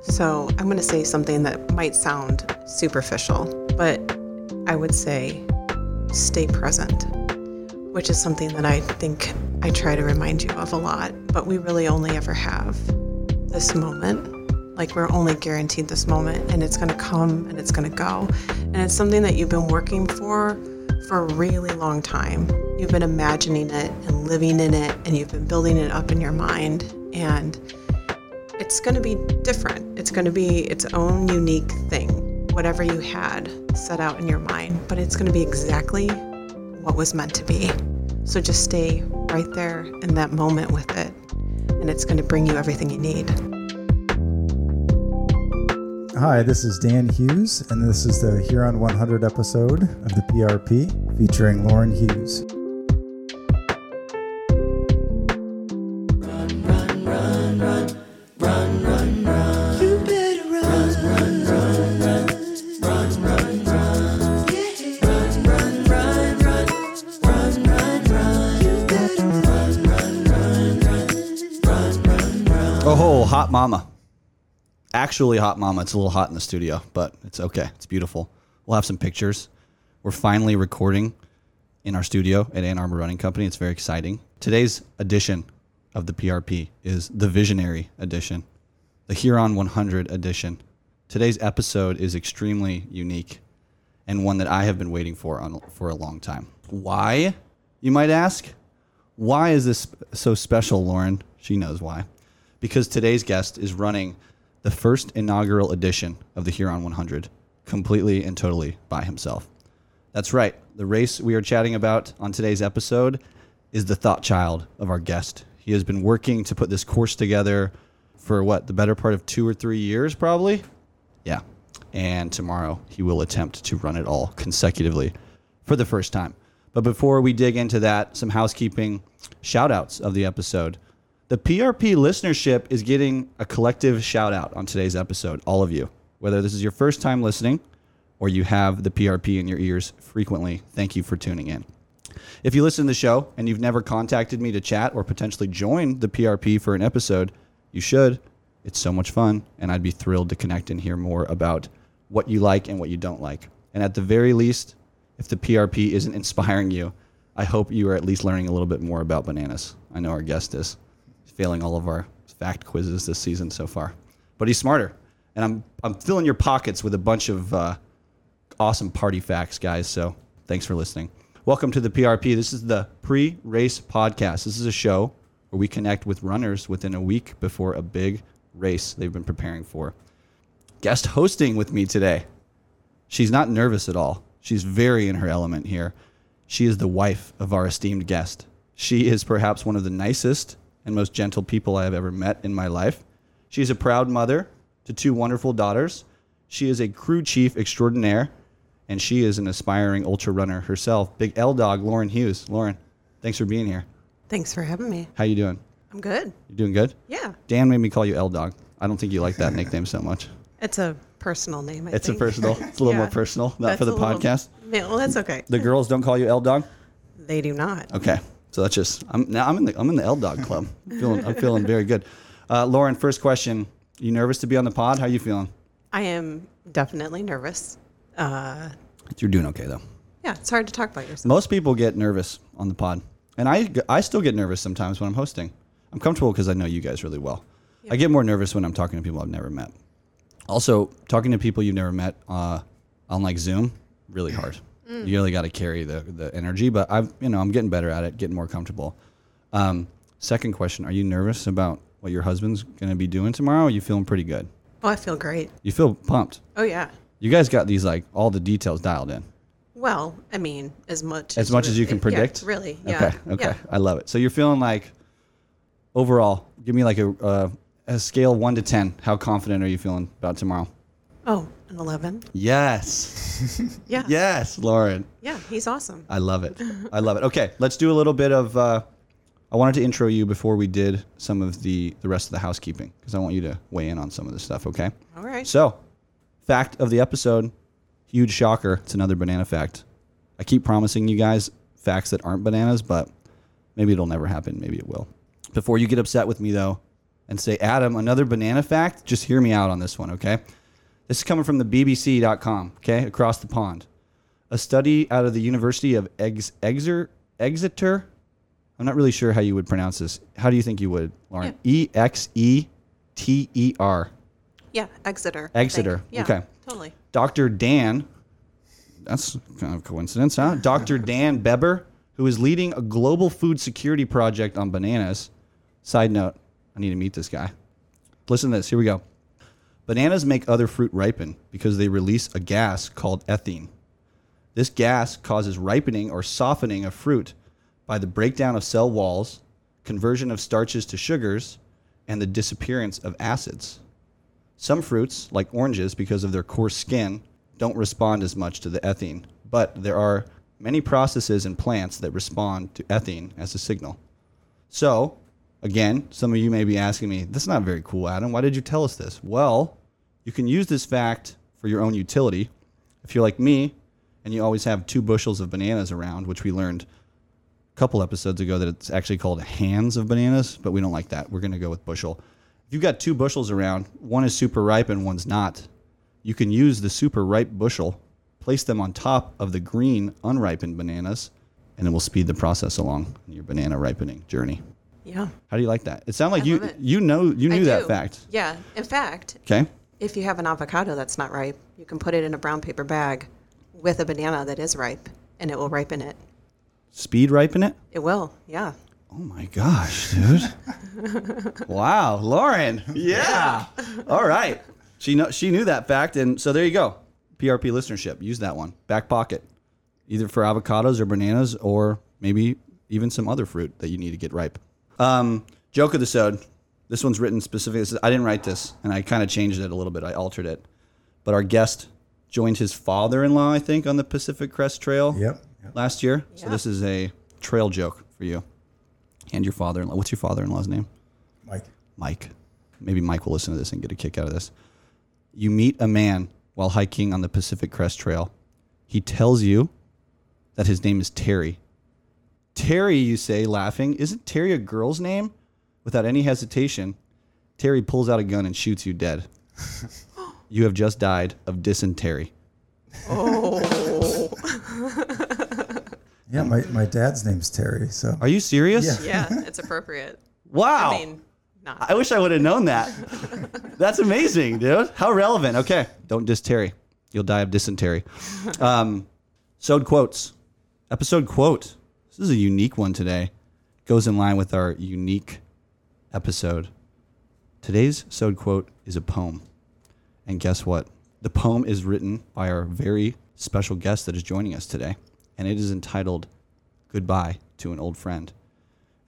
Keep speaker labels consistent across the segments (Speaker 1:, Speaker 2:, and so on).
Speaker 1: So I'm going to say something that might sound superficial, but I would say stay present, which is something that I think I try to remind you of a lot. But we really only ever have this moment. Like we're only guaranteed this moment, and it's going to come and it's going to go. And it's something that you've been working for for a really long time. You've been imagining it and living in it, and you've been building it up in your mind. And it's going to be different. It's going to be its own unique thing, whatever you had set out in your mind, but it's going to be exactly what was meant to be. So just stay right there in that moment with it, and it's going to bring you everything you need.
Speaker 2: Hi, this is Dan Hughes, and this is the Huron 100 episode of the PRP featuring Lauren Hughes.
Speaker 3: Oh, hot mama. Actually, hot mama. It's a little hot in the studio, but it's okay. It's beautiful. We'll have some pictures. We're finally recording in our studio at Ann Arbor Running Company. It's very exciting. Today's edition of the PRP is the Visionary Edition, the Huron 100 Edition. Today's episode is extremely unique and one that I have been waiting for on, for a long time. Why, you might ask? Why is this so special, Lauren? She knows why. Because today's guest is running the first inaugural edition of the Huron 100 completely and totally by himself. That's right. The race we are chatting about on today's episode is the thought child of our guest. He has been working to put this course together for what, the better part of two or three years, probably? Yeah. And tomorrow he will attempt to run it all consecutively for the first time. But before we dig into that, some housekeeping shout outs of the episode. The PRP listenership is getting a collective shout out on today's episode, all of you. Whether this is your first time listening or you have the PRP in your ears frequently, thank you for tuning in. If you listen to the show and you've never contacted me to chat or potentially join the PRP for an episode, you should. It's so much fun, and I'd be thrilled to connect and hear more about what you like and what you don't like. And at the very least, if the PRP isn't inspiring you, I hope you are at least learning a little bit more about bananas. I know our guest is failing all of our fact quizzes this season so far, but he's smarter. And I'm, I'm filling your pockets with a bunch of uh, awesome party facts, guys. So thanks for listening. Welcome to the PRP. This is the pre race podcast. This is a show where we connect with runners within a week before a big race they've been preparing for. Guest hosting with me today. She's not nervous at all. She's very in her element here. She is the wife of our esteemed guest. She is perhaps one of the nicest and most gentle people I have ever met in my life. She is a proud mother to two wonderful daughters. She is a crew chief extraordinaire, and she is an aspiring ultra runner herself. Big L Dog, Lauren Hughes. Lauren, thanks for being here.
Speaker 1: Thanks for having me.
Speaker 3: How you doing?
Speaker 1: I'm good.
Speaker 3: You doing good?
Speaker 1: Yeah.
Speaker 3: Dan made me call you L Dog. I don't think you like that nickname so much.
Speaker 1: It's a personal name, I
Speaker 3: It's a
Speaker 1: think.
Speaker 3: personal. It's a little more
Speaker 1: Yeah.
Speaker 3: personal. Not
Speaker 1: That's
Speaker 3: for the
Speaker 1: a little-
Speaker 3: podcast.
Speaker 1: Yeah, well, that's okay.
Speaker 3: The girls don't call you L Dog.
Speaker 1: They do not.
Speaker 3: Okay, so that's just I'm now I'm in the I'm in the L Dog Club. I'm feeling, I'm feeling very good. Uh, Lauren, first question: You nervous to be on the pod? How you feeling?
Speaker 1: I am definitely nervous. Uh,
Speaker 3: You're doing okay though.
Speaker 1: yeah, it's hard to talk about yourself.
Speaker 3: Most people get nervous on the pod, and I I still get nervous sometimes when I'm hosting. I'm comfortable because I know you guys really well. I get more nervous when I'm talking to people I've never met. Also, talking to people you've never met uh, on like Zoom, really hard. You really got to carry the, the energy, but I've you know I'm getting better at it, getting more comfortable. Um, second question: Are you nervous about what your husband's going to be doing tomorrow? Or you feeling pretty good?
Speaker 1: Oh, I feel great.
Speaker 3: You feel pumped?
Speaker 1: Oh, yeah.
Speaker 3: You guys got these like all the details dialed in.
Speaker 1: Well, I mean, as much
Speaker 3: as much as you can
Speaker 1: yeah,
Speaker 3: predict.
Speaker 1: really, yeah.
Speaker 3: Okay. Okay.
Speaker 1: Yeah.
Speaker 3: I love it. So you're feeling like overall, give me like a uh, a scale one to ten. How confident are you feeling about tomorrow?
Speaker 1: Oh, an eleven.
Speaker 3: Yes.
Speaker 1: Yeah. yeah. Uh,
Speaker 3: yes, Lauren.
Speaker 1: he's awesome.
Speaker 3: I love it. I love it. Okay, let's do a little bit of. Uh, I wanted to intro you before we did some of the the rest of the housekeeping because I want you to weigh in on some of this stuff. Okay.
Speaker 1: All right.
Speaker 3: So, fact of the episode, huge shocker. It's another banana fact. I keep promising you guys facts that aren't bananas, but maybe it'll never happen. Maybe it will. Before you get upset with me, though, and say, Adam, another banana fact. Just hear me out on this one, okay? This is coming from the BBC.com, okay? Across the pond. A study out of the University of Ex- Exeter, Exeter. I'm not really sure how you would pronounce this. How do you think you would, Lauren? E X E T E R.
Speaker 1: Yeah, Exeter. I think.
Speaker 3: Exeter,
Speaker 1: Yeah,
Speaker 3: okay.
Speaker 1: Totally.
Speaker 3: Dr. Dan, that's kind of a coincidence, huh? Dr. Dan Beber, who is leading a global food security project on bananas. Side note, I need to meet this guy. Listen to this. Here we go. Bananas make other fruit ripen because they release a gas called ethene. This gas causes ripening or softening of fruit by the breakdown of cell walls, conversion of starches to sugars, and the disappearance of acids. Some fruits, like oranges, because of their coarse skin, don't respond as much to the ethene, but there are many processes in plants that respond to ethene as a signal. So, again, some of you may be asking me, that's not very cool, Adam. Why did you tell us this? Well, you can use this fact for your own utility. If you're like me and you always have two bushels of bananas around, which we learned a couple episodes ago that it's actually called hands of bananas, but we don't like that. We're going to go with bushel. If you've got two bushels around, one is super ripe and one's not, you can use the super ripe bushel, place them on top of the green unripened bananas, and it will speed the process along in your banana ripening journey.
Speaker 1: Yeah.
Speaker 3: How do you like that? It sounded like
Speaker 1: love
Speaker 3: you
Speaker 1: it.
Speaker 3: you know you
Speaker 1: I
Speaker 3: knew that
Speaker 1: do.
Speaker 3: fact.
Speaker 1: Yeah. In fact,
Speaker 3: Okay.
Speaker 1: if you have an avocado that's not ripe, you can put it in a brown paper bag with a banana that is ripe and it will ripen it.
Speaker 3: Speed ripen it?
Speaker 1: It will. Yeah.
Speaker 3: Oh my gosh, dude. wow, Lauren. Yeah. All right. She know she knew that fact and so there you go. PRP listenership. Use that one. Back pocket. Either for avocados or bananas or maybe even some other fruit that you need to get ripe. Um, joke of the sode. This one's written specifically. This is, I didn't write this, and I kind of changed it a little bit. I altered it. But our guest joined his father-in-law, I think, on the Pacific Crest Trail
Speaker 2: Yep, yep.
Speaker 3: last year. So
Speaker 1: Yeah.
Speaker 3: this is a trail joke for you and your father-in-law. What's your father-in-law's name?
Speaker 2: Mike.
Speaker 3: Mike. Maybe Mike will listen to this and get a kick out of this. You meet a man while hiking on the Pacific Crest Trail. He tells you that his name is Terry. Terry, you say, laughing, isn't Terry a girl's name? Without any hesitation, Terry pulls out a gun and shoots you dead. you have just died of dysentery.
Speaker 2: Yeah, my, my dad's name's Terry. So
Speaker 3: Are you serious?
Speaker 2: Yeah.
Speaker 1: Yeah. It's appropriate.
Speaker 3: Wow.
Speaker 1: I mean, not.
Speaker 3: I wish I would have known that. That's amazing, dude. How relevant. Okay, don't diss Terry. You'll die of dysentery. Um, so quotes. Episode quote. This is a unique one today. Goes in line with our unique episode. Today's sode quote is a poem. And guess what? The poem is written by our very special guest that is joining us today. And it is entitled Goodbye to an Old Friend.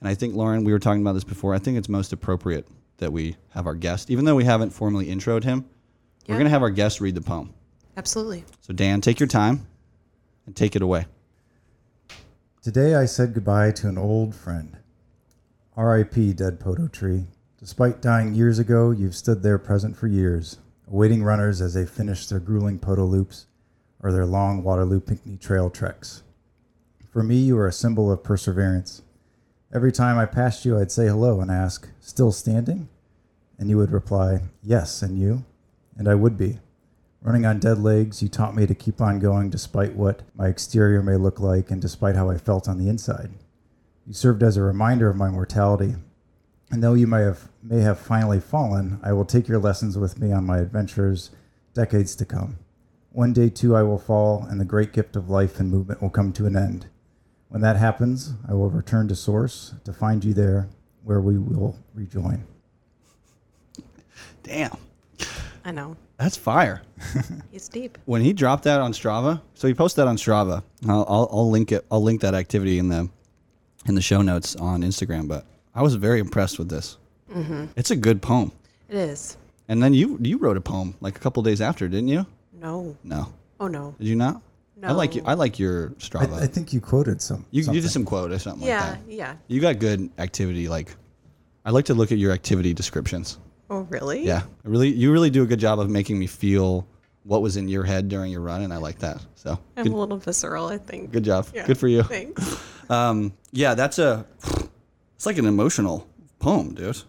Speaker 3: And I think, Lauren, we were talking about this before. I think it's most appropriate that we have our guest, even though we haven't formally introed him,
Speaker 1: Yeah.
Speaker 3: we're going to have our guest read the poem.
Speaker 1: Absolutely.
Speaker 3: So, Dan, take your time and take it away.
Speaker 2: Today I said goodbye to an old friend. R.I.P. Dead Poto Tree. Despite dying years ago, you've stood there present for years, awaiting runners as they finish their grueling Poto loops or their long Waterloo Pinckney Trail treks. For me, you are a symbol of perseverance. Every time I passed you, I'd say hello and ask, Still standing? And you would reply, Yes, and you? And I would be. Running on dead legs, you taught me to keep on going despite what my exterior may look like and despite how I felt on the inside. You served as a reminder of my mortality. And though you may have, may have finally fallen, I will take your lessons with me on my adventures decades to come. One day, too, I will fall, and the great gift of life and movement will come to an end. When that happens, I will return to Source to find you there, where we will rejoin.
Speaker 3: Damn,
Speaker 1: I know.
Speaker 3: that's fire.
Speaker 1: It's deep.
Speaker 3: when he dropped that on Strava, so he posted that on Strava. I'll, I'll, I'll link it. I'll link that activity in the in the show notes on Instagram. But I was very impressed with this.
Speaker 1: Mm-hmm.
Speaker 3: It's a good poem.
Speaker 1: It is.
Speaker 3: And then you you wrote a poem like a couple days after, didn't you?
Speaker 1: No.
Speaker 3: No,
Speaker 1: Oh, no.
Speaker 3: did you not? I like you.
Speaker 1: No.
Speaker 3: I like your
Speaker 2: I,
Speaker 3: Strava.
Speaker 2: I think you quoted some.
Speaker 3: You, you
Speaker 2: something.
Speaker 3: did some quote or something
Speaker 1: Yeah.
Speaker 3: like that.
Speaker 1: Yeah.
Speaker 3: You got good activity. Like, I like to look at your activity descriptions.
Speaker 1: Oh, really?
Speaker 3: Yeah, I really, you really do a good job of making me feel what was in your head during your run, and I like that. So,
Speaker 1: I'm
Speaker 3: good,
Speaker 1: a little visceral, I think.
Speaker 3: good job.
Speaker 1: Yeah.
Speaker 3: Good for you.
Speaker 1: Thanks.
Speaker 3: Um, yeah, that's a. It's like an emotional poem, dude.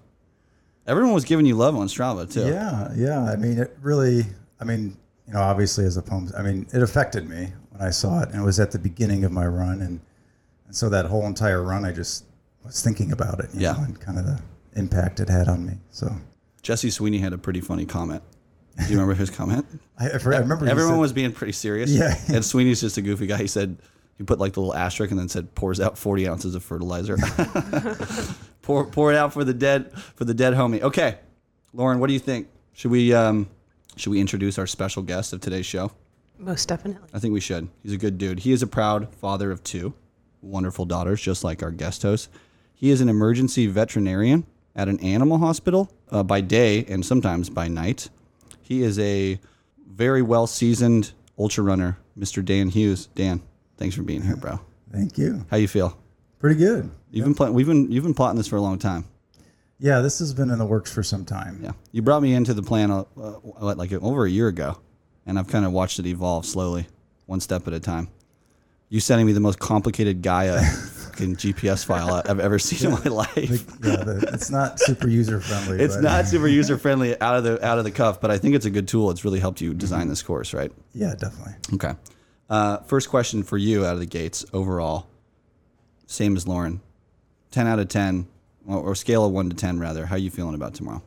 Speaker 3: Everyone was giving you love on Strava too.
Speaker 2: Yeah, yeah. I mean, it really. I mean, you know, obviously as a poem. I mean, it affected me when I saw it, and it was at the beginning of my run, and and so that whole entire run, I just was thinking about it. You
Speaker 3: Yeah.
Speaker 2: know, and kind of the impact it had on me. So
Speaker 3: Jesse Sweeney had a pretty funny comment. Do you remember his comment?
Speaker 2: I, I for- I remember you
Speaker 3: Everyone
Speaker 2: said-
Speaker 3: was being pretty serious.
Speaker 2: Yeah.
Speaker 3: And Sweeney's just a goofy guy. He said, he put like the little asterisk and then said, pours out 40 ounces of fertilizer. pour, pour it out for the dead, for the dead homie. Okay. Lauren, what do you think? Should we, um, should we introduce our special guest of today's show?
Speaker 1: Most definitely.
Speaker 3: I think we should. He's a good dude. He is a proud father of two wonderful daughters, just like our guest host. He is an emergency veterinarian at an animal hospital uh, by day and sometimes by night. He is a very well seasoned ultra runner, Mr. Dan Hughes. Dan, thanks for being here, bro.
Speaker 2: Thank you.
Speaker 3: How you feel?
Speaker 2: Pretty good.
Speaker 3: You've been pl- we've been you've been plotting this for a long time.
Speaker 2: Yeah, this has been in the works for some time.
Speaker 3: Yeah, you brought me into the plan uh, uh, what, like over a year ago, and I've kind of watched it evolve slowly, one step at a time. You sending me the most complicated Gaia fucking GPS file I've ever seen in my life.
Speaker 2: Yeah, the, it's not super user friendly.
Speaker 3: It's not super user friendly out of the out of the cuff, but I think it's a good tool. It's really helped you design this course, right?
Speaker 2: Yeah, definitely.
Speaker 3: Okay. Uh, first question for you out of the gates overall, same as Lauren, ten out of ten, or, or scale of one to ten rather. How you feeling about tomorrow?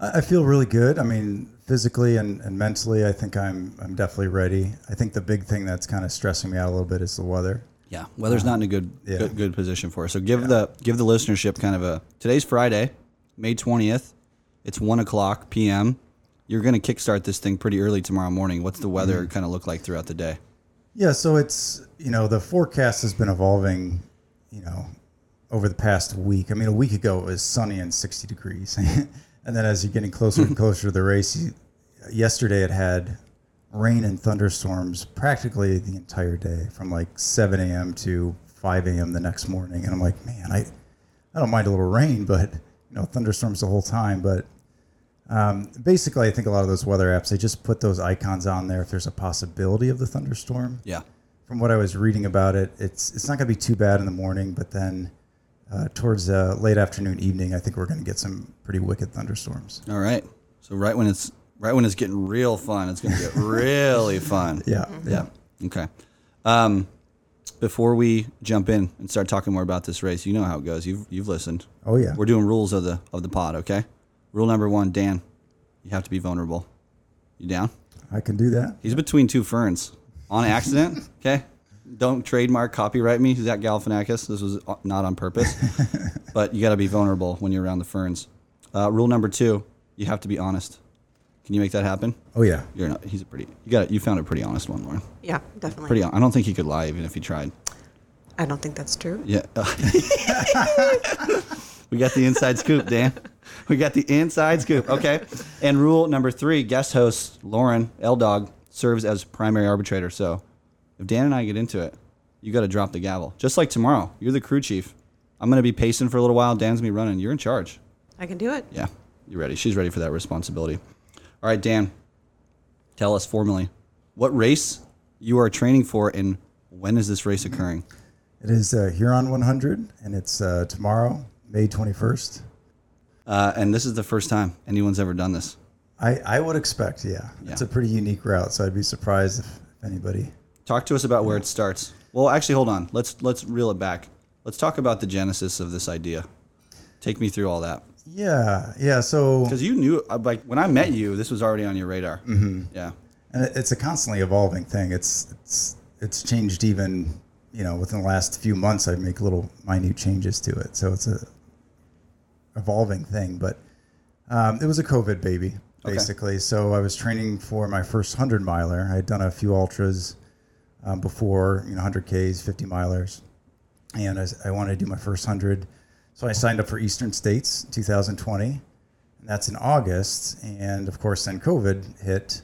Speaker 2: I I feel really good. I mean, physically and, and mentally, I think I'm I'm definitely ready. I think the big thing that's kind of stressing me out a little bit is the weather.
Speaker 3: Yeah, weather's not in a good,
Speaker 2: yeah.
Speaker 3: good good position for us. So give the give the listenership kind of a today's Friday, May twentieth. It's one o'clock p.m. You're going to kickstart this thing pretty early tomorrow morning. What's the weather
Speaker 2: Mm-hmm.
Speaker 3: kind of look like throughout the day?
Speaker 2: Yeah, so it's you know the forecast has been evolving, you know, over the past week. I mean, a week ago it was sunny and 60 degrees, and then as you're getting closer and closer to the race, you, yesterday it had rain and thunderstorms practically the entire day from like 7 a.m. to 5 a.m. the next morning, and I'm like, man, I I don't mind a little rain, but you know, thunderstorms the whole time, but um, basically, I think a lot of those weather apps they just put those icons on there if there's a possibility of the thunderstorm
Speaker 3: Yeah,
Speaker 2: from what I was reading about it, it's it's not going to be too bad in the morning, but then uh, towards uh, late afternoon, evening, I think we're going to get some pretty wicked thunderstorms.
Speaker 3: all right. So right when it's right when it's getting real fun, it's going to get really fun.
Speaker 2: Yeah, yeah.
Speaker 3: Okay. Um, before we jump in and start talking more about this race, you know how it goes. You've you've listened.
Speaker 2: Oh yeah.
Speaker 3: We're doing rules of the of the pod. Okay. Rule number one, Dan, you have to be vulnerable. You down?
Speaker 2: I can do that.
Speaker 3: He's between two ferns on accident. okay. Don't trademark copyright me, Zach Galifianakis. This was o- not on purpose. but you got to be vulnerable when you're around the ferns. Uh, rule number two, you have to be honest. Can you make that happen?
Speaker 2: Oh yeah.
Speaker 3: You're not. He's a pretty. You got. You found a pretty honest one, Lauren.
Speaker 1: Yeah, definitely.
Speaker 3: Pretty. hon- I don't think he could lie even if he tried.
Speaker 1: I don't think that's true.
Speaker 3: Yeah. we got the inside scoop, Dan. We got the inside scoop. Okay. And rule number three guest host Lauren L Dog serves as primary arbitrator. So if Dan and I get into it, you got to drop the gavel. Just like tomorrow, you're the crew chief. I'm going to be pacing for a little while. Dan's going to be running. You're in charge.
Speaker 1: I can do it.
Speaker 3: Yeah. You're ready. She's ready for that responsibility. All right, Dan, tell us formally what race you are training for and when is this race occurring?
Speaker 2: It is uh, Huron 100, and it's uh, tomorrow, May 21st.
Speaker 3: Uh, and this is the first time anyone's ever done this.
Speaker 2: I I would expect, yeah, it's a pretty unique route, so I'd be surprised if, if anybody.
Speaker 3: Talk to us about where it starts. Well, actually, hold on. Let's let's reel it back. Let's talk about the genesis of this idea. Take me through all that
Speaker 2: Yeah, yeah. So
Speaker 3: because you knew uh, like when I met you, this was already on your radar. Mm-hmm. Yeah,
Speaker 2: and it- it's a constantly evolving thing. It's it's it's changed even you know within the last few months. I make little minute changes to it, so it's a evolving thing. But um, it was a COVID baby basically. So I was training for my first hundred miler. I had done a few ultras um, before, you know, hundred Ks, fifty milers, and I, s- I wanted to do my first hundred. So I signed up for Eastern States 2020, and that's in August. And of course, then COVID hit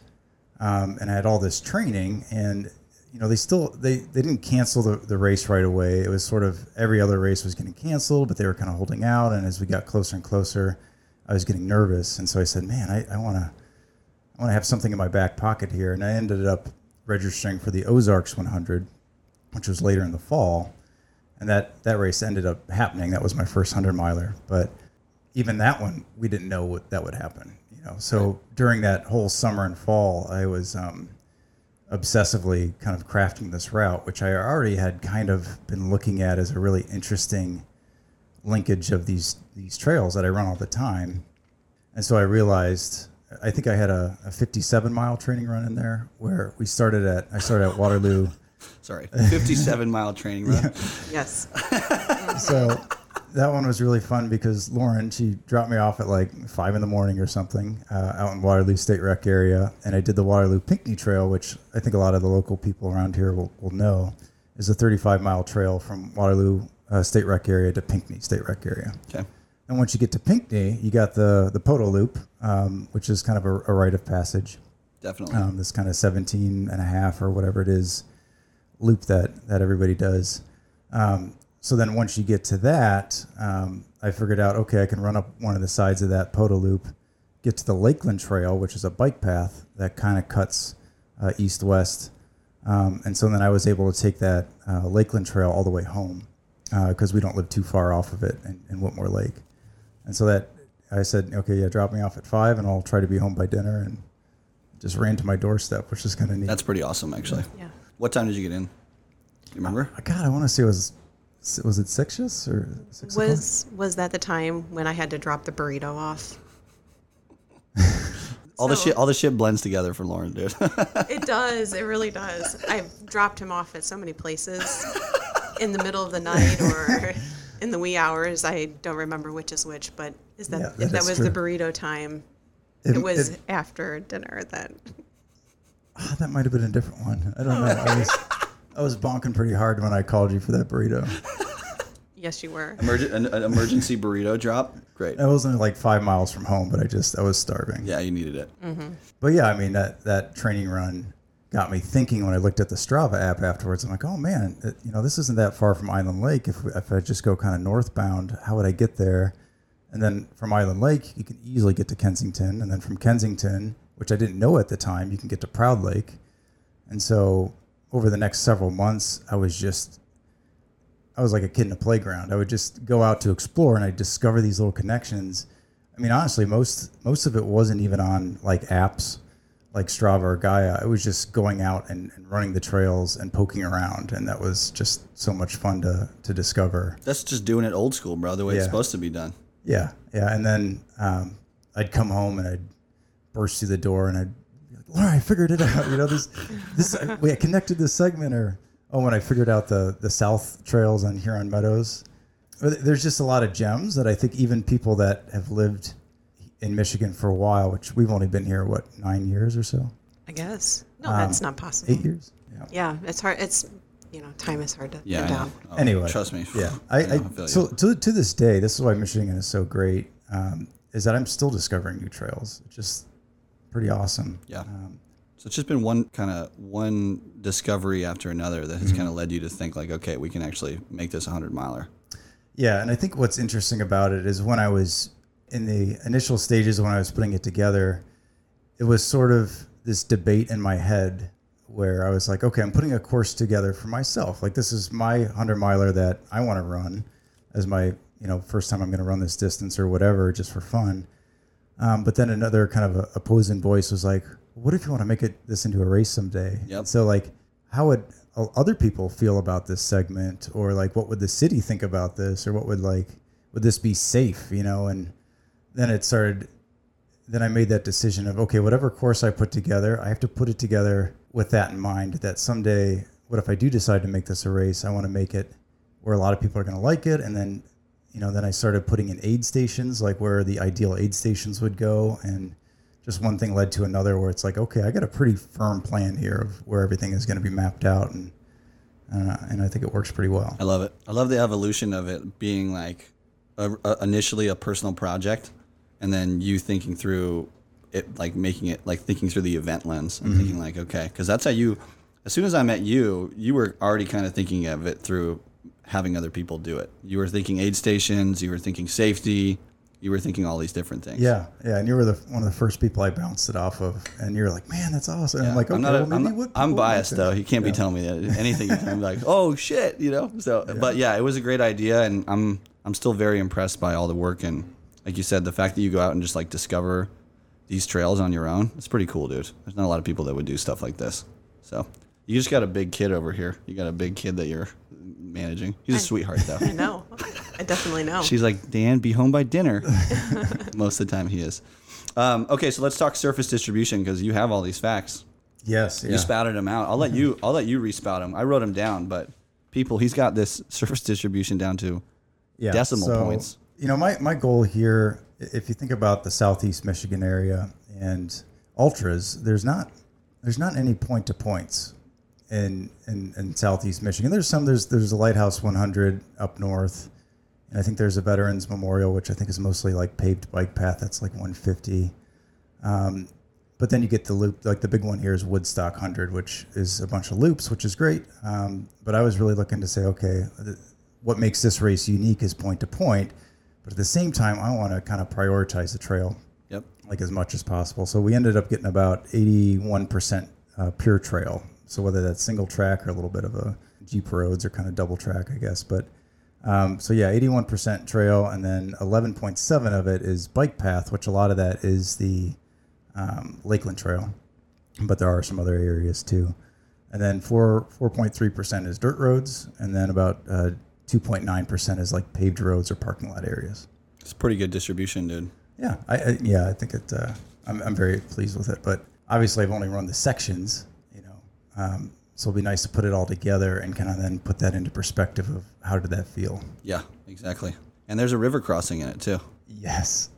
Speaker 2: um, and I had all this training and you know they still they, they didn't cancel the, the race right away it was sort of every other race was getting canceled but they were kind of holding out and as we got closer and closer i was getting nervous and so i said man i want to i want to have something in my back pocket here and i ended up registering for the ozarks 100 which was later in the fall and that that race ended up happening that was my first 100 miler but even that one, we didn't know what that would happen. You know, so during that whole summer and fall, I was um, obsessively kind of crafting this route, which I already had kind of been looking at as a really interesting linkage of these these trails that I run all the time. And so I realized I think I had a, a 57 mile training run in there where we started at I started at Waterloo.
Speaker 3: Sorry, 57 mile training run.
Speaker 1: Yes.
Speaker 2: so that one was really fun because Lauren, she dropped me off at like five in the morning or something uh, out in Waterloo State Rec area. And I did the Waterloo Pinckney Trail, which I think a lot of the local people around here will, will know is a 35 mile trail from Waterloo uh, State Rec area to Pinckney State Rec area.
Speaker 3: Okay.
Speaker 2: And once you get to Pinckney, you got the, the Poto Loop, um, which is kind of a, a rite of passage
Speaker 3: Definitely.
Speaker 2: um, this kind of 17 and a half or whatever it is loop that that everybody does um, so then once you get to that um, i figured out okay i can run up one of the sides of that poto loop get to the lakeland trail which is a bike path that kind of cuts uh, east west um, and so then i was able to take that uh, lakeland trail all the way home because we don't live too far off of it in, in whitmore lake and so that i said okay yeah drop me off at five and i'll try to be home by dinner and just ran to my doorstep, which is kind of neat.
Speaker 3: That's pretty awesome, actually.
Speaker 1: Yeah.
Speaker 3: What time did you get in? Do you remember?
Speaker 2: God, I want to say it was was it six or six o'clock?
Speaker 1: Was was that the time when I had to drop the burrito off?
Speaker 3: All the
Speaker 1: So-
Speaker 3: shit, all the shit blends together for Lauren, dude.
Speaker 1: It does. It really does. I've dropped him off at so many places in the middle of the night or in the wee hours. I don't remember which is which, but is that
Speaker 2: Yeah, that
Speaker 1: if that
Speaker 2: is
Speaker 1: was the burrito time? It, was after dinner that
Speaker 2: ah, that might have been a different one. I don't know. I was I was bonking pretty hard when I called you for that burrito.
Speaker 1: yes you were.
Speaker 3: Emergen- an, an emergency burrito drop. Great.
Speaker 2: I was only like five miles from home, but I just I was starving.
Speaker 3: Yeah, you needed it.
Speaker 2: Mm. But yeah, I mean that that training run got me thinking when I looked at the Strava app afterwards. I'm like, oh man, it, you know this isn't that far from Island Lake. If if I just go kind of northbound, how would I get there? And then from Island Lake, you can easily get to Kensington, and then from Kensington, which I didn't know at the time, you can get to Proud Lake. And so over the next several months, I was just I was like a kid in a playground. I would just go out to explore and I'd discover these little connections. I mean, honestly, most most of it wasn't even on like apps like Strava or Gaia. It was just going out and, and running the trails and poking around. And that was just so much fun to to discover.
Speaker 3: That's just doing it old school, bro. The way it's
Speaker 2: Yeah.
Speaker 3: supposed to be done.
Speaker 2: Yeah, yeah. And then um, I'd come home and I'd burst through the door and I'd be like, Laura, I figured it out. You know, this, this, I, we connected this segment. Or, oh, when I figured out the, the South trails on Huron Meadows. But There's just a lot of gems that I think even people that have lived in Michigan for a while, which we've only been here, what, nine years or so?
Speaker 1: I guess. No,
Speaker 3: Um,
Speaker 1: that's not possible.
Speaker 2: Eight years? Yeah.
Speaker 1: Yeah, it's hard it's you know, time is hard to pin
Speaker 3: Yeah. I know.
Speaker 1: down.
Speaker 3: Oh,
Speaker 2: anyway,
Speaker 3: Trust me.
Speaker 2: Yeah, I, I,
Speaker 3: know, feel you.
Speaker 2: so to, to this day, this is why Michigan is so great. Um, is that I'm still discovering new trails. It's just pretty awesome.
Speaker 3: Yeah. so it's just been one kind of one discovery after another that has
Speaker 2: Mm-hmm.
Speaker 3: kind of led you to think like, okay, we can actually make this a hundred miler.
Speaker 2: Yeah, and I think what's interesting about it is when I was in the initial stages when I was putting it together, it was sort of this debate in my head where I was like, okay, I'm putting a course together for myself. Like this is my 100 miler that I want to run as my, you know, first time I'm going to run this distance or whatever just for fun. Um, but then another kind of a- opposing voice was like, what if you want to make it this into a race someday?
Speaker 3: Yep.
Speaker 2: So like, how would o- other people feel about this segment or like what would the city think about this or what would like would this be safe, you know? And then it started then I made that decision of okay, whatever course I put together, I have to put it together with that in mind. That someday, what if I do decide to make this a race? I want to make it where a lot of people are going to like it, and then, you know, then I started putting in aid stations, like where the ideal aid stations would go, and just one thing led to another, where it's like, okay, I got a pretty firm plan here of where everything is going to be mapped out, and uh, and I think it works pretty well.
Speaker 3: I love it. I love the evolution of it being like a, a, initially a personal project, and then you thinking through it, like making it like thinking through the event lens and thinking like, okay, because that's how you. As soon as I met you, you were already kind of thinking of it through having other people do it. You were thinking aid stations. You were thinking safety. You were thinking all these different things.
Speaker 2: Yeah, yeah, and you were the one of the first people I bounced it off of, and you're like, man, that's awesome. And I'm like, okay,
Speaker 3: I'm not. a-
Speaker 2: well, maybe
Speaker 3: I'm,
Speaker 2: what
Speaker 3: I'm
Speaker 2: people like
Speaker 3: biased
Speaker 2: that."
Speaker 3: though. You can't be telling me that anything. you tell me, like, oh shit, you know. So, but yeah, it was a great idea, and I'm I'm still very impressed by all the work and like you said, the fact that you go out and just like discover these trails on your own, it's pretty cool, dude. There's not a lot of people that would do stuff like this. So you just got a big kid over here. You got a big kid that you're managing. He's a sweetheart though.
Speaker 1: I know. I definitely know.
Speaker 3: She's like, Dan, be home by dinner. Most of the time he is. Um, okay, so let's talk surface distribution because you have all these facts.
Speaker 2: Yes.
Speaker 3: You spouted them out. I'll
Speaker 2: Mm-hmm.
Speaker 3: let you. I'll let you respout them. I wrote them down, but people, he's got this surface distribution down to.
Speaker 2: yeah.
Speaker 3: decimal points.
Speaker 2: You know, my, my goal here, i- if you think about the Southeast Michigan area and ultras, there's not there's not any point to points in, in in Southeast Michigan. There's some there's there's a Lighthouse 100 up north, and I think there's a Veterans Memorial, which I think is mostly like paved bike path. That's like 150. But then you get the loop, like the big one here is Woodstock 100, which is a bunch of loops, which is great. Um, but I was really looking to say, okay, th- what makes this race unique is point to point. But at the same time, I want to kind of prioritize the trail
Speaker 3: Yep.
Speaker 2: like as much as possible. So we ended up getting about 81% uh, pure trail. So whether that's single track or a little bit of a Jeep roads or kind of double track, I guess. But um, so yeah, 81% trail, and then 11.7 of it is bike path, which a lot of that is the um, Lakeland Trail, but there are some other areas too. And then four four point three percent is dirt roads, and then about uh, two point nine percent is like paved roads or parking lot areas.
Speaker 3: It's pretty good distribution, dude.
Speaker 2: Yeah, I, I yeah, I think it. Uh, I'm I'm very pleased with it, but obviously I've only run the sections, you know. Um, so it'll be nice to put it all together and kind of then put that into perspective of how did that feel?
Speaker 3: Yeah, exactly. And there's a river crossing in it too,
Speaker 2: Yes,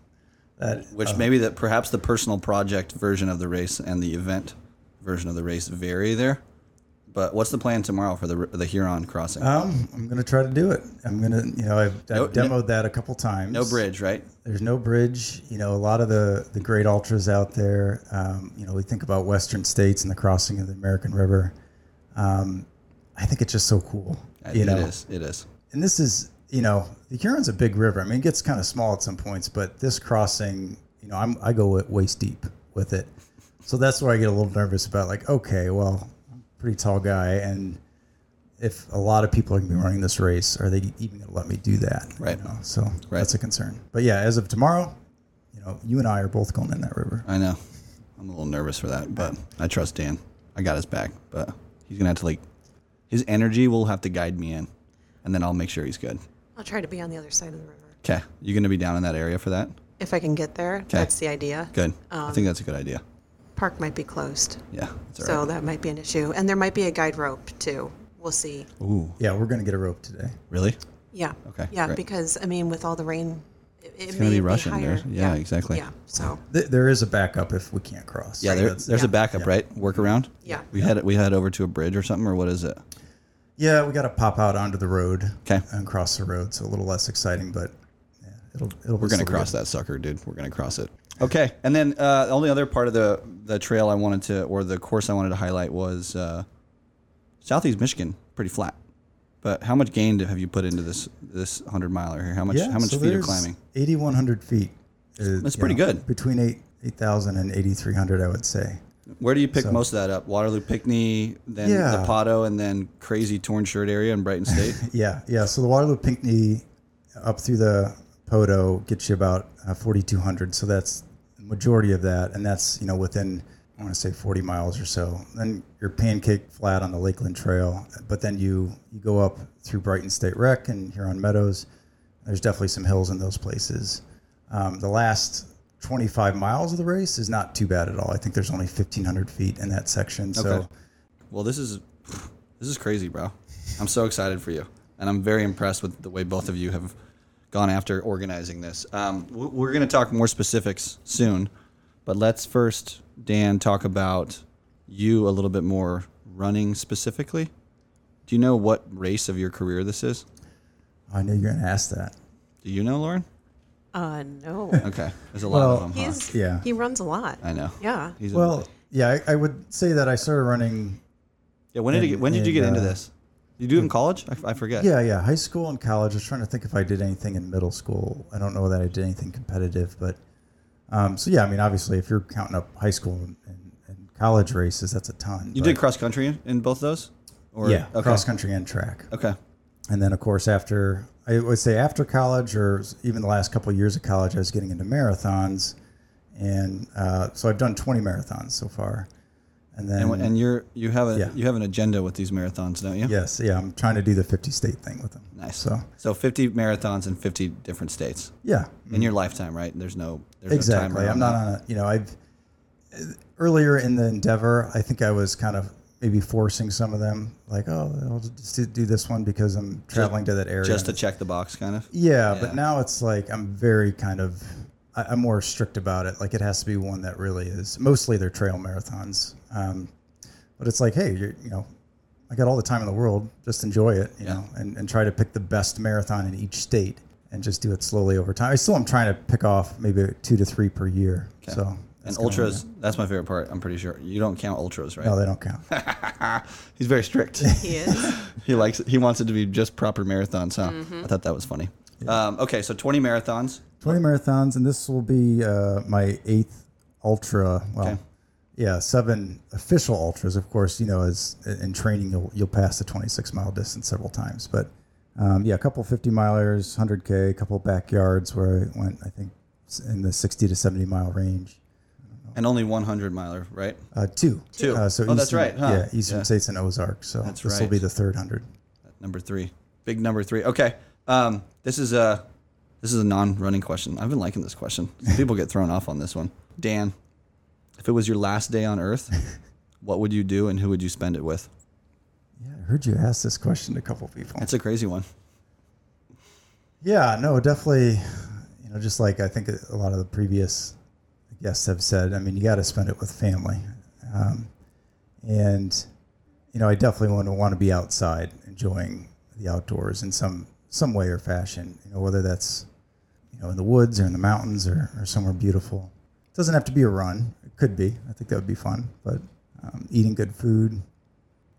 Speaker 2: that
Speaker 3: which maybe that perhaps the personal project version of the race and the event version of the race vary there. But what's the plan tomorrow for the r- the Huron crossing?
Speaker 2: um, I'm gonna try to do it. I'm gonna, you know, I've,
Speaker 3: No-
Speaker 2: I've demoed that a couple times.
Speaker 3: no bridge, right?
Speaker 2: There's no bridge. You know, a lot of the the great ultras out there. Um, you know, we think about Western states and the crossing of the American River. Um, I think it's just so cool. you
Speaker 3: it
Speaker 2: know,
Speaker 3: is. It is.
Speaker 2: and this is you know the Huron's a big river. I mean, it gets kind of small at some points, but this crossing, you know, I'm I go at waist deep with it, so that's where I get a little nervous about like, okay, well, I'm a pretty tall guy, and if a lot of people are going to be running this race, are they even going to let me do that? you
Speaker 3: Right.
Speaker 2: know? So
Speaker 3: Right.
Speaker 2: that's a concern. But yeah, as of tomorrow, you know, you and I are both going in that river.
Speaker 3: I know. I'm a little nervous for that, but I trust Dan. I got his back, but he's gonna have to like his energy will have to guide me in, and then I'll make sure he's good.
Speaker 1: I'll try to be on the other side of the river.
Speaker 3: Okay, you gonna be down in that area for that?
Speaker 1: If I can get there, that's the idea.
Speaker 3: Good. I think that's a good idea.
Speaker 1: Park might be closed.
Speaker 3: Yeah, that's all
Speaker 1: Um, so
Speaker 3: right.
Speaker 1: that might be an issue. And there might be a guide rope too. We'll see.
Speaker 3: Ooh,
Speaker 2: Yeah, we're going to get a rope today.
Speaker 3: really?
Speaker 1: Yeah.
Speaker 3: Okay,
Speaker 1: Yeah,
Speaker 3: great.
Speaker 1: because I mean, with all the rain, it, it's
Speaker 3: gonna be rushing,
Speaker 1: Higher.
Speaker 3: dude. Yeah, exactly.
Speaker 1: Yeah. So
Speaker 2: Th- there is a backup if we can't cross.
Speaker 3: Yeah, there,
Speaker 2: That's-
Speaker 3: there's a
Speaker 1: yeah.
Speaker 3: backup, right? Workaround.
Speaker 1: Yeah.
Speaker 3: We had we head over to a bridge or something, or what is it?
Speaker 2: Yeah, we got to pop out onto the road.
Speaker 3: 'Kay.
Speaker 2: And cross the road, so a little less exciting, but yeah, it'll it'll.
Speaker 3: We're gonna cross that sucker, dude. We're gonna cross it. Okay, and then uh, the only other part of the the trail I wanted to, or the course I wanted to highlight was uh, Southeast Michigan, pretty flat. But how much gain have you put into this this hundred miler here? How much how much feet are climbing?
Speaker 2: Eighty one hundred feet. is,
Speaker 3: That's
Speaker 2: you
Speaker 3: pretty
Speaker 2: know,
Speaker 3: good.
Speaker 2: Between eight eight thousand and eighty three hundred, I would say.
Speaker 3: Where do you pick most of that up? Waterloo, Pinckney, then
Speaker 2: Yeah.
Speaker 3: the Pato, and then crazy torn shirt area in Brighton State.
Speaker 2: Yeah, yeah. So the Waterloo Pinckney up through the Poto gets you about uh, forty two hundred. So that's the majority of that, and that's you know within I want to say forty miles or so. Then you're pancake flat on the Lakeland Trail, but then you you go up through Brighton State Rec and Huron Meadows. There's definitely some hills in those places. Um, the last 25 miles of the race is not too bad at all. I think there's only 1,500 feet in that section. So
Speaker 3: Okay. Well, this is this is crazy, bro. I'm so excited for you, and I'm very impressed with the way both of you have gone after organizing this. Um, w- we're going to talk more specifics soon, but let's first, Dan, talk about you a little bit more running specifically. Do you know what race of your career this is?
Speaker 2: I knew you were going to ask that.
Speaker 3: Do you know, Lauren?
Speaker 1: uh, no.
Speaker 3: Okay, there's a lot
Speaker 2: Well,
Speaker 3: of them. Huh?
Speaker 1: He's
Speaker 2: Yeah.
Speaker 1: He runs a lot.
Speaker 3: Uh-huh. I know.
Speaker 1: Yeah.
Speaker 3: He's a-
Speaker 2: Well, yeah, I, I would say that I started running
Speaker 3: yeah. When did you
Speaker 2: and-
Speaker 3: get, when did you
Speaker 2: and,
Speaker 3: get into
Speaker 2: uh,
Speaker 3: this? You do it in college? I, I forget.
Speaker 2: Yeah, yeah. High school and college. I was trying to think if I did anything in middle school. I don't know that I did anything competitive, but um, so yeah. I mean, obviously, if you're counting up high school and, and, and college races, that's a ton.
Speaker 3: You
Speaker 2: but-
Speaker 3: did cross country in, in both those? Or,
Speaker 2: yeah,
Speaker 3: okay.
Speaker 2: cross country and track.
Speaker 3: Okay.
Speaker 2: and then of course after I would say after college or even the last couple of years of college, I was getting into marathons, and uh, so I've done 20 marathons so far, and then
Speaker 3: And, and you're you have a
Speaker 2: Yeah.
Speaker 3: you have an agenda with these marathons, don't you?
Speaker 2: yes, yeah, I'm trying to do the 50 state thing with them.
Speaker 3: Nice.
Speaker 2: So
Speaker 3: So 50 marathons in 50 different states
Speaker 2: yeah,
Speaker 3: in your lifetime, right? There's no there's No
Speaker 2: Mm. exactly.
Speaker 3: timer
Speaker 2: I'm
Speaker 3: on
Speaker 2: not
Speaker 3: that.
Speaker 2: on a you know I've earlier in the endeavor, I think I was kind of maybe forcing some of them like oh I'll just do this one because I'm traveling to that area
Speaker 3: just to
Speaker 2: and
Speaker 3: check the box, kind of.
Speaker 2: Yeah,
Speaker 3: Yeah.
Speaker 2: but now it's like I'm very kind of I, I'm more strict about it. Like it has to be one that really is mostly they're trail marathons. Um, but it's like, hey, you're, you know, I got all the time in the world. Just enjoy it, you
Speaker 3: Yeah.
Speaker 2: know, and, and try to pick the best marathon in each state and just do it slowly over time. I still am trying to pick off maybe two to three per year. So that's
Speaker 3: And
Speaker 2: kinda where I'm
Speaker 3: ultras, that's my favorite part. I'm pretty sure you don't count ultras, right?
Speaker 2: at. No, they don't count.
Speaker 3: He's very strict.
Speaker 1: He is.
Speaker 3: he likes he wants it to be just proper marathons. Huh? I thought that was funny. Um, okay, so 20 marathons.
Speaker 2: Twenty marathons, and this will be uh, my eighth ultra. Well,
Speaker 3: Okay.
Speaker 2: Yeah, seven official ultras. Of course, you know, as in training, you'll you'll pass the 26 mile distance several times. But um, yeah, a couple 50 milers, 100k, a couple backyards where I went. I think s- in the 60 to 70 mile range. Oh.
Speaker 3: and only 100 miler, right?
Speaker 2: Uh, two,
Speaker 3: Two.
Speaker 2: Uh, so
Speaker 3: Oh, that's
Speaker 2: Eastern-
Speaker 3: right, huh?
Speaker 2: Yeah, Eastern
Speaker 3: Yeah.
Speaker 2: States and Ozark. So
Speaker 3: That's
Speaker 2: this will
Speaker 3: right.
Speaker 2: be the third hundred.
Speaker 3: Number three, big number three. Okay, um, this is a this is a non-running question. I've been liking this question. People get thrown off on this one. Dan, if it was your last day on Earth, what would you do and who would you spend it with?
Speaker 2: Yeah, I heard you ask this question to a couple people.
Speaker 3: That's a crazy one.
Speaker 2: Yeah, no, definitely. You know, just like I think a lot of the previous guests have said, I mean, you got to spend it with family, um, and you know, I definitely want to want to be outside, enjoying the outdoors in some some way or fashion. You know, whether that's you know in the woods or in the mountains or, or somewhere beautiful. It doesn't have to be a run. It could be. I think that would be fun. But um, eating good food,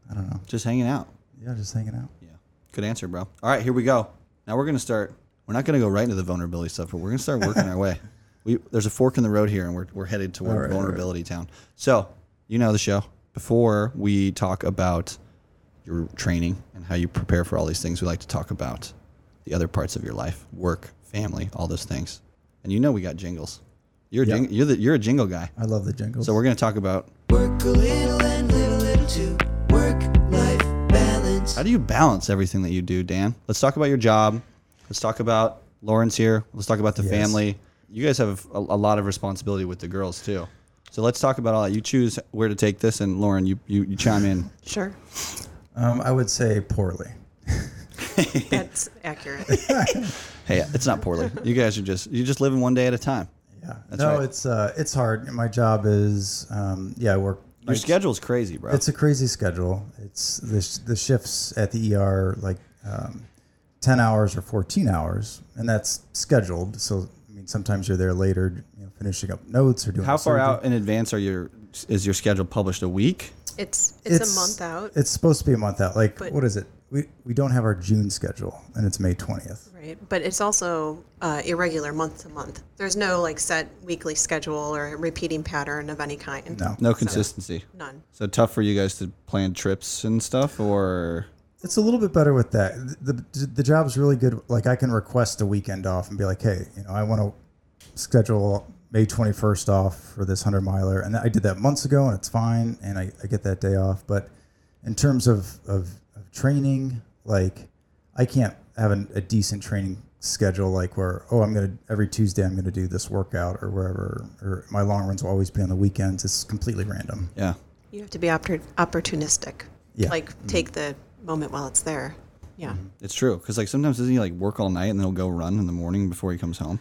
Speaker 2: I don't know.
Speaker 3: Just hanging out.
Speaker 2: Yeah, just hanging out.
Speaker 3: Yeah. Good answer, bro. All right, here we go. Now we're gonna start. We're not gonna go right into the vulnerability stuff, but we're gonna start working our way. We there's a fork in the road here, and we're we're headed toward
Speaker 2: All right, all right.
Speaker 3: vulnerability town. So you know the show. Before we talk about your training and how you prepare for all these things, we like to talk about the other parts of your life, work, family, all those things. And you know we got jingles. You're a
Speaker 2: Yeah.
Speaker 3: jing- you're the, you're a jingle guy.
Speaker 2: I love the jingles.
Speaker 3: So we're gonna talk about
Speaker 4: Work a little and live a little too. Work life balance.
Speaker 3: How do you balance everything that you do, Dan? Let's talk about your job. Let's talk about Lawrence here. Let's talk about the
Speaker 2: Yes.
Speaker 3: family. You guys have a, a lot of responsibility with the girls too. So let's talk about all that. You choose where to take this, and Lauren, you you, you chime in.
Speaker 1: Sure.
Speaker 2: um, I would say poorly.
Speaker 1: That's accurate.
Speaker 3: hey, it's not poorly. You guys are just you just living one day at a time.
Speaker 2: Yeah.
Speaker 3: That's
Speaker 2: no,
Speaker 3: right.
Speaker 2: it's uh, it's hard. My job is um, yeah, I work.
Speaker 3: Your schedule's crazy, bro.
Speaker 2: It's a crazy schedule. It's the sh- the shifts at the ER like um, ten hours or fourteen hours, and that's scheduled. So I mean, sometimes you're there later, you know, finishing up notes or doing.
Speaker 3: How
Speaker 2: the
Speaker 3: far
Speaker 2: surgery.
Speaker 3: out in advance are your is your schedule published? A week?
Speaker 1: It's it's, a month out.
Speaker 2: It's supposed to be a month out. Like
Speaker 1: But-
Speaker 2: what is it? We we don't have our June schedule, and it's May twentieth.
Speaker 1: Right, but it's also uh, irregular month to month. There's no like set weekly schedule or repeating pattern of any kind.
Speaker 2: No.
Speaker 3: No consistency.
Speaker 1: None.
Speaker 3: So tough for you guys to plan trips and stuff, or
Speaker 2: It's a little bit better with that. The, the the job's really good. Like I can request a weekend off and be like, hey, you know, I want to schedule May twenty first off for this hundred miler, and I did that months ago, and it's fine, and I, I get that day off. But in terms of of, of training, like I can't have an, a decent training schedule like where oh I'm gonna every Tuesday I'm gonna do this workout or wherever or my long runs will always be on the weekends. It's completely random.
Speaker 3: yeah.
Speaker 1: You have to be oppor- opportunistic.
Speaker 2: Yeah.
Speaker 1: Like
Speaker 3: Mm-hmm.
Speaker 1: take the moment while it's there. Yeah.
Speaker 3: It's true because like sometimes doesn't he like work all night and then he'll go run in the morning before he comes home.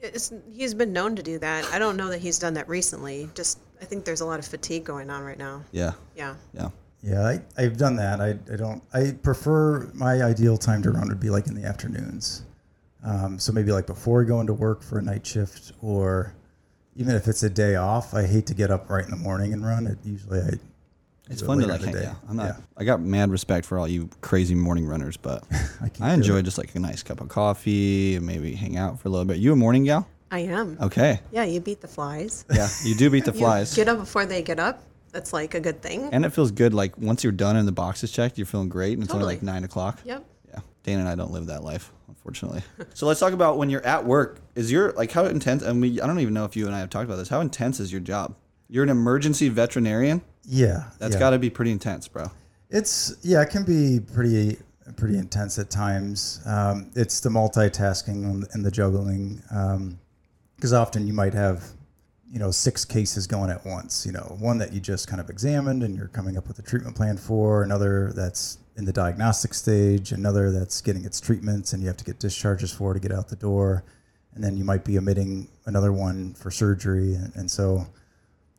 Speaker 1: It's, he's been known to do that. I don't know that he's done that recently. Just I think there's a lot of fatigue going on right now.
Speaker 3: Yeah,
Speaker 1: Yeah.
Speaker 3: yeah.
Speaker 2: Yeah, I, I've done that. I, I don't. I prefer my ideal time to run would be like in the afternoons. Um, so maybe like before going to work for a night shift, or even if it's a day off, I hate to get up right in the morning and run. It usually I.
Speaker 3: It's
Speaker 2: do it
Speaker 3: fun to
Speaker 2: later
Speaker 3: like.
Speaker 2: in the
Speaker 3: hang-
Speaker 2: day.
Speaker 3: Yeah, I'm not. I got mad respect for all you crazy morning runners, but
Speaker 2: I, can't
Speaker 3: I
Speaker 2: do it.
Speaker 3: enjoy just like a nice cup of coffee and maybe hang out for a little bit. You a morning gal?
Speaker 1: I am.
Speaker 3: Okay.
Speaker 1: Yeah, you beat the flies.
Speaker 3: Yeah, you do beat the
Speaker 1: You
Speaker 3: Oh. flies,
Speaker 1: Get up before they get up. That's like a good thing.
Speaker 3: and it feels good. Like once you're done and the box is checked, you're feeling great, and it's only
Speaker 1: Totally.
Speaker 3: like nine o'clock.
Speaker 1: yep.
Speaker 3: Yeah. Dan and I don't live that life, unfortunately. so let's talk about when you're at work. Is your like how intense? And we I don't even know if you and I have talked about this. How intense is your job? You're an emergency veterinarian.
Speaker 2: Yeah,
Speaker 3: That's
Speaker 2: yeah.
Speaker 3: got to be pretty intense, bro.
Speaker 2: It's yeah, it can be pretty pretty intense at times. Um, it's the multitasking and- and the juggling because often you might have you know six cases going at once. You know, one that you just kind of examined and you're coming up with a treatment plan for, another that's in the diagnostic stage, another that's getting its treatments and you have to get discharges for to get out the door, and then you might be omitting another one for surgery, and, and so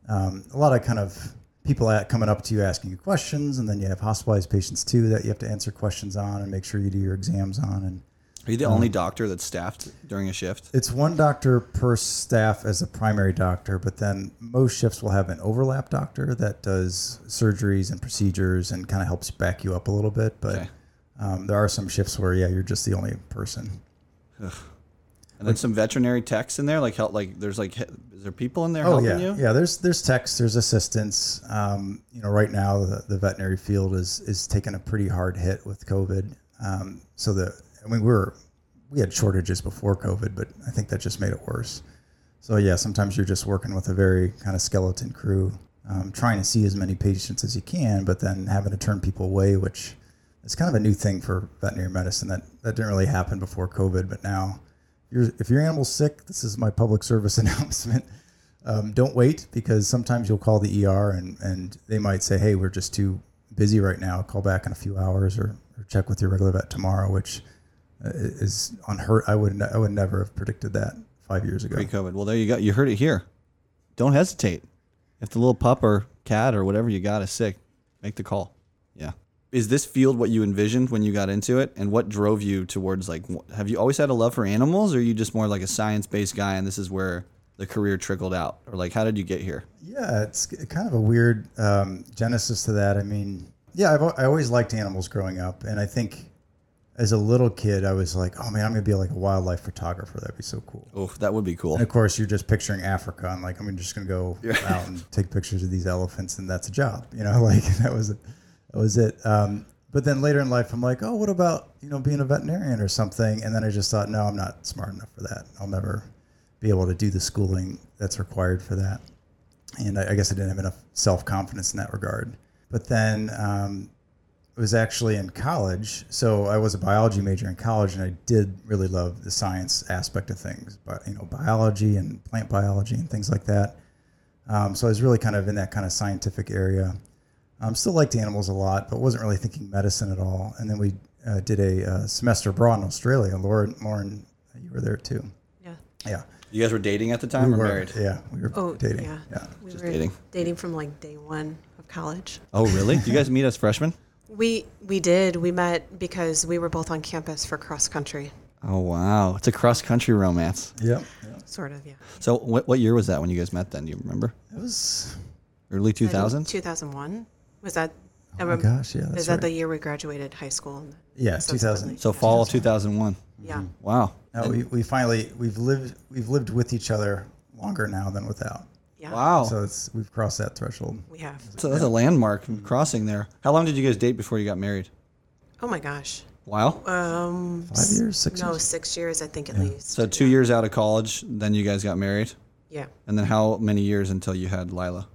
Speaker 2: a lot of kind of people at coming up to you asking you questions, and then you have hospitalized patients too that you have to answer questions on and make sure you do your exams on. And
Speaker 3: Are
Speaker 2: Uh-huh.
Speaker 3: you the only doctor that's staffed during a shift?
Speaker 2: it's one doctor per staff as a primary doctor, but then most shifts will have an overlap doctor that does surgeries and procedures and kind of helps back you up a little bit. But
Speaker 3: Okay.
Speaker 2: um, there are some shifts where yeah, you're just the only person.
Speaker 3: And then some veterinary techs in there, like help, like there's like, he- is there people in there
Speaker 2: Oh
Speaker 3: helping
Speaker 2: yeah,
Speaker 3: you?
Speaker 2: yeah. There's there's techs, there's assistants. Um, you know, right now the, the veterinary field is is taking a pretty hard hit with COVID. Um, so the I mean we were we had shortages before COVID, but I think that just made it worse. So yeah, sometimes you're just working with a very kind of skeleton crew, um, trying to see as many patients as you can, but then having to turn people away, which is kind of a new thing for veterinary medicine that that didn't really happen before COVID, but now. You're, if your animal's sick, this is my public service announcement um, don't wait because sometimes you'll call the ER and, and they might say, hey, we're just too busy right now. Call back in a few hours or, or check with your regular vet tomorrow, which uh, is unheard. I would ne- I would never have predicted that five years ago.
Speaker 3: Pre-COVID. Well, there you go. You heard it here. Don't hesitate. If the little pup or cat or whatever you got is sick, make the call. Yeah. Is this field what you envisioned when you got into it, and what drove you towards like? wh- Have you always had a love for animals, or are you just more like a science-based guy, and this is where the career trickled out, or like how did you get here?
Speaker 2: Yeah, it's k- kind of a weird um, genesis to that. I mean, yeah, I've, al- I always liked animals growing up, and I think as a little kid, I was like, oh man, I'm gonna be like a wildlife photographer. That'd be so cool.
Speaker 3: Oh, that would be cool.
Speaker 2: And of course, you're just picturing Africa. and like, I'm just gonna go out and take pictures of these elephants, and that's a job. You know, like that was that was it. Um, but then later in life, I'm like, oh, what about you know being a veterinarian or something? And then I just thought, no, I'm not smart enough for that. I'll never be able to do the schooling that's required for that. And I, I guess I didn't have enough self confidence in that regard. But then um, it was actually in college. So I was a biology major in college, and I did really love the science aspect of things, but you know, biology and plant biology and things like that. Um, so I was really kind of in that kind of scientific area. Um, still liked animals a lot, but wasn't really thinking medicine at all. And then we uh, did a uh, semester abroad in Australia. Lauren, Lauren, you were there too.
Speaker 1: Yeah.
Speaker 2: Yeah,
Speaker 3: You guys were dating at the time,
Speaker 2: we
Speaker 3: or
Speaker 2: were.
Speaker 3: married?
Speaker 2: Yeah, we were
Speaker 1: Oh,
Speaker 2: dating.
Speaker 1: yeah.
Speaker 2: yeah.
Speaker 1: We
Speaker 3: Just
Speaker 1: were
Speaker 3: dating.
Speaker 1: dating from like day one of college.
Speaker 3: Oh, really? you guys meet as freshmen?
Speaker 1: We we did. We met because we were both on campus for cross country,
Speaker 3: Oh, wow. It's a cross-country romance.
Speaker 2: Yep. Yeah.
Speaker 1: sort of. Yeah.
Speaker 3: So, what, what year was that when you guys met? Then do you remember?
Speaker 2: It was.
Speaker 3: Early 2000s.
Speaker 1: Two thousand one. Was that? um,
Speaker 2: Oh my gosh, yeah.
Speaker 1: Is
Speaker 2: That's
Speaker 1: that
Speaker 2: right.
Speaker 1: the year we graduated high school?
Speaker 2: yeah? Two
Speaker 1: subsequently?
Speaker 2: thousand.
Speaker 3: So fall of 2001.
Speaker 1: Yeah.
Speaker 3: Wow.
Speaker 2: No, we, we finally we've lived we've lived with each other longer now than without.
Speaker 1: Yeah.
Speaker 3: Wow.
Speaker 2: So it's we've crossed that threshold.
Speaker 1: We have.
Speaker 3: So that's a landmark crossing there. How long did you guys date before you got married?
Speaker 1: Oh my gosh.
Speaker 3: Wow.
Speaker 1: Um.
Speaker 2: Five years, six
Speaker 1: No,
Speaker 2: years.
Speaker 1: six years I think at least.
Speaker 3: So two years out of college, then you guys got married,
Speaker 1: yeah.
Speaker 3: and then how many years until you had Lila?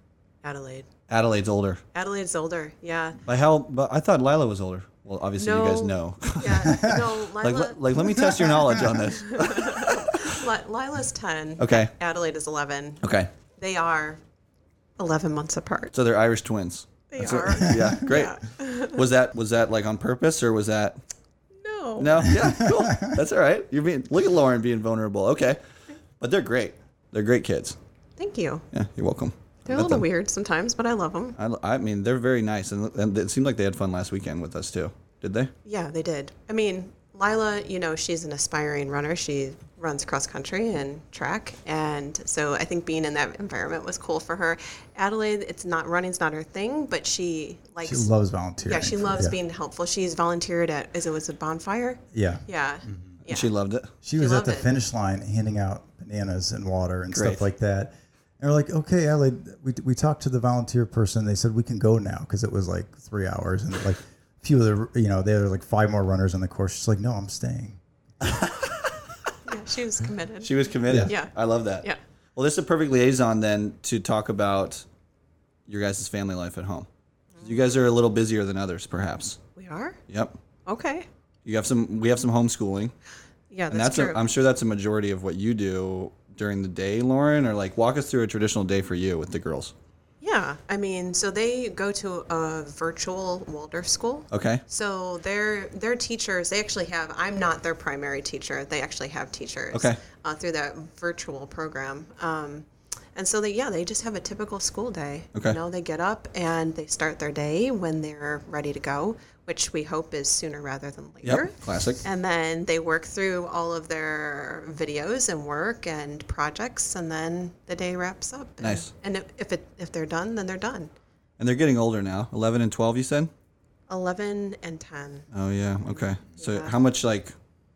Speaker 1: Adelaide.
Speaker 3: Adelaide's older.
Speaker 1: Adelaide's older. Yeah.
Speaker 3: By how? But I thought Lila was older. Well, obviously you guys know.
Speaker 1: No. Yeah. No. Lila,
Speaker 3: like, let- like, let me test your knowledge on this.
Speaker 1: Li- Lila's ten.
Speaker 3: Okay.
Speaker 1: Adelaide is eleven.
Speaker 3: Okay.
Speaker 1: They are eleven months apart.
Speaker 3: So they're Irish twins.
Speaker 1: They
Speaker 3: That's
Speaker 1: are.
Speaker 3: what- yeah. Great. Was that was that like on purpose or was that?
Speaker 1: No.
Speaker 3: No. Yeah. Cool. That's all right. You're being look at Lauren being vulnerable. Okay. But they're great. They're great kids.
Speaker 1: Thank you.
Speaker 3: Yeah. You're welcome.
Speaker 1: They're a
Speaker 3: Let
Speaker 1: little
Speaker 3: them-
Speaker 1: weird sometimes, but I love them.
Speaker 3: I, I mean, they're very nice, and, and it seemed like they had fun last weekend with us too. Did they?
Speaker 1: Yeah, they did. I mean, Lila, you know, she's an aspiring runner. She runs cross country and track. And so I think being in that environment was cool for her. Adelaide, it's not running's not her thing, but she likes
Speaker 2: She loves volunteering.
Speaker 1: Yeah, she
Speaker 2: for-
Speaker 1: loves being helpful. She's volunteered at is it was a bonfire?
Speaker 2: Yeah.
Speaker 1: Yeah. Yeah.
Speaker 3: Mm-hmm. And she loved it.
Speaker 2: She was at
Speaker 1: loved
Speaker 2: the
Speaker 1: it.
Speaker 2: finish line handing out bananas and water and
Speaker 3: Great.
Speaker 2: stuff like that. And we're like, okay, Adelaide, we, we talked to the volunteer person. They said we can go now because it was like three hours and like few of the, you know, there were like five more runners on the course. She's like, no, I'm staying.
Speaker 1: Yeah, she was committed.
Speaker 5: She was committed.
Speaker 1: Yeah. Yeah.
Speaker 3: I love that.
Speaker 1: yeah.
Speaker 3: Well, this is a perfect liaison then to talk about your guys' family life at home. You guys are a little busier than others, perhaps.
Speaker 1: We are?
Speaker 3: Yep.
Speaker 1: Okay.
Speaker 3: You have some. We have some homeschooling,
Speaker 1: Yeah,
Speaker 3: and
Speaker 1: that's,
Speaker 3: that's.
Speaker 1: true.
Speaker 3: a, I'm sure that's a majority of what you do during the day, Lauren. Or like, walk us through a traditional day for you with the girls.
Speaker 1: yeah. I mean, so they go to a virtual Waldorf school.
Speaker 3: Okay.
Speaker 1: So their their teachers, they actually have. I'm not their primary teacher. They actually have teachers.
Speaker 3: Okay.
Speaker 1: Uh, through that virtual program, um, and so they yeah they just have a typical school day.
Speaker 3: Okay.
Speaker 1: You know they get up and they start their day when they're ready to go, which we hope is sooner rather than later.
Speaker 3: Yep. Classic.
Speaker 1: And then they work through all of their videos and work and projects, and then the day wraps up. And-
Speaker 3: Nice.
Speaker 1: And, if- if it if they're done, then they're done.
Speaker 3: And they're getting older now. Eleven and twelve. You said.
Speaker 1: Eleven and ten.
Speaker 3: Oh yeah. Okay. So how much like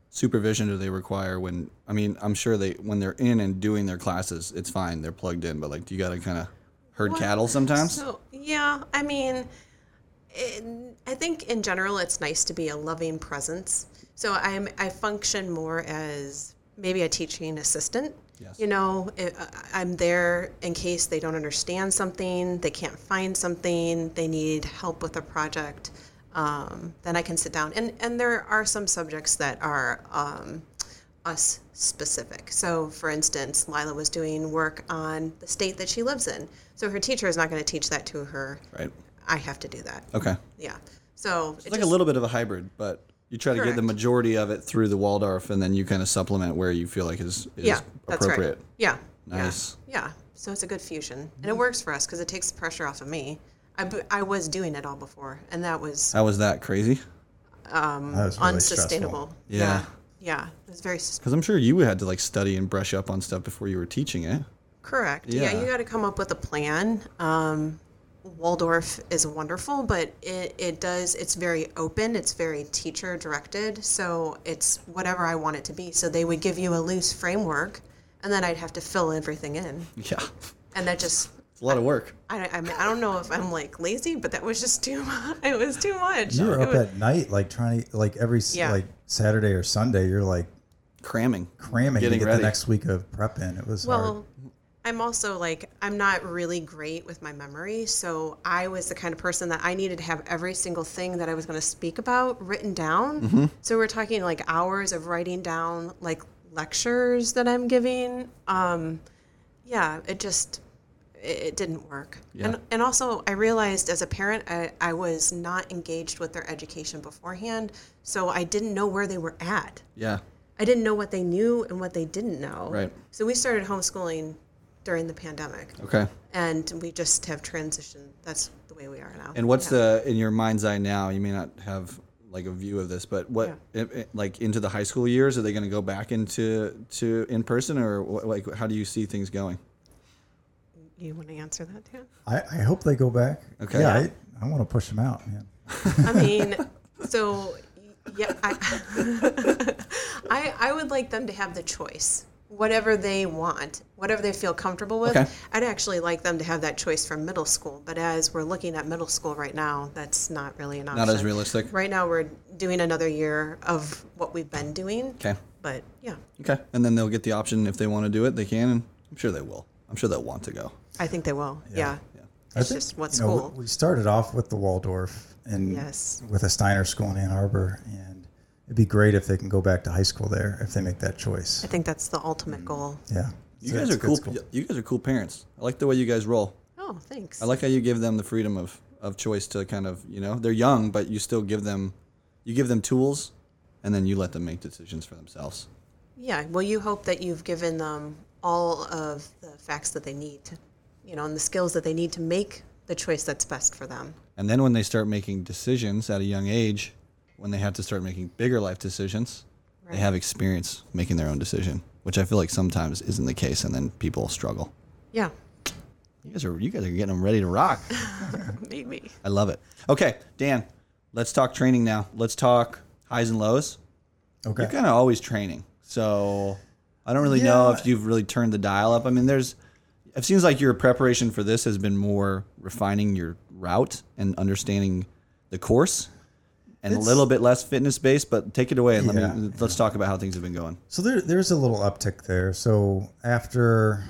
Speaker 3: supervision do they require when? I mean, I'm sure they when they're in and doing their classes, it's fine. They're plugged in, but like, do you gotta kind of herd cattle sometimes?
Speaker 1: So yeah, I mean, it, I think in general it's nice to be a loving presence. So I'm I function more as maybe a teaching assistant.
Speaker 3: Yes.
Speaker 1: You know, I- I- I'm there in case they don't understand something, they can't find something, they need help with a project. Um, then I can sit down, and and there are some subjects that are. Um, us specific. So, for instance, Lila was doing work on the state that she lives in. So her teacher is not going to teach that to her.
Speaker 3: right.
Speaker 1: I have to do that.
Speaker 3: Okay.
Speaker 1: Yeah. So
Speaker 3: It's like a little bit of a hybrid, but you try to get the
Speaker 1: Correct.
Speaker 3: majority of it through the Waldorf, and then you kind of supplement where you feel like is, is
Speaker 1: yeah, that's
Speaker 3: appropriate.
Speaker 1: right. Yeah.
Speaker 3: Nice. Mm-hmm.
Speaker 1: Yeah. yeah. So it's a good fusion, and it works for us because it takes the pressure off of me. I, bu- I was doing it all before, and that was
Speaker 3: How was that crazy?
Speaker 2: That was really
Speaker 1: Mm, unsustainable.
Speaker 3: Yeah.
Speaker 1: Yeah. It was very sus-
Speaker 3: Because I'm sure you had to like study and brush up on stuff before you were teaching it.
Speaker 1: Correct. Yeah,
Speaker 3: Yeah.
Speaker 1: you got to come up with a plan. Um, Waldorf is wonderful, but it, it does, it's very open, it's very teacher directed. So it's whatever I want it to be. So they would give you a loose framework, and then I'd have to fill everything in.
Speaker 3: Yeah,
Speaker 1: And that just,
Speaker 3: it's a lot of work.
Speaker 1: I, I, mean, I don't know if I'm like lazy, but that was just too much. It was too much.
Speaker 2: You were
Speaker 1: It
Speaker 2: up
Speaker 1: was-
Speaker 2: at night, like trying to, like every, s
Speaker 1: Yeah.
Speaker 2: like Saturday or Sunday, you're like
Speaker 3: Cramming.
Speaker 2: cramming
Speaker 3: Getting
Speaker 2: to get
Speaker 3: ready.
Speaker 2: the next week of prep in. It was hard.
Speaker 1: Well, I'm also like I'm not really great with my memory, so I was the kind of person that I needed to have every single thing that I was going to speak about written down. So we're talking like hours of writing down like lectures that I'm giving. Um, yeah, it just it, it didn't work. And and also I realized as a parent I, I was not engaged with their education beforehand, so I didn't know where they were at.
Speaker 3: Yeah.
Speaker 1: I didn't know what they knew and what they didn't know.
Speaker 3: Right.
Speaker 1: So we started homeschooling during the pandemic,
Speaker 3: Okay.
Speaker 1: and we just have transitioned. That's the way we are now.
Speaker 3: And what's the in your mind's eye now? You may not have like a view of this, but what i- i- like into the high school years are they going to go back into to in person or wh- like how do you see things going?
Speaker 1: you want to answer that, Dan?
Speaker 2: I, I hope they go back.
Speaker 3: Okay.
Speaker 2: Yeah, I, I want to push them out, man.
Speaker 1: I mean, so yeah, I, I I would like them to have the choice, whatever they want, whatever they feel comfortable with.
Speaker 3: Okay.
Speaker 1: I'd actually like them to have that choice from middle school, but as we're looking at middle school right now, that's not really an option.
Speaker 3: Not as realistic.
Speaker 1: Right now, we're doing another year of what we've been doing.
Speaker 3: Okay.
Speaker 1: But yeah,
Speaker 3: Okay. And then they'll get the option if they want to do it, they can. And I'm sure they will. I'm sure they'll want to go.
Speaker 1: I think they will. Yeah.
Speaker 2: I
Speaker 1: It's
Speaker 2: think,
Speaker 1: just what
Speaker 2: you know,
Speaker 1: school.
Speaker 2: we started off with the Waldorf and
Speaker 1: Yes.
Speaker 2: with a Steiner school in Ann Arbor, and it'd be great if they can go back to high school there if they make that choice.
Speaker 1: I think that's the ultimate goal.
Speaker 2: Yeah,
Speaker 3: You
Speaker 2: So
Speaker 3: guys
Speaker 2: it's-
Speaker 3: are cool.
Speaker 2: it's
Speaker 3: You guys are cool parents. I like the way you guys roll.
Speaker 1: Oh, thanks.
Speaker 3: I like how you give them the freedom of, of choice to kind of, you know, they're young, but you still give them, you give them tools and then you let them make decisions for themselves.
Speaker 1: Yeah, well, you hope that you've given them all of the facts that they need, to, you know, and the skills that they need to make the choice that's best for them.
Speaker 3: And then when they start making decisions at a young age, when they have to start making bigger life decisions, they have experience making their own decision, which I feel like sometimes isn't the case. And then people struggle.
Speaker 1: Yeah,
Speaker 3: You guys are, you guys are getting them ready to rock.
Speaker 1: maybe.
Speaker 3: I love it. Okay, Dan, let's talk training now. Let's talk highs and lows.
Speaker 2: Okay.
Speaker 3: You're kind of always training, so I don't really know if you've really turned the dial up. I mean, there's. It seems like your preparation for this has been more refining your route and understanding the course, and a
Speaker 2: It's-
Speaker 3: little bit less fitness based. But take it away and let me
Speaker 2: Yeah.
Speaker 3: let's talk about how things have been going.
Speaker 2: So there, there's a little uptick there. So after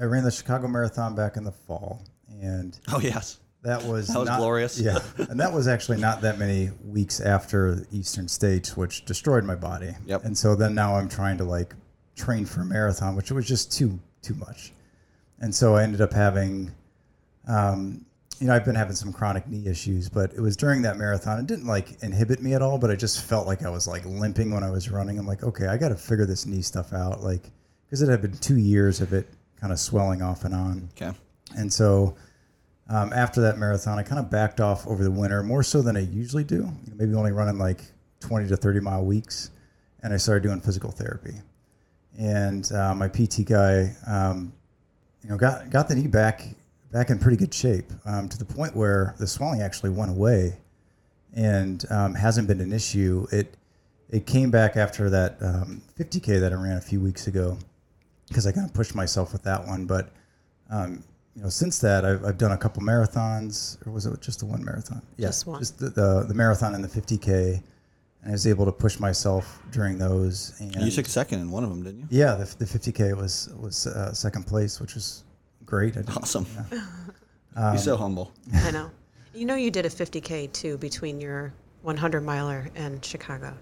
Speaker 2: I ran the Chicago Marathon back in the fall, and
Speaker 3: Oh yes,
Speaker 2: that was
Speaker 3: That was
Speaker 2: not-
Speaker 3: glorious.
Speaker 2: Yeah, and that was actually not that many weeks after the Eastern States, which destroyed my body.
Speaker 3: Yep.
Speaker 2: And so then now I'm trying to like train for a marathon, which was just too too much. And so I ended up having, um, you know, I've been having some chronic knee issues, but it was during that marathon. It didn't like inhibit me at all, but I just felt like I was like limping when I was running. I'm like, okay, I got to figure this knee stuff out, like because it had been two years of it kind of swelling off and on.
Speaker 3: okay,
Speaker 2: And so um, after that marathon, I kind of backed off over the winter more so than I usually do. You know, maybe only running like 20 to 30 mile weeks. And I started doing physical therapy. And uh, my PT guy, um, you know, got, got the knee back back in pretty good shape um, to the point where the swelling actually went away and um, hasn't been an issue. It it came back after that um, 50k that I ran a few weeks ago because I kind of pushed myself with that one. But um, you know, since that, I've, I've done a couple marathons, or was it just the one marathon? Yeah,
Speaker 1: Just one.
Speaker 2: Just the, the, the marathon and the 50k, and I was able to push myself during those. And
Speaker 3: you took second in one of them, didn't you?
Speaker 2: yeah, the, the 50k was was uh, second place, which was great. I did
Speaker 3: Awesome. You're so humble.
Speaker 1: I know. You know, you did a 50K too between your 100 miler and Chicago.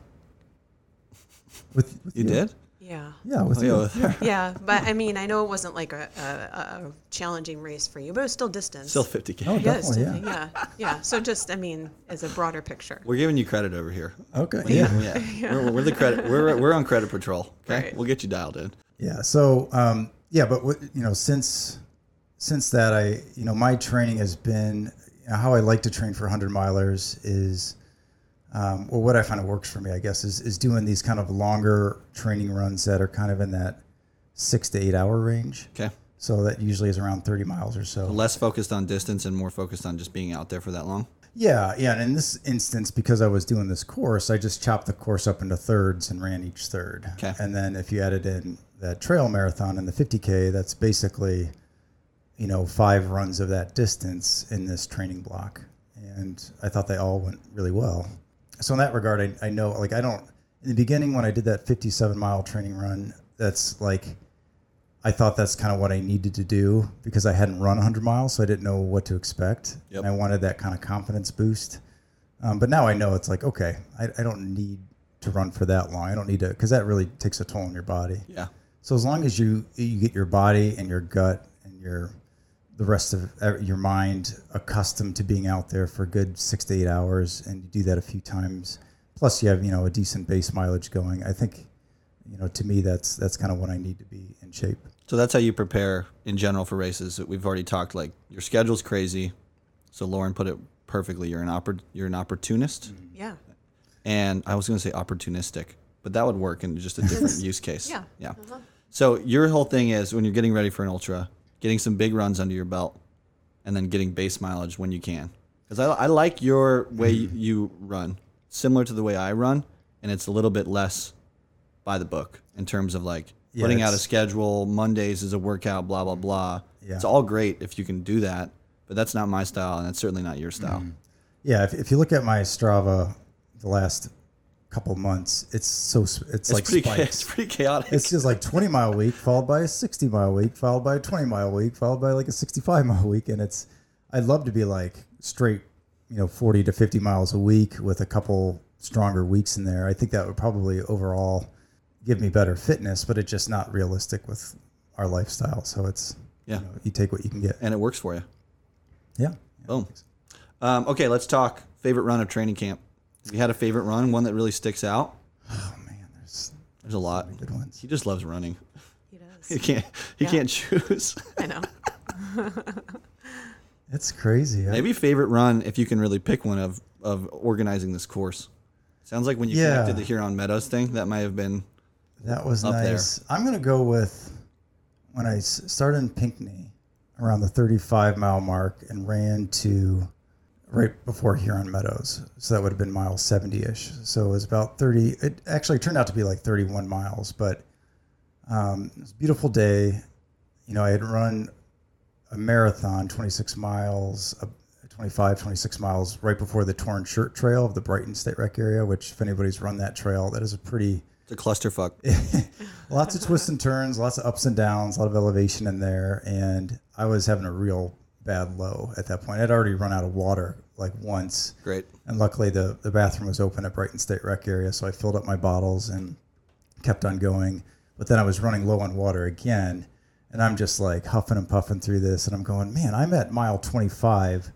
Speaker 2: with, with
Speaker 3: You did?
Speaker 1: Yeah.
Speaker 2: Yeah, with
Speaker 3: Oh,
Speaker 2: you.
Speaker 3: yeah, with her.
Speaker 1: Yeah. But I mean, I know it wasn't like a, a, a challenging race for you, but it was still distance.
Speaker 3: Still 50k.
Speaker 2: Oh,
Speaker 1: yeah, it's
Speaker 2: definitely,
Speaker 1: still- yeah. yeah. So just, I mean, as a broader picture.
Speaker 3: We're giving you credit over here.
Speaker 2: Okay. Yeah.
Speaker 3: Yeah, We're, we're the credit. We're we're on credit patrol. Okay,
Speaker 1: Right.
Speaker 3: we'll get you dialed in.
Speaker 2: Yeah. So, um, yeah, but what, you know, since since that, I you know, my training has been you know, how I like to train for hundred milers is, um, or what I find it works for me, I guess, is is doing these kind of longer training runs that are kind of in that six to eight hour range.
Speaker 3: Okay.
Speaker 2: So that usually is around thirty miles or so.
Speaker 3: Less focused on distance and more focused on just being out there for that long.
Speaker 2: Yeah, yeah. And in this instance, because I was doing this course, I just chopped the course up into thirds and ran each third.
Speaker 3: Okay.
Speaker 2: And then if you added in that trail marathon and the 50K, that's basically, you know, five runs of that distance in this training block. And I thought they all went really well. So in that regard, I, I know, like, I don't, in the beginning when I did that 57 mile training run, that's like, I thought that's kind of what I needed to do because I hadn't run 100 miles, so I didn't know what to expect.
Speaker 3: Yep.
Speaker 2: And I wanted that kind of confidence boost. Um, but now I know it's like, okay, I, I don't need to run for that long. I don't need to, because that really takes a toll on your body.
Speaker 3: Yeah.
Speaker 2: So as long as you you get your body and your gut and your the rest of ev- your mind accustomed to being out there for a good six to eight hours, and you do that a few times, plus you have you know a decent base mileage going. I think, you know, to me that's that's kind of what I need to be in shape.
Speaker 3: So that's how you prepare in general for races. We've already talked like your schedule's crazy. So Lauren put it perfectly. You're an oppor- you're an opportunist,
Speaker 1: Yeah.
Speaker 3: and I was going to say opportunistic, but that would work in just a different use case.
Speaker 1: Yeah.
Speaker 3: Yeah. So your whole thing is when you're getting ready for an ultra, getting some big runs under your belt, and then getting base mileage when you can. Because I, I like your way
Speaker 2: Mm-hmm.
Speaker 3: you run, similar to the way I run, and it's a little bit less by the book in terms of like
Speaker 2: Yeah,
Speaker 3: putting out a
Speaker 2: it's-
Speaker 3: schedule. Mondays is a workout, blah blah blah.
Speaker 2: Yeah.
Speaker 3: It's all great if you can do that, but that's not my style, and that's certainly not your style.
Speaker 2: Mm-hmm. Yeah, if, if you look at my Strava, the last couple months, it's so s- it's,
Speaker 3: It's
Speaker 2: like
Speaker 3: pretty,
Speaker 2: spikes.
Speaker 3: cha- it's pretty chaotic.
Speaker 2: it's just like 20 mile week followed by a 60 mile week followed by a 20 mile week followed by like a 65 mile week and it's i'd love to be like straight you know 40 to 50 miles a week with a couple stronger weeks in there i think that would probably overall give me better fitness but it's just not realistic with our lifestyle so it's
Speaker 3: Yeah.
Speaker 2: you, know, you take what you can get
Speaker 3: and it works for you.
Speaker 2: yeah
Speaker 3: Boom. Um, okay, let's talk favorite run of training camp. If you had a favorite run, one that really sticks out,
Speaker 2: oh man there's
Speaker 3: there's a lot.
Speaker 2: good ones
Speaker 3: He just loves running.
Speaker 1: He does.
Speaker 3: He can't. He
Speaker 1: Yeah.
Speaker 3: can't choose.
Speaker 1: I know.
Speaker 2: it's crazy I-
Speaker 3: Maybe favorite run, if you can really pick one of of organizing this course. Sounds like when you
Speaker 2: Yeah.
Speaker 3: connected the Huron Meadows thing, that might have been
Speaker 2: That was
Speaker 3: up there.
Speaker 2: nice. I'm going to go with when I s- started in Pinckney around the 35 mile mark and ran to right before Huron Meadows. So that would have been mile 70 ish. So it was about 30. It actually turned out to be like 31 miles, but um, it was a beautiful day. You know, I had run a marathon, 26 miles, a 25, 26 miles right before the Torn Shirt Trail of the Brighton State Rec area, which, if anybody's run that trail, that is a pretty
Speaker 3: It's a clusterfuck.
Speaker 2: lots of twists and turns, lots of ups and downs, a lot of elevation in there. And I was having a real bad low at that point. I'd already run out of water like once.
Speaker 3: Great.
Speaker 2: And luckily, the, the bathroom was open at Brighton State Rec area. So I filled up my bottles and kept on going. But then I was running low on water again. And I'm just like huffing and puffing through this. And I'm going, man, I'm at mile 25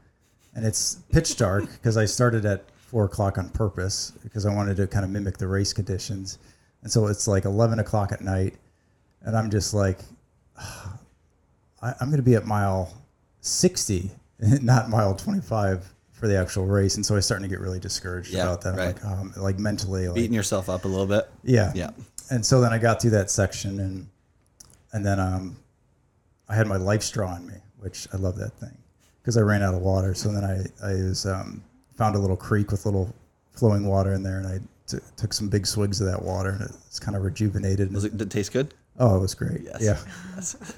Speaker 2: and it's pitch dark because I started at four o'clock on purpose because I wanted to kind of mimic the race conditions. And so it's like 11 o'clock at night. And I'm just like, I, I'm going to be at mile 60, not mile 25 for the actual race. And so I was starting to get really discouraged
Speaker 3: Yeah,
Speaker 2: about that. I'm
Speaker 3: right.
Speaker 2: like, um, like mentally, like,
Speaker 3: Beating yourself up a little bit.
Speaker 2: yeah.
Speaker 3: Yeah.
Speaker 2: And so then I got through that section and and then um I had my life straw on me, which I love that thing because I ran out of water. So then I I was um, found a little creek with little flowing water in there and I t- took some big swigs of that water and it's kind of rejuvenated.
Speaker 3: Was it, did it taste good?
Speaker 2: oh, it was great.
Speaker 3: Yes.
Speaker 2: Yeah.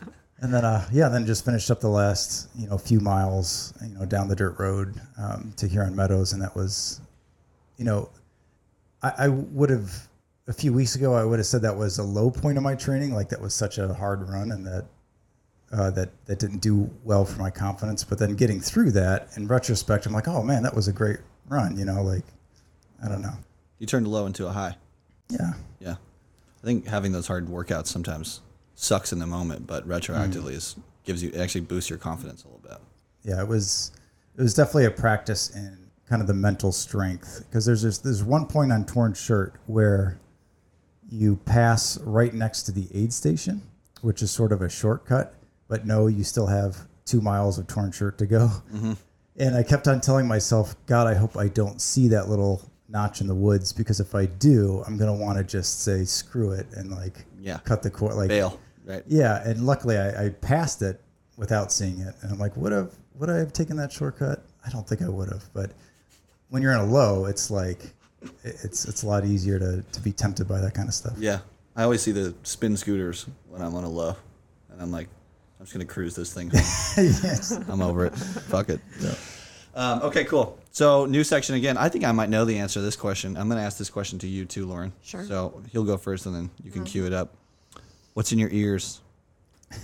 Speaker 2: And then, uh, yeah, then just finished up the last, you know, few miles, you know, down the dirt road um, to Huron Meadows, and that was, you know, I, I would have a few weeks ago I would have said that was a low point of my training, like that was such a hard run, and that uh, that that didn't do well for my confidence. But then getting through that, in retrospect, I'm like, oh man, that was a great run, you know, like I don't know,
Speaker 3: You turned a low into a high.
Speaker 2: yeah,
Speaker 3: Yeah. I think having those hard workouts sometimes sucks in the moment, but retroactively is gives you it actually boosts your confidence a little bit.
Speaker 2: yeah it was it was definitely a practice in kind of the mental strength because there's this there's one point on torn shirt where you pass right next to the aid station which is sort of a shortcut but no you still have two miles of torn shirt to go
Speaker 3: Mm-hmm.
Speaker 2: and i kept on telling myself god i hope i don't see that little notch in the woods because if i do i'm going to want to just say screw it and like
Speaker 3: Yeah.
Speaker 2: cut the cord like
Speaker 3: Bail, right?
Speaker 2: yeah, and luckily I, I passed it without seeing it, and I'm like, would have would I have taken that shortcut? I don't think I would have. But when you're in a low, it's like it- it's it's a lot easier to to be tempted by that kind of stuff.
Speaker 3: Yeah. I always see the spin scooters when I'm on a low, and I'm like, I'm just gonna cruise this thing. Home.
Speaker 2: yes.
Speaker 3: I'm over it. Fuck it. Um, okay, cool. So new section again. I think I might know the answer to this question. I'm gonna ask this question to you too, Lauren.
Speaker 1: Sure.
Speaker 3: So he'll go first, and then you can cue it up. What's in your ears?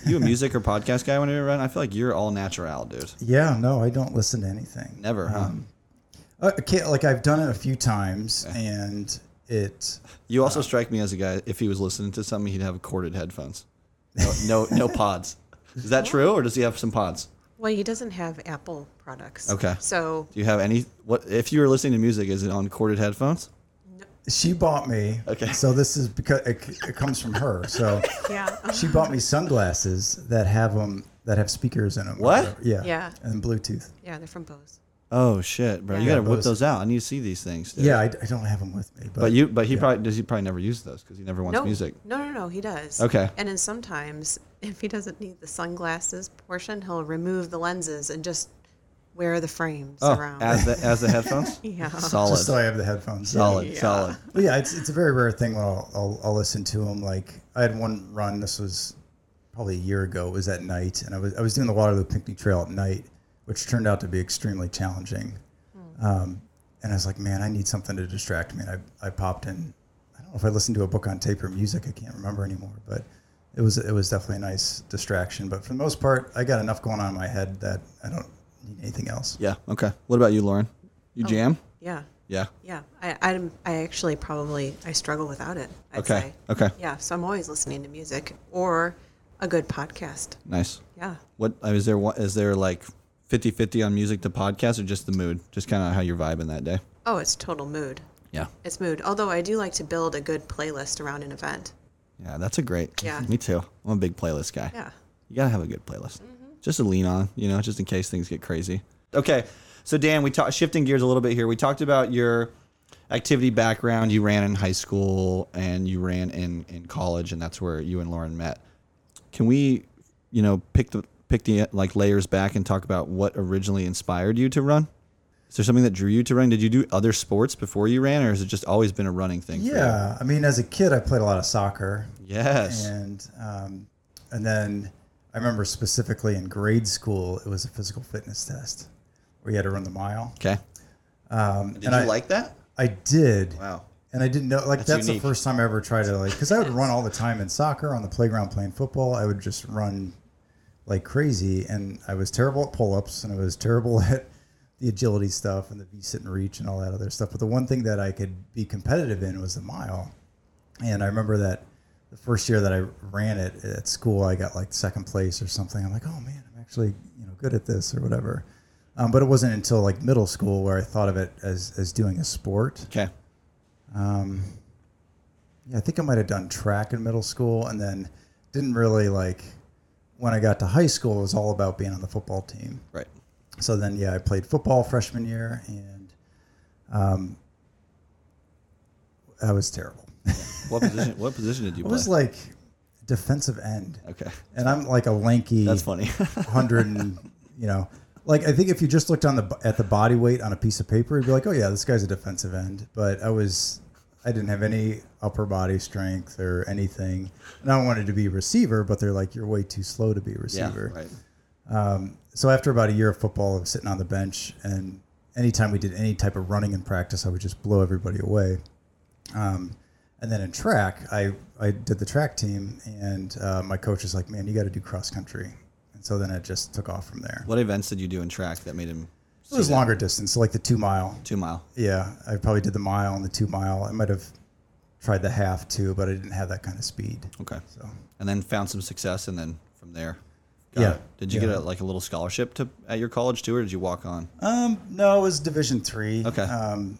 Speaker 3: You a music or podcast guy when you run? I feel like you're all natural, dude.
Speaker 2: Yeah. No, I don't listen to anything.
Speaker 3: Never, huh?
Speaker 2: Uh, okay, like I've done it a few times, and it.
Speaker 3: You also strike me as a guy. If he was listening to something, he'd have corded headphones. No, no, no pods. Is that true, or does he have some pods?
Speaker 1: Well, he doesn't have Apple products.
Speaker 3: Okay.
Speaker 1: So
Speaker 3: Do you have any? What if you were listening to music? Is it on corded headphones?
Speaker 2: She bought me.
Speaker 3: Okay.
Speaker 2: So this is because it, it comes from her. So
Speaker 1: yeah, uh-huh.
Speaker 2: she bought me sunglasses that have um that have speakers in them.
Speaker 3: What?
Speaker 2: Yeah.
Speaker 1: Yeah.
Speaker 2: And Bluetooth.
Speaker 1: yeah, they're from Bose.
Speaker 3: Oh shit, bro! You
Speaker 1: Yeah,
Speaker 3: gotta whip
Speaker 2: those-
Speaker 3: those out. I need to see these things. dude.
Speaker 2: Yeah, I, I don't have them with me. But,
Speaker 3: but you, but he probably does. He probably never use those because he never wants
Speaker 1: No,
Speaker 3: music.
Speaker 1: no, no, no, he does.
Speaker 3: Okay.
Speaker 1: And then sometimes, if he doesn't need the sunglasses portion, he'll remove the lenses and just wear the frames
Speaker 3: Oh,
Speaker 1: around.
Speaker 3: as the as the headphones.
Speaker 1: Yeah.
Speaker 3: solid,
Speaker 2: just so I have the headphones. Yeah.
Speaker 3: solid,
Speaker 1: Yeah.
Speaker 3: solid.
Speaker 2: But yeah, it's, it's a very rare thing when I'll, I'll, I'll listen to them. Like I had one run. This was probably a year ago. It was at night, and I was I was doing the Waterloo Pinckney Trail at night, which turned out to be extremely challenging. Um, and I was like, man, I need something to distract me. And I, I popped in. I don't know if I listened to a book on tape or music. I can't remember anymore. But it was it was definitely a nice distraction. But for the most part, I got enough going on in my head that I don't need anything else.
Speaker 3: Yeah. Okay. What about you, Lauren?
Speaker 1: Oh.
Speaker 3: You jam?
Speaker 1: yeah,
Speaker 3: Yeah.
Speaker 1: yeah. I, I'm, I actually probably I struggle without it. I'd
Speaker 3: Okay.
Speaker 1: Say.
Speaker 3: Okay.
Speaker 1: Yeah. So I'm always listening to music or a good podcast.
Speaker 3: Nice.
Speaker 1: Yeah.
Speaker 3: What is there? What is there like 50-50 on music to podcast or just the mood? Just kind of how you're vibing that day.
Speaker 1: Oh, it's total mood.
Speaker 3: Yeah.
Speaker 1: It's mood. Although I do like to build a good playlist around an event.
Speaker 3: Yeah, that's a great.
Speaker 1: Yeah.
Speaker 3: Me too. I'm a big playlist guy.
Speaker 1: Yeah. Mm-hmm.
Speaker 3: You gotta have a good playlist, just to lean on, you know, just in case things get crazy. Okay, so Dan, we talked shifting gears a little bit here. We talked about your activity background. You ran in high school and you ran in in college, and that's where you and Lauren met. Can we, you know, pick the pick the like layers back and talk about what originally inspired you to run? Is there something that drew you to running? Did you do other sports before you ran, or has it just always been a running thing? for you?
Speaker 2: Yeah, I mean, as a kid, I played a lot of soccer.
Speaker 3: Yes.
Speaker 2: and um, and then I remember specifically in grade school, it was a physical fitness test, where you had to run the mile.
Speaker 3: Okay.
Speaker 2: Um,
Speaker 3: Did
Speaker 2: and
Speaker 3: you
Speaker 2: I,
Speaker 3: like that?
Speaker 2: I did.
Speaker 3: Wow.
Speaker 2: And I didn't know, like,
Speaker 3: That's
Speaker 2: that's,
Speaker 3: unique.
Speaker 2: the first time I ever tried to, like, because I would run all the time in soccer on the playground playing football. I would just run like crazy. And I was terrible at pull ups and I was terrible at the agility stuff and the V sit and reach and all that other stuff. But the one thing that I could be competitive in was the mile. And I remember that the first year that I ran it at school, I got like second place or something. I'm like, oh man, I'm actually you know good at this or whatever. Um, but it wasn't until like middle school where I thought of it as as doing a sport.
Speaker 3: Okay.
Speaker 2: Yeah, I think I might have done track in middle school and then didn't really like when I got to high school, it was all about being on the football team.
Speaker 3: Right.
Speaker 2: So then, yeah, I played football freshman year and um, I was terrible.
Speaker 3: What position? What position did you
Speaker 2: I
Speaker 3: play?
Speaker 2: was like defensive end.
Speaker 3: okay.
Speaker 2: And I'm like a lanky.
Speaker 3: That's funny.
Speaker 2: hundred and you know, like I think if you just looked on the at the body weight on a piece of paper, you'd be like, oh yeah, this guy's a defensive end. But I was, I didn't have any upper body strength or anything, and I wanted to be a receiver. But they're like, you're way too slow to be a
Speaker 3: yeah.
Speaker 2: receiver.
Speaker 3: Right.
Speaker 2: So after about a year of football, I was sitting on the bench, and anytime we did any type of running in practice, I would just blow everybody away. Um, and then in track, I, I did the track team, and uh, my coach was like, "Man, you got to do cross country." And so then I just took off from there.
Speaker 3: What events did you do in track that made him?
Speaker 2: It was longer distance, like the two mile.
Speaker 3: Two mile.
Speaker 2: Yeah, I probably did the mile and the two mile. I might have tried the half too, but I didn't have that kind of speed.
Speaker 3: Okay.
Speaker 2: So
Speaker 3: And then found some success, and then from there. got
Speaker 2: Yeah.
Speaker 3: it. Did you
Speaker 2: Yeah.
Speaker 3: get a, like a little scholarship to at your college too, or did you walk on?
Speaker 2: um, no, it was Division three.
Speaker 3: Okay.
Speaker 2: Um,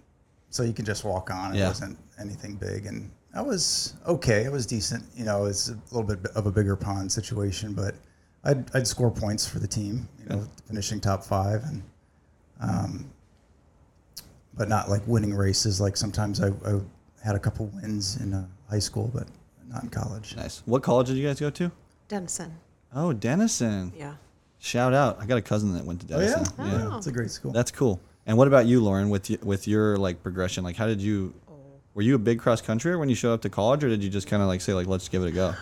Speaker 2: so you can just walk on. It
Speaker 3: Yeah.
Speaker 2: wasn't anything big, and I was okay. It was decent. You know, it's a little bit of a bigger pond situation, but I'd, I'd score points for the team. You know, finishing top five and. Um, but not like winning races. Like sometimes I, I had a couple wins in uh, high school, but not in college.
Speaker 3: Nice. What college did you guys go to?
Speaker 1: Denison.
Speaker 3: Oh, Denison.
Speaker 1: Yeah.
Speaker 3: Shout out! I got a cousin that went to Denison.
Speaker 1: Yeah. Oh.
Speaker 2: It's a great school.
Speaker 3: That's cool. And what about you, Lauren? With y- with your like progression, like how did you? Were you a big cross countryer when you showed up to college, or did you just kind of like say like let's give it a go?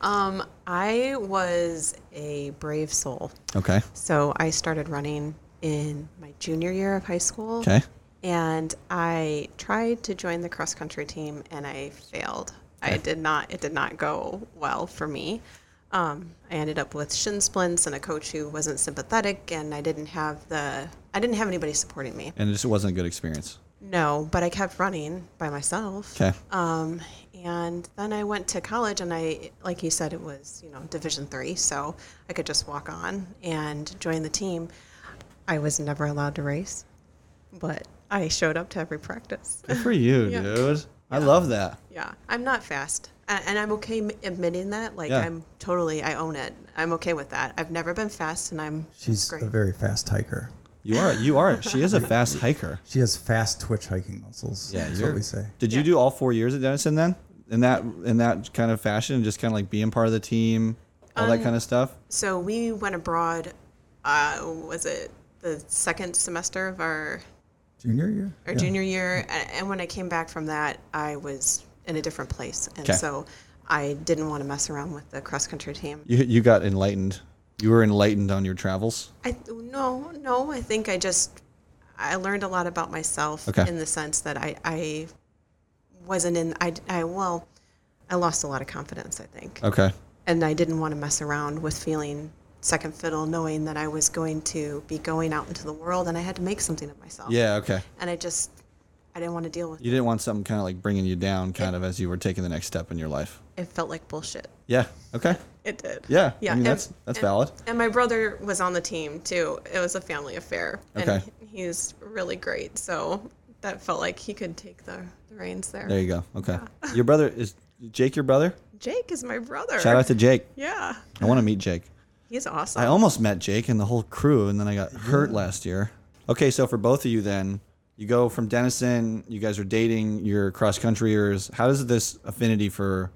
Speaker 1: Um, I was a brave soul.
Speaker 3: okay.
Speaker 1: So I started running in my junior year of high school.
Speaker 3: Okay.
Speaker 1: And I tried to join the cross country team and I failed. I did not, it did not go well for me. Um, I ended up with shin splints and a coach who wasn't sympathetic and I didn't have the, I didn't have anybody supporting me.
Speaker 3: And it just wasn't a good experience.
Speaker 1: No, but I kept running by myself.
Speaker 3: Okay.
Speaker 1: Um, and then I went to college, and I, like you said, it was you know Division three, so I could just walk on and join the team. I was never allowed to race, but I showed up to every practice.
Speaker 3: Good for you, dude. I love that.
Speaker 1: yeah, I'm not fast, a- and I'm okay m- admitting that. Like
Speaker 3: Yeah.
Speaker 1: I'm totally, I own it. I'm okay with that. I've never been fast, and I'm
Speaker 2: She's
Speaker 1: great.
Speaker 2: a very fast hiker.
Speaker 3: You are. You are. She is a fast hiker.
Speaker 2: She has fast twitch hiking muscles.
Speaker 3: Yeah,
Speaker 2: that's
Speaker 3: you're-
Speaker 2: what we say.
Speaker 3: Did you do all four years at Denison then? In that in that kind of fashion, just kind of like being part of the team, all that kind of stuff.
Speaker 1: So we went abroad. Uh, was it the second semester of our
Speaker 2: Junior year.
Speaker 1: or
Speaker 2: Yeah.
Speaker 1: junior year. a- And when I came back from that, I was in a different place. And
Speaker 3: 'Kay.
Speaker 1: so I didn't want to mess around with the cross country team.
Speaker 3: You you got enlightened. You were enlightened on your travels.
Speaker 1: I no, no, I think I just I learned a lot about myself
Speaker 3: Okay.
Speaker 1: in the sense that I I wasn't in I I well, I lost a lot of confidence, I think.
Speaker 3: Okay.
Speaker 1: and I didn't want to mess around with feeling second fiddle, knowing that I was going to be going out into the world and I had to make something of myself.
Speaker 3: Yeah. Okay.
Speaker 1: And I just, I didn't want to deal with
Speaker 3: You
Speaker 1: it.
Speaker 3: didn't want something kind of like bringing you down, kind of as you were taking the next step in your life.
Speaker 1: It felt like bullshit.
Speaker 3: Yeah. Okay.
Speaker 1: It did.
Speaker 3: Yeah.
Speaker 1: Yeah.
Speaker 3: I
Speaker 1: and-
Speaker 3: mean that's that's valid.
Speaker 1: And my brother was on the team too. It was a family affair. And
Speaker 3: Okay.
Speaker 1: he- he's really great. So that felt like he could take the, the reins there.
Speaker 3: There you go. Okay. Your brother is Jake. Your brother.
Speaker 1: Jake is my brother.
Speaker 3: Shout out to Jake.
Speaker 1: yeah.
Speaker 3: I want to meet Jake.
Speaker 1: He's awesome.
Speaker 3: I almost met Jake and the whole crew, and then I got hurt last year. Okay, so for both of you, then you go from Denison. You guys are dating. You're cross countryers. How does this affinity for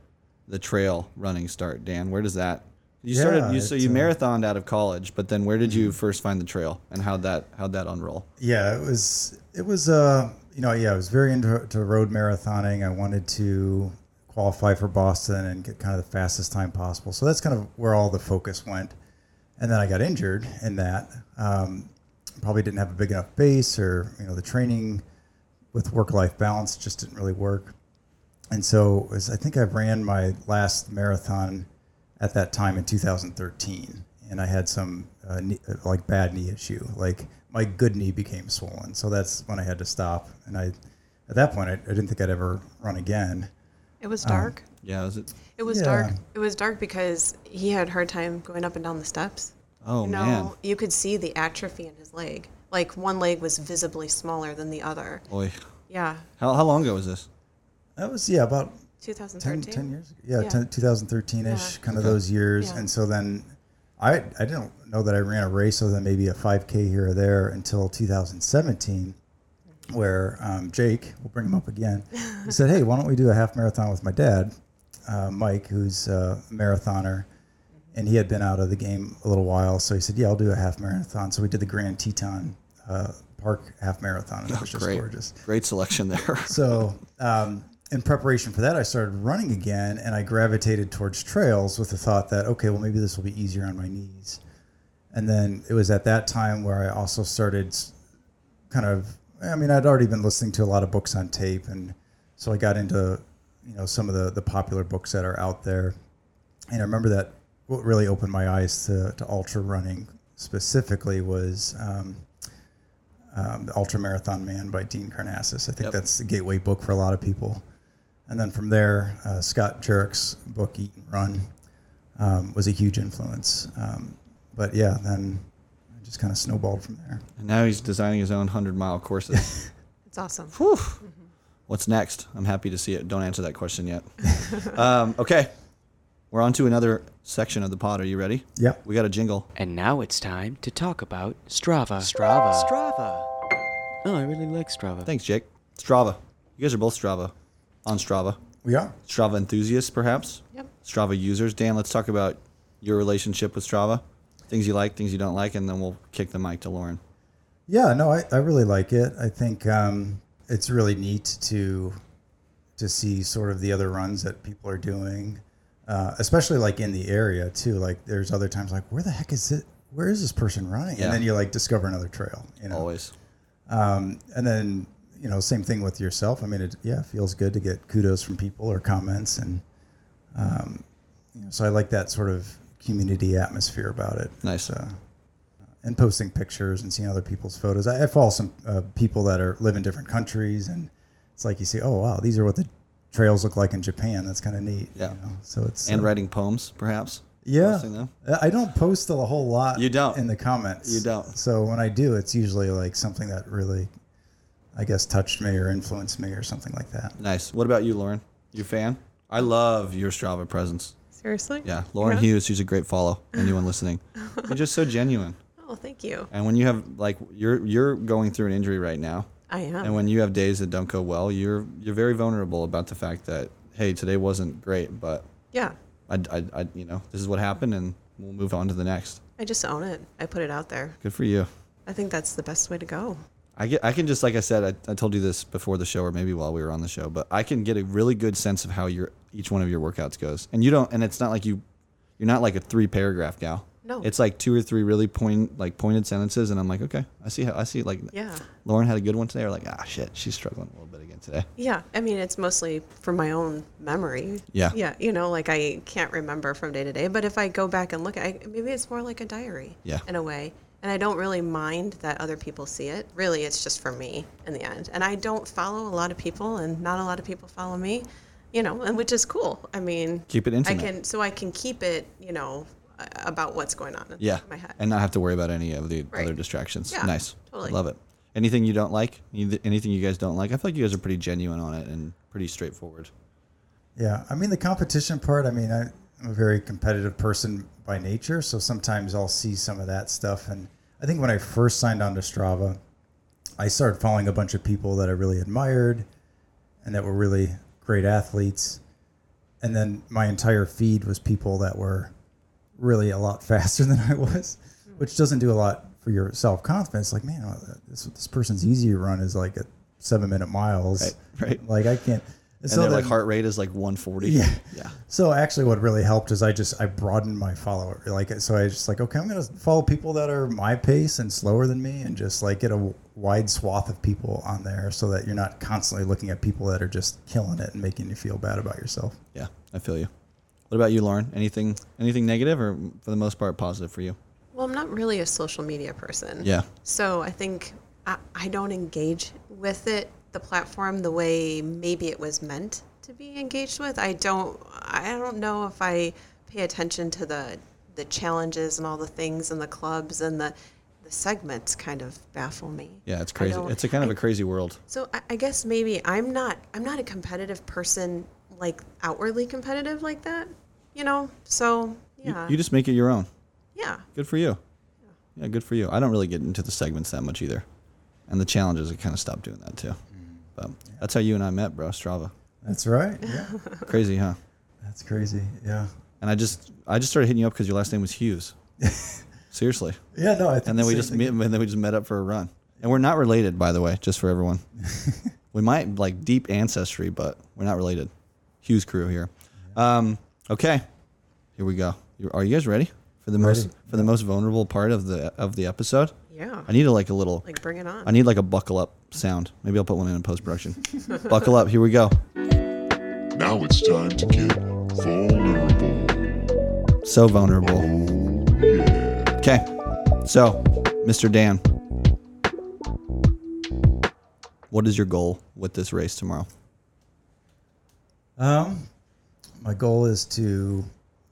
Speaker 3: the trail running start, Dan? Where does that? You started.
Speaker 2: Yeah,
Speaker 3: You, so
Speaker 2: it's,
Speaker 3: you
Speaker 2: uh, Mm-hmm.
Speaker 3: marathoned out of college, but then where did you first find the trail, and how that how would that unroll?
Speaker 2: Yeah, it was. It was. Uh, you know, yeah, I was very into to road marathoning. I wanted to qualify for Boston and get kind of the fastest time possible. So that's kind of where all the focus went. And then I got injured in that. Um, probably didn't have a big enough base, or you know, the training with work-life balance just didn't really work. And so, as I think I ran my last marathon at that time in 2013, and I had some uh, knee, uh, like bad knee issue. Like my good knee became swollen, so that's when I had to stop. And I, at that point, I, I didn't think I'd ever run again.
Speaker 1: It was dark.
Speaker 3: Yeah, is it?
Speaker 1: it was
Speaker 2: yeah.
Speaker 1: dark. It was dark because he had a hard time going up and down the steps.
Speaker 3: Oh
Speaker 1: no,
Speaker 3: man.
Speaker 1: you could see the atrophy in his leg. Like one leg was visibly smaller than the other.
Speaker 3: Oy.
Speaker 1: Yeah,
Speaker 3: How how long ago was this?
Speaker 2: That was yeah about 10,
Speaker 1: 2013.
Speaker 2: 10 years ago. Yeah,
Speaker 1: Yeah.
Speaker 2: 10, 2013-ish,
Speaker 1: Yeah.
Speaker 2: kind of those years.
Speaker 1: Yeah.
Speaker 2: And so then I, I didn't know that I ran a race other than maybe a 5K here or there until 2017, where um, Jake, we'll bring him up again, he said, hey, why don't we do a half marathon with my dad, uh, Mike, who's a marathoner. And he had been out of the game a little while. So he said, yeah, I'll do a half marathon. So we did the Grand Teton uh, Park half marathon. And it was just
Speaker 3: Great.
Speaker 2: gorgeous.
Speaker 3: Great selection there.
Speaker 2: So, um, in preparation for that, I started running again, and I gravitated towards trails with the thought that okay, well maybe this will be easier on my knees. And then it was at that time where I also started s- kind of I mean I'd already been listening to a lot of books on tape, and so I got into you know some of the the popular books that are out there. And I remember that what really opened my eyes to, to ultra running specifically was um, um, The Ultra Marathon Man by Dean Carnassus. I think
Speaker 3: Yep.
Speaker 2: that's the gateway book for a lot of people. And then from there, uh, Scott Jurick's book, Eat and Run, um, was a huge influence. Um, but yeah, then I just kind of snowballed from there.
Speaker 3: and now he's designing his own hundred mile courses.
Speaker 1: It's awesome.
Speaker 3: Whew. What's next? I'm happy to see it. Don't answer that question yet. um, okay. We're on to another section of the pod. Are you ready?
Speaker 2: Yep.
Speaker 3: We got a jingle.
Speaker 5: And now Oh, it's time to talk about Strava. Strava. Strava. Oh, I really like Strava.
Speaker 3: Thanks, Jake. Strava. You guys are both Strava. On Strava.
Speaker 2: We are.
Speaker 3: Strava enthusiasts, perhaps?
Speaker 1: Yep.
Speaker 3: Strava users. Dan, let's talk about your relationship with Strava. Things you like, things you don't like, and then we'll kick the mic to Lauren.
Speaker 2: Yeah, no, I, I really like it. I think um, it's really neat to to see sort of the other runs that people are doing, uh, especially like in the area too. Like there's other times like where the heck is it? Where is this person running?
Speaker 3: Yeah.
Speaker 2: And then you like discover another trail. You know,
Speaker 3: Always.
Speaker 2: and then you know same thing with yourself. I mean, it yeah, it feels good to get kudos from people or comments, and um, you know, so I like that sort of community atmosphere about it
Speaker 3: Nice.
Speaker 2: and posting pictures and seeing other people's photos. I, I follow some uh, people that are live in different countries, and it's like you see, oh wow, these are what the trails look like in Japan. That's kind of neat.
Speaker 3: Yeah.
Speaker 2: You know? So it's
Speaker 3: and
Speaker 2: uh,
Speaker 3: writing poems, perhaps?
Speaker 2: yeah. Uh,
Speaker 3: Posting them?
Speaker 2: I- I don't post a whole lot.
Speaker 3: You don't.
Speaker 2: in the comments.
Speaker 3: You don't.
Speaker 2: So when I do, it's usually like something that really, I guess, touched me or influenced me or something like that.
Speaker 3: Nice. What about you, Lauren? You a fan? I love your Strava presence.
Speaker 1: Seriously?
Speaker 3: Yeah, Lauren
Speaker 1: Yeah?
Speaker 3: Hughes, she's a great follow. Anyone listening, you're just so genuine.
Speaker 1: Oh, thank you.
Speaker 3: And when you have like you're you're going through an injury right now,
Speaker 1: I am.
Speaker 3: and when you have days that don't go well, you're you're very vulnerable about the fact that hey, today wasn't great, but
Speaker 1: yeah,
Speaker 3: I, I, I you know this is what happened, and we'll move on to the next.
Speaker 1: I just own it. I put it out there.
Speaker 3: Good for you.
Speaker 1: I think that's the best way to go.
Speaker 3: I get I can just like I said I, I told you this before the show or maybe while we were on the show, but I can get a really good sense of how your each one of your workouts goes. And you don't and it's not like you you're not like a three paragraph gal.
Speaker 1: No.
Speaker 3: It's like two or three really point like pointed sentences and I'm like, okay, I see how I see like
Speaker 1: Yeah.
Speaker 3: Lauren had a good one today or like ah shit, she's struggling a little bit again today.
Speaker 1: Yeah, I mean, it's mostly from my own memory.
Speaker 3: Yeah.
Speaker 1: Yeah, you know, like I can't remember from day to day, but if I go back and look at it, maybe it's more like a diary
Speaker 3: Yeah.
Speaker 1: in a way. And I don't really mind that other people see it. Really, it's just for me in the end. And I don't follow a lot of people, and not a lot of people follow me, you know, and which is cool. I mean,
Speaker 3: Keep it
Speaker 1: I
Speaker 3: intimate.
Speaker 1: can, so I can keep it, you know, uh, about what's going on in
Speaker 3: yeah.
Speaker 1: my head.
Speaker 3: And not have to worry about any of the other distractions.
Speaker 1: Yeah,
Speaker 3: nice.
Speaker 1: totally.
Speaker 3: Love it. Anything you don't like? You- Anything you guys don't like? I feel like you guys are pretty genuine on it and pretty straightforward.
Speaker 2: Yeah, I mean the competition part. I mean, I, I'm a very competitive person by nature, so sometimes I'll see some of that stuff. And I think when I first signed on to Strava, I started following a bunch of people that I really admired, and that were really great athletes. And then my entire feed was people that were really a lot faster than I was, which doesn't do a lot for your self confidence. Like, uh, man, this this person's easy run is like a seven minute miles
Speaker 3: Right, right.
Speaker 2: like I can't. And
Speaker 3: and their
Speaker 2: then-
Speaker 3: like heart rate is like 140.
Speaker 2: Yeah.
Speaker 3: yeah.
Speaker 2: So actually, what really helped is I just I broadened my follower. Like so, I just like okay, I'm gonna follow people that are my pace and slower than me, and just like get a wide swath of people on there, so that you're not constantly looking at people that are just killing it and making you feel bad about yourself.
Speaker 3: Yeah, I feel you. What about you, Lauren? Anything anything negative or for the most part positive for you?
Speaker 1: Well, I'm not really a social media person.
Speaker 3: Yeah.
Speaker 1: So I think I, I don't engage with it, the platform, the way maybe it was meant to be engaged with. I don't. I don't know if I pay attention to the the challenges and all the things and the clubs and the the segments. Kind of baffle me.
Speaker 3: Yeah, it's
Speaker 1: I
Speaker 3: crazy.
Speaker 1: don't-
Speaker 3: It's a kind of a crazy world.
Speaker 1: So I, I guess maybe I'm not I'm not a competitive person like outwardly competitive like that, you know. So
Speaker 3: You-
Speaker 1: yeah,
Speaker 3: You, just make it your own.
Speaker 1: yeah,
Speaker 3: Good for you. Yeah, good for you. I don't really get into the segments that much either. And the challenges, I kind of stopped doing that
Speaker 2: Mm.
Speaker 3: too. But that's how you and I met, bro. Strava.
Speaker 2: That's right. Yeah,
Speaker 3: Crazy, huh?
Speaker 2: that's crazy. Yeah.
Speaker 3: And I just I just started hitting you up because your last name was Hughes. Seriously.
Speaker 2: Yeah. No. I think
Speaker 3: And then we
Speaker 2: same
Speaker 3: just
Speaker 2: thing.
Speaker 3: met, and then we just met up for a run. And we're not related, by the way, just for everyone. we might like deep ancestry, but we're not related. Hughes crew here. Um, okay, here we go. You- Are you guys ready for the most
Speaker 2: Ready.
Speaker 3: for the most vulnerable part of the of the episode?
Speaker 1: yeah.
Speaker 3: I need a, like a little.
Speaker 1: like bring it on.
Speaker 3: I need like a buckle up sound. Maybe I'll put one in in post production. buckle up. Here we go.
Speaker 6: Now it's time to get vulnerable.
Speaker 3: So vulnerable.
Speaker 6: Oh, yeah.
Speaker 3: Okay. So, Mr. Dan, what is your goal with this race tomorrow?
Speaker 2: Um, my goal is to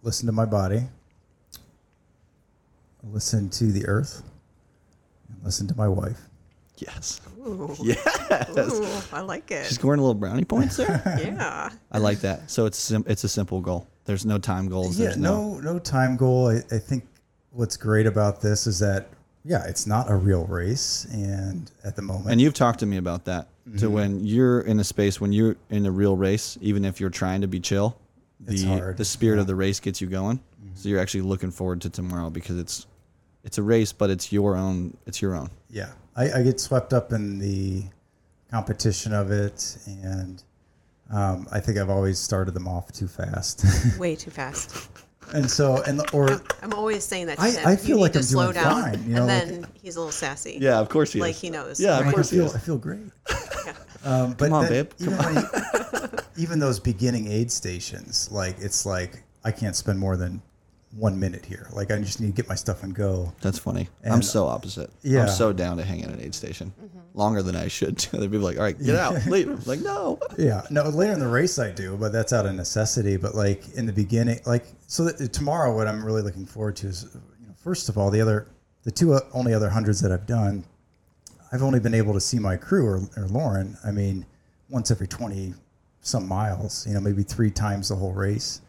Speaker 2: listen to my body, listen to the earth, and listen to my wife.
Speaker 3: Yes.
Speaker 1: Ooh.
Speaker 3: Yes.
Speaker 1: Ooh, I like it.
Speaker 3: Scoring a little brownie points there.
Speaker 1: yeah.
Speaker 3: I like that. So it's sim- it's a simple goal. There's no time goals.
Speaker 2: Yeah,
Speaker 3: There's no,
Speaker 2: no, no time goal. I, I think what's great about this is that yeah, it's not a real race, and at the moment,
Speaker 3: And you've talked to me about that.
Speaker 2: Mm-hmm.
Speaker 3: To when you're in a space when you're in a real race, even if you're trying to be chill, the
Speaker 2: It's hard. Mm-hmm.
Speaker 3: the spirit of the race gets you going. So you're actually looking forward to tomorrow because it's it's a race, but it's your own. It's your own.
Speaker 2: yeah, I, I get swept up in the competition of it, and um, I think I've always started them off too fast,
Speaker 1: Way too fast.
Speaker 2: and so and the, or
Speaker 1: I'm always saying that to
Speaker 2: I-
Speaker 1: him.
Speaker 2: I
Speaker 1: You
Speaker 2: feel
Speaker 1: need
Speaker 2: like
Speaker 1: to
Speaker 2: I'm doing
Speaker 1: slow down.
Speaker 2: fine, you
Speaker 1: and
Speaker 2: know, like-
Speaker 1: then he's a little sassy.
Speaker 3: of course
Speaker 1: Like he knows.
Speaker 3: Yeah, of
Speaker 1: right?
Speaker 2: I
Speaker 3: course.
Speaker 2: feel
Speaker 3: yes.
Speaker 2: I feel great. Um, but
Speaker 3: Come on,
Speaker 2: then
Speaker 3: babe. Come
Speaker 2: even, when you- even those beginning aid stations, like it's like I can't spend more than one minute here. Like I just need to get my stuff and go.
Speaker 3: That's funny. I'm
Speaker 2: And-
Speaker 3: so opposite.
Speaker 2: Yeah.
Speaker 3: I'm so down to hang at an aid station
Speaker 1: Mm-hmm.
Speaker 3: longer than I should. too. They'd be like, all right, get out, leave. I'm like, no.
Speaker 2: Yeah. No, later in the race I do, but that's out of necessity. But like in the beginning, like so that tomorrow, what I'm really looking forward to is, you know, first of all, the other, the two o- only other hundreds that I've done, I've only been able to see my crew or, or Lauren. I mean, once every twenty some miles, you know, maybe three times the whole race,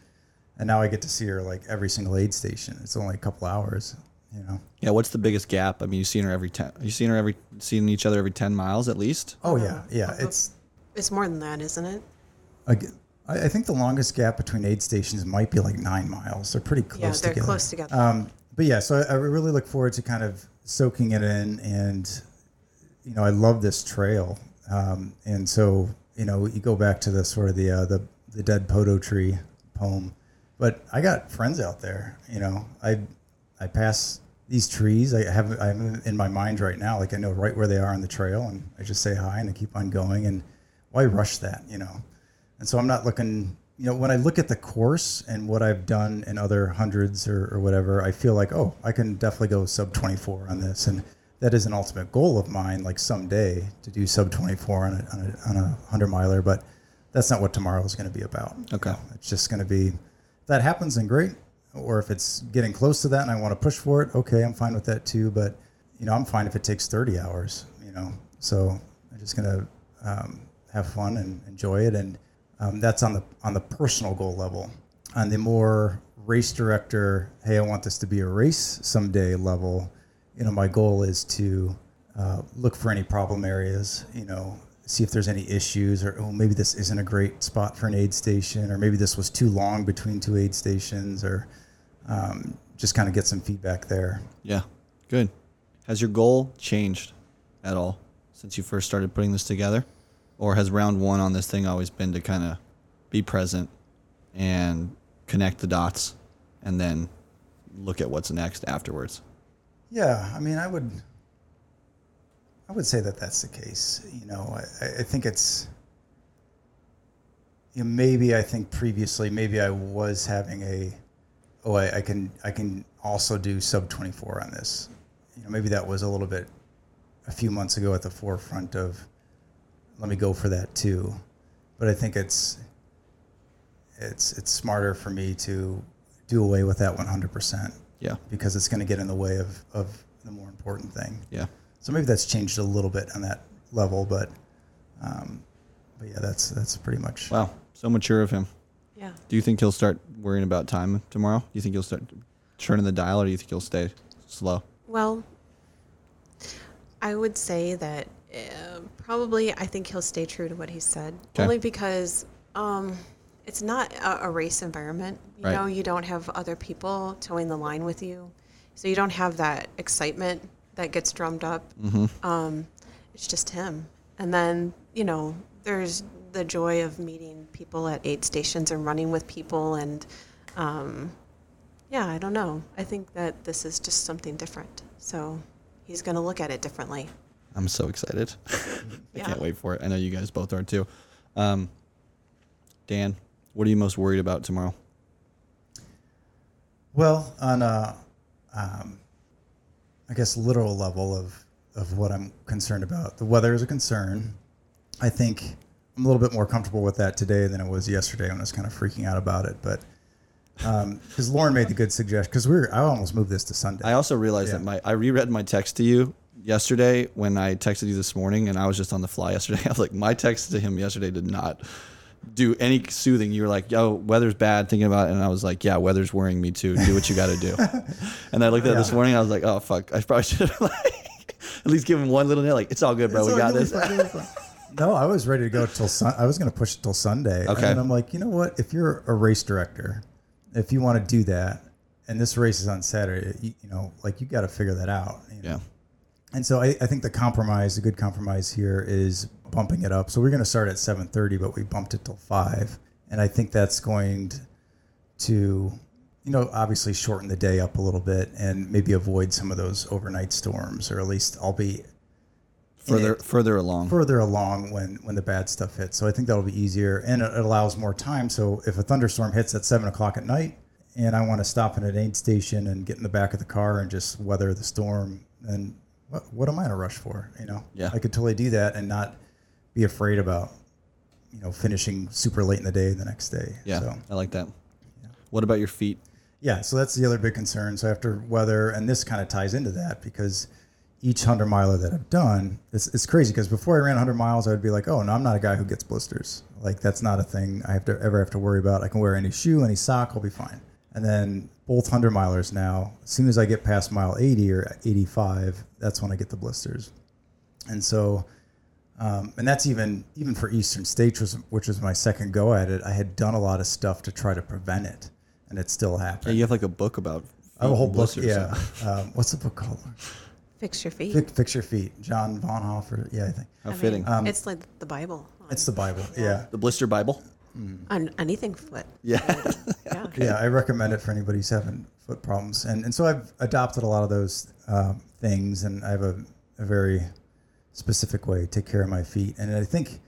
Speaker 2: and now I get to see her like every single aid station. It's only a couple hours, you know.
Speaker 3: Yeah, what's the biggest gap? I mean, you've seen her every 10, you've seen her every, seen each other every 10 miles at least.
Speaker 2: Oh yeah, yeah. It's
Speaker 1: It's more than that, isn't it?
Speaker 2: I, g- I- I think the longest gap between aid stations might be like nine miles. They're pretty close.
Speaker 1: Yeah, they're
Speaker 2: together.
Speaker 1: close together.
Speaker 2: Um, but yeah, so I, I really look forward to kind of soaking it in, and you know, I love this trail, um, and so you know, you go back to the sort of the uh, the the dead poto tree poem, but I got friends out there. You know, I I pass these trees. I have I'm in my mind right now, like I know right where they are on the trail, and I just say hi and I keep on going. And why rush that? You know. And so I'm not looking, you know, when I look at the course and what I've done in other hundreds or, or whatever, I feel like, oh, I can definitely go sub 24 on this. And that is an ultimate goal of mine, like someday to do sub 24 on a, on a, on a 100 miler. But that's not what tomorrow is going to be about.
Speaker 3: Okay.
Speaker 2: It's just going to be, if that happens, then great. Or if it's getting close to that and I want to push for it, okay, I'm fine with that too. But, you know, I'm fine if it takes 30 hours, you know. So I'm just going to um, have fun and enjoy it. And um, that's on the on the personal goal level. On the more race director, hey, I want this to be a race someday level. You know, my goal is to uh, look for any problem areas. You know, see if there's any issues, or oh, maybe this isn't a great spot for an aid station, or maybe this was too long between two aid stations, or um, just kind of get some feedback there.
Speaker 3: Yeah. Good. Has your goal changed at all since you first started putting this together? or has round one on this thing always been to kind of be present and connect the dots and then look at what's next afterwards?
Speaker 2: Yeah, I mean, I would, I would say that that's the case. You know, I, I- I think it's, you know, maybe I think previously, maybe I was having a, oh, I, I can, I can also do sub twenty four on this. You know, maybe that was a little bit, a few months ago at the forefront of, let me go for that too, but I think it's, it's it's smarter for me to do away with that one hundred percent
Speaker 3: Yeah.
Speaker 2: because it's going to get in the way of, of the more important thing.
Speaker 3: Yeah.
Speaker 2: So maybe that's changed a little bit on that level, but um, but yeah, that's that's pretty much.
Speaker 3: Wow. So mature of him.
Speaker 1: Yeah.
Speaker 3: Do you think he'll start worrying about time tomorrow? Do you think he'll start turning the dial or do you think he'll stay slow?
Speaker 1: Well, I would say that uh, probably I think he'll stay true to what he said,
Speaker 3: Okay.
Speaker 1: only because um, it's not a, a race environment. You
Speaker 3: Right.
Speaker 1: know, you don't have other people towing the line with you, so you don't have that excitement that gets drummed up. Um, it's just him, and then you know, there's the joy of meeting people at aid stations and running with people and. Um, yeah, I don't know. I think that this is just something different. So he's going to look at it differently.
Speaker 3: I'm so excited. I
Speaker 1: Yeah.
Speaker 3: can't wait for it. I know you guys both are too. Um, Dan, what are you most worried about tomorrow?
Speaker 2: Well, on a, um, I guess literal level of of what I'm concerned about, the weather is a concern. I think I'm a little bit more comfortable with that today than I was yesterday when I was kind of freaking out about it, but. Because Lauren made the good suggestion. Because we were, I almost moved this to Sunday.
Speaker 3: I also realized
Speaker 2: Yeah.
Speaker 3: that my I reread my text to you yesterday when I texted you this morning, and I was just on the fly yesterday. I was like, my text to him yesterday did not do any soothing. You were like, "Yo, weather's bad," thinking about it, and I was like, "Yeah, weather's worrying me too. Do what you got to do." and I looked at it this morning, I was like, "Oh fuck, I probably should have like at least give him one little nail. Like, it's all good, bro.
Speaker 2: It's
Speaker 3: we
Speaker 2: all
Speaker 3: got
Speaker 2: good,
Speaker 3: this."
Speaker 2: fine, it's fine. No, I was ready to go till sun- I was going to push it till Sunday.
Speaker 3: Okay.
Speaker 2: And I'm like, you know what? If you're a race director, if you want to do that, and this race is on Saturday, you, you know, like you got to figure that out. you know?
Speaker 3: yeah,
Speaker 2: And so I, I think the compromise, a good compromise here, is bumping it up. So we're going to start at 7:30, but we bumped it till five, and I think that's going to, you know, obviously shorten the day up a little bit and maybe avoid some of those overnight storms, or at least I'll be
Speaker 3: further further along.
Speaker 2: further along when when the bad stuff hits. So I think that'll be easier, and it it allows more time. So if a thunderstorm hits at seven o'clock at night, and I want to stop at an aid station and get in the back of the car and just weather the storm, then what what am I in a rush for? You know,
Speaker 3: Yeah.
Speaker 2: I could totally do that and not be afraid about you know finishing super late in the day the next day.
Speaker 3: yeah,
Speaker 2: So.
Speaker 3: I like that. What about your feet?
Speaker 2: Yeah, so that's the other big concern. So after weather, and this kind of ties into that because each hundred miler that I've done, it's, it's crazy because before I ran hundred miles, I would be like, oh no, I'm not a guy who gets blisters. Like that's not a thing I have to ever have to worry about. I can wear any shoe, any sock, I'll be fine. And then both hundred milers now, as soon as I get past mile eighty or eighty five, that's when I get the blisters. And so um, and that's even even for Eastern States, which was, which was my second go at it. I had done a lot of stuff to try to prevent it, and it still happened.
Speaker 3: Yeah, you have like a book about.
Speaker 2: I have a
Speaker 3: feet
Speaker 2: whole
Speaker 3: and
Speaker 2: book.
Speaker 3: blisters,
Speaker 2: Yeah. Um, what's the book called?
Speaker 1: Fix your feet.
Speaker 2: Fix, Fix Your Feet. John Bonhoeffer. Yeah, I think.
Speaker 3: How fitting.
Speaker 2: Um,
Speaker 1: it's like the Bible. On,
Speaker 2: It's the Bible. Yeah.
Speaker 3: the blister Bible.
Speaker 1: on anything foot.
Speaker 3: Yeah.
Speaker 1: Yeah.
Speaker 2: Yeah, I recommend it for anybody who's having foot problems. And, and so I've adopted a lot of those um, things, and I have a, a very specific way to take care of my feet. And I think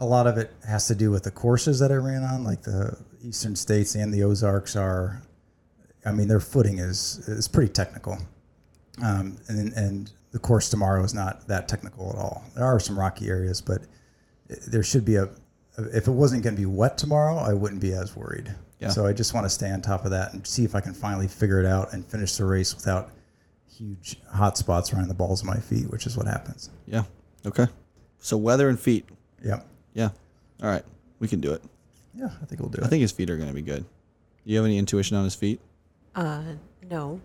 Speaker 2: a lot of it has to do with the courses that I ran on, like the Eastern States and the Ozarks are, I mean, their footing is, is pretty technical. Um, and, and the course tomorrow is not that technical at all. There are some rocky areas, but there should be a if it wasn't going to be wet tomorrow i wouldn't be as worried
Speaker 3: Yeah.
Speaker 2: so i just want to stay on top of that and see if i can finally figure it out and finish the race without huge hot spots around the balls of my feet which is what happens
Speaker 3: Yeah. Okay. So weather and feet.
Speaker 2: yep
Speaker 3: Yeah. All right. We can do it.
Speaker 2: yeah i think we'll do it
Speaker 3: I think his feet are going to be good. You have any intuition on his feet?
Speaker 1: No,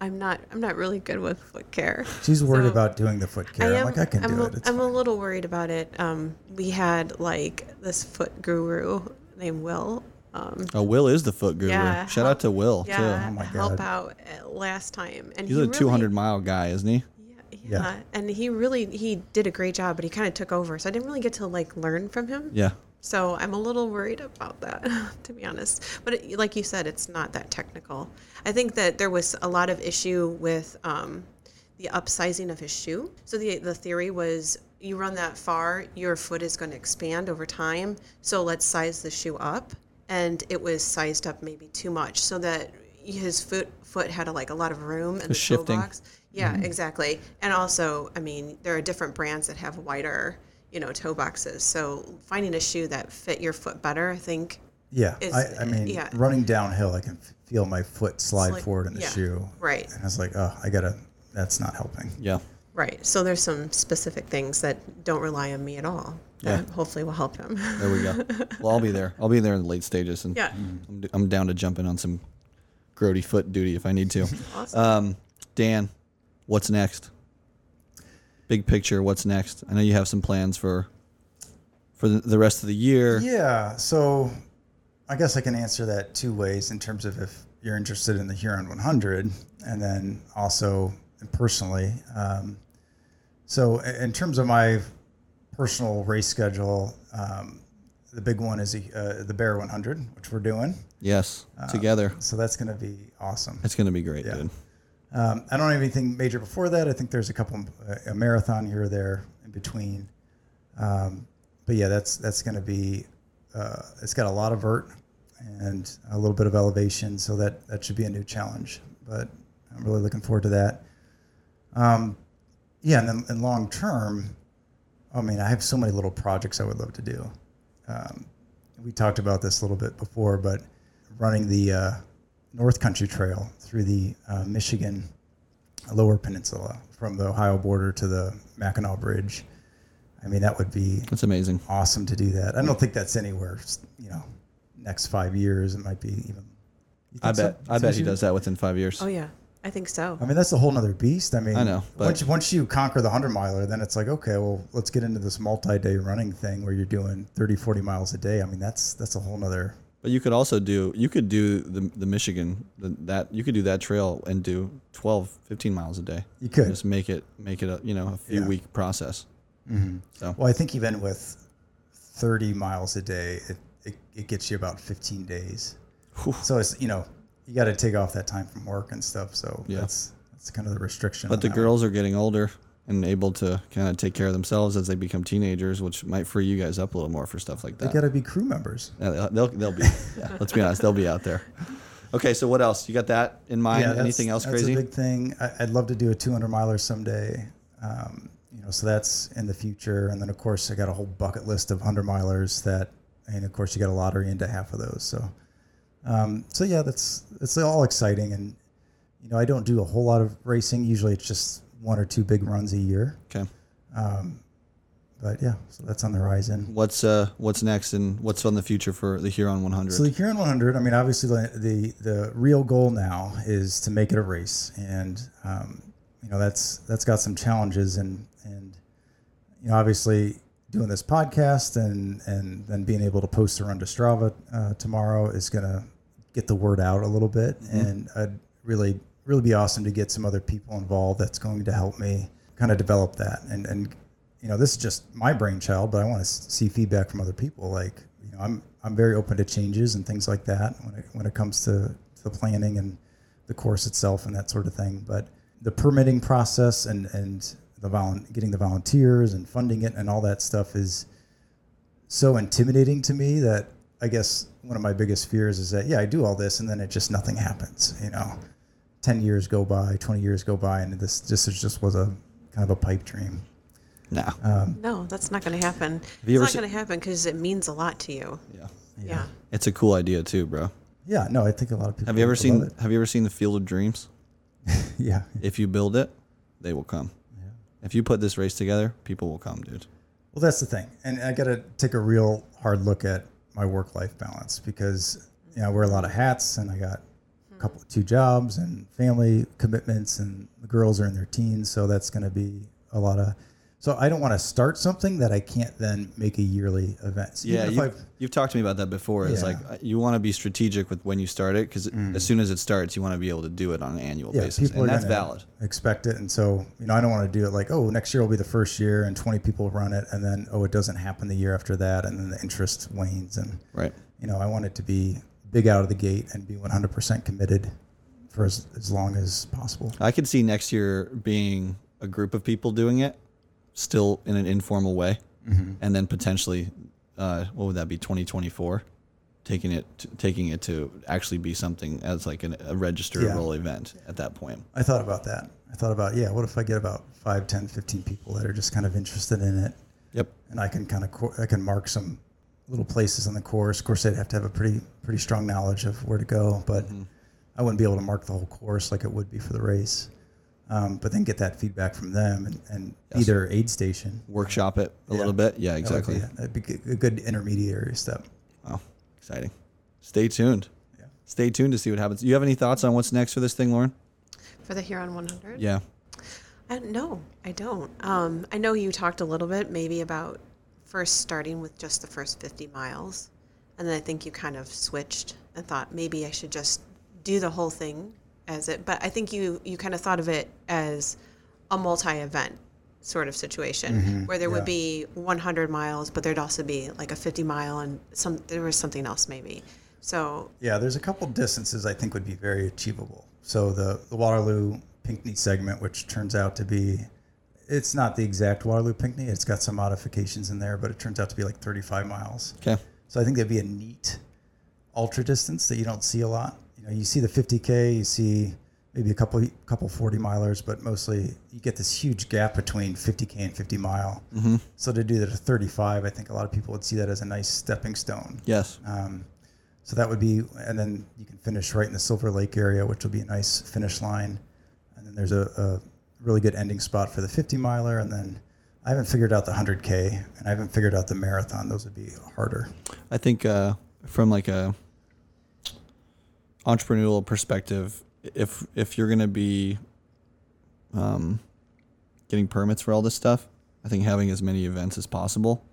Speaker 1: I'm not. I'm not really good with foot care.
Speaker 2: she's worried
Speaker 1: so-
Speaker 2: about doing the foot care I am, like i can
Speaker 1: I'm
Speaker 2: do
Speaker 1: a,
Speaker 2: it it's
Speaker 1: I'm a
Speaker 2: fine.
Speaker 1: little worried about it. Um, we had like this foot guru named Will. Um,
Speaker 3: Oh, Will is the foot guru.
Speaker 1: Yeah.
Speaker 3: Shout out to Will
Speaker 1: yeah,
Speaker 3: too.
Speaker 2: Oh my
Speaker 1: help
Speaker 2: God.
Speaker 1: out at last time, and
Speaker 3: He's
Speaker 1: he
Speaker 3: a
Speaker 1: really-
Speaker 3: 200 mile guy, isn't he?
Speaker 1: Yeah, Yeah. And he really he did a great job, but he kind of took over, so I didn't really get to like learn from him.
Speaker 3: Yeah.
Speaker 1: So I'm a little worried about that, to be honest. But it, like you said, it's not that technical. I think that there was a lot of issue with um, the upsizing of his shoe. So the the theory was you run that far, your foot is going to expand over time. So let's size the shoe up, and it was sized up maybe too much, so that his foot foot had a, like a lot of room in the toe
Speaker 3: shifting.
Speaker 1: box. Yeah,
Speaker 3: Mm-hmm.
Speaker 1: exactly. And also, I mean, there are different brands that have wider, you know, toe boxes. So finding a shoe that fit your foot better, I think.
Speaker 2: Yeah,
Speaker 1: Is-
Speaker 2: I, I mean,
Speaker 1: yeah.
Speaker 2: running downhill, I can f- feel my foot slide
Speaker 1: Slide-
Speaker 2: forward in the
Speaker 1: yeah,
Speaker 2: shoe.
Speaker 1: right.
Speaker 2: And it's like, oh, I gotta. That's not helping.
Speaker 3: Yeah.
Speaker 1: Right. So there's some specific things that don't rely on me at all. That hopefully will help him.
Speaker 3: There we go. well, I'll be there. I'll be there in the late stages, and
Speaker 1: Yeah.
Speaker 3: I'm, d- I'm down to jump in on some grody foot duty if I need to.
Speaker 1: Awesome.
Speaker 3: Um, Dan, what's next? Big picture, what's next? I know you have some plans for for the- the rest of the year.
Speaker 2: Yeah. So, I guess I can answer that two ways in terms of if you're interested in the Huron 100, and then also personally. Um, so, i- in terms of my personal race schedule, um, the big one is uh, the Bear 100, which we're doing.
Speaker 3: Yes, together.
Speaker 2: So that's going to be awesome.
Speaker 3: It's gonna be great, dude.
Speaker 2: Um, I don't have anything major before that. I think there's a couple uh, a marathon here or there in between. Um, but yeah, that's that's going to be. Uh, it's got a lot of vert and a little bit of elevation, so that that should be a new challenge. But I'm really looking forward to that. Um, yeah, and then and long term, I mean, I have so many little projects I would love to do. Um, we talked about this a little bit before, but running the uh, North Country Trail through the uh, Michigan Lower Peninsula from the Ohio border to the Mackinac Bridge. I mean, that would be
Speaker 3: That's amazing.
Speaker 2: awesome to do that. I don't think that's anywhere, you know, next five years. It might be even. You
Speaker 3: I
Speaker 2: think so?
Speaker 3: bet. I bet he does that within five years.
Speaker 1: oh yeah, I think so.
Speaker 2: I
Speaker 3: Um,
Speaker 2: mean, that's a whole nother beast. I mean,
Speaker 3: I know, but-
Speaker 2: once, you, once you conquer the 100 miler, then it's like, okay, well, let's get into this multi day running thing where you're doing 30, 40 miles a day. I mean, that's that's a whole nother.
Speaker 3: But you could also do you could do the the Michigan the, that you could do that trail and do 12, 15 miles a day.
Speaker 2: You could.
Speaker 3: just make it make it a you know a few
Speaker 2: Yeah.
Speaker 3: week process.
Speaker 2: Well, I think even with 30 miles a day, it, it, it gets you about 15 days. So it's, you know, you got to take off that time from work and stuff. So
Speaker 3: Yeah.
Speaker 2: that's, that's kind of the restriction.
Speaker 3: But
Speaker 2: on
Speaker 3: the
Speaker 2: that one.
Speaker 3: girls are getting older and able to kind of take care of themselves as they become teenagers, which might free you guys up a little more for stuff like that.
Speaker 2: They got to be crew members.
Speaker 3: Yeah, they'll, they'll they'll be yeah. Let's be honest, they'll be out there. Okay, so what else? You got that in mind?
Speaker 2: that's-
Speaker 3: Anything else
Speaker 2: that's
Speaker 3: crazy?
Speaker 2: a big thing. I, I'd love to do a 200 miler someday. Um, you know, so that's in the future. And then of course I got a whole bucket list of 100 milers that, and of course you got a lottery into half of those. So, um, so yeah, that's it's all exciting. And you know, I don't do a whole lot of racing. Usually it's just one or two big runs a year.
Speaker 3: okay,
Speaker 2: But yeah, so that's on the horizon.
Speaker 3: what's uh what's next and what's on the future for the Huron 100?
Speaker 2: So the Huron 100, I mean, obviously the, the the real goal now is to make it a race, and um, you know that's that's got some challenges, and and you know obviously doing this podcast and and then being able to post around to Strava uh, tomorrow is gonna get the word out a little bit, and I'd really really be awesome to get some other people involved. That's going to help me kind of develop that, and and you know this is just my brainchild, but I want to see feedback from other people. Like you know I'm I'm very open to changes and things like that when it when it comes to to the planning and the course itself and that sort of thing. But the permitting process and and the volun getting the volunteers and funding it and all that stuff is so intimidating to me that I guess one of my biggest fears is that yeah I do all this and then it just nothing happens. You know, ten years go by, twenty years go by, and this this is just was a kind of a pipe dream.
Speaker 3: nah,
Speaker 2: Uh,
Speaker 1: no, that's not going to happen. It's
Speaker 3: you ever
Speaker 1: not
Speaker 3: se-
Speaker 1: going to happen because it means a lot to you.
Speaker 3: yeah,
Speaker 1: Yeah.
Speaker 3: it's a cool idea too, bro.
Speaker 2: Yeah, no, I think a lot of people
Speaker 3: Have you ever
Speaker 2: would
Speaker 3: seen
Speaker 2: love it.
Speaker 3: Have you ever seen the Field of Dreams?
Speaker 2: Yeah,
Speaker 3: If you build it, they will come. If you put this race together, people will come, dude.
Speaker 2: Well, that's the thing, and I got to take a real hard look at my work-life balance because you know I wear a lot of hats, and I got a couple, two jobs, and family commitments, and the girls are in their teens, so that's going to be a lot of So I don't want to start something that I can't then make a yearly event. So
Speaker 3: Yeah,
Speaker 2: even if
Speaker 3: you,
Speaker 2: I-
Speaker 3: you've talked to me about that before. It's
Speaker 2: Yeah. Mm.
Speaker 3: like uh, you want to be strategic with when you start it because as soon as it starts, you want to be able to do it on an annual
Speaker 2: yeah,
Speaker 3: basis,
Speaker 2: people
Speaker 3: and
Speaker 2: are
Speaker 3: that's
Speaker 2: gonna
Speaker 3: valid.
Speaker 2: Expect it, and so you know I don't want to do it like oh next year will be the first year and twenty people run it, and then oh it doesn't happen the year after that, and then the interest wanes, and
Speaker 3: Right.
Speaker 2: you know I want it to be big out of the gate and be one hundred percent committed for as, as long as possible.
Speaker 3: I could see next year being a group of people doing it, still in an informal way,
Speaker 2: Mm-hmm.
Speaker 3: and then potentially, uh, what would that be? Twenty twenty four, taking it t- taking it to actually be something as like an, a registerable event at that point.
Speaker 2: I thought about that. I thought about yeah, what if I get about 5, 10, 15 people that are just kind of interested in it,
Speaker 3: Yep.
Speaker 2: and I can kind of co- I can mark some little places on the course. Of course, they'd have to have a pretty pretty strong knowledge of where to go, but I wouldn't be able to mark the whole course like it would be for the race. Um, but then get that feedback from them and, and be their aid station.
Speaker 3: Workshop it a
Speaker 2: Yeah.
Speaker 3: little bit. Yeah,
Speaker 2: That would be-
Speaker 3: exactly.
Speaker 2: that'd be g- a good intermediary step.
Speaker 3: Wow, exciting. Stay tuned. Stay tuned to see what happens. You have any thoughts on what's next for this thing, Lauren?
Speaker 1: For the Huron 100?
Speaker 3: Yeah.
Speaker 1: I, Uh, no, I don't. Um, I know you talked a little bit maybe about first starting with just the first 50 miles. And then I think you kind of switched and thought maybe I should just do the whole thing as it. But I think you, you kind of thought of it as a multi event sort of situation where there would be 100 miles, but there'd also be like a 50 mile and some there was something else maybe. So
Speaker 2: Yeah, there's a couple distances I think would be very achievable. So the, the Waterloo Pinckney segment, which turns out to be, it's not the exact Waterloo Pinckney. It's got some modifications in there, but it turns out to be like 35 miles.
Speaker 3: Okay.
Speaker 2: So I think that'd be a neat ultra distance that you don't see a lot. You know, you see the 50k, you see maybe a couple couple 40 milers, but mostly you get this huge gap between 50k and 50 mile. Mm-hmm. So to do that at 35, I think a lot of people would see that as a nice stepping stone.
Speaker 3: Yes.
Speaker 2: So that would be, and then you can finish right in the Silver Lake area, which will be a nice finish line. And then there's a, a really good ending spot for the 50 miler. And then I haven't figured out the 100K and I haven't figured out the marathon. Those would be harder.
Speaker 3: I think uh, from like a entrepreneurial perspective, if if you're gonna be um, getting permits for all this stuff, I think having as many events as possible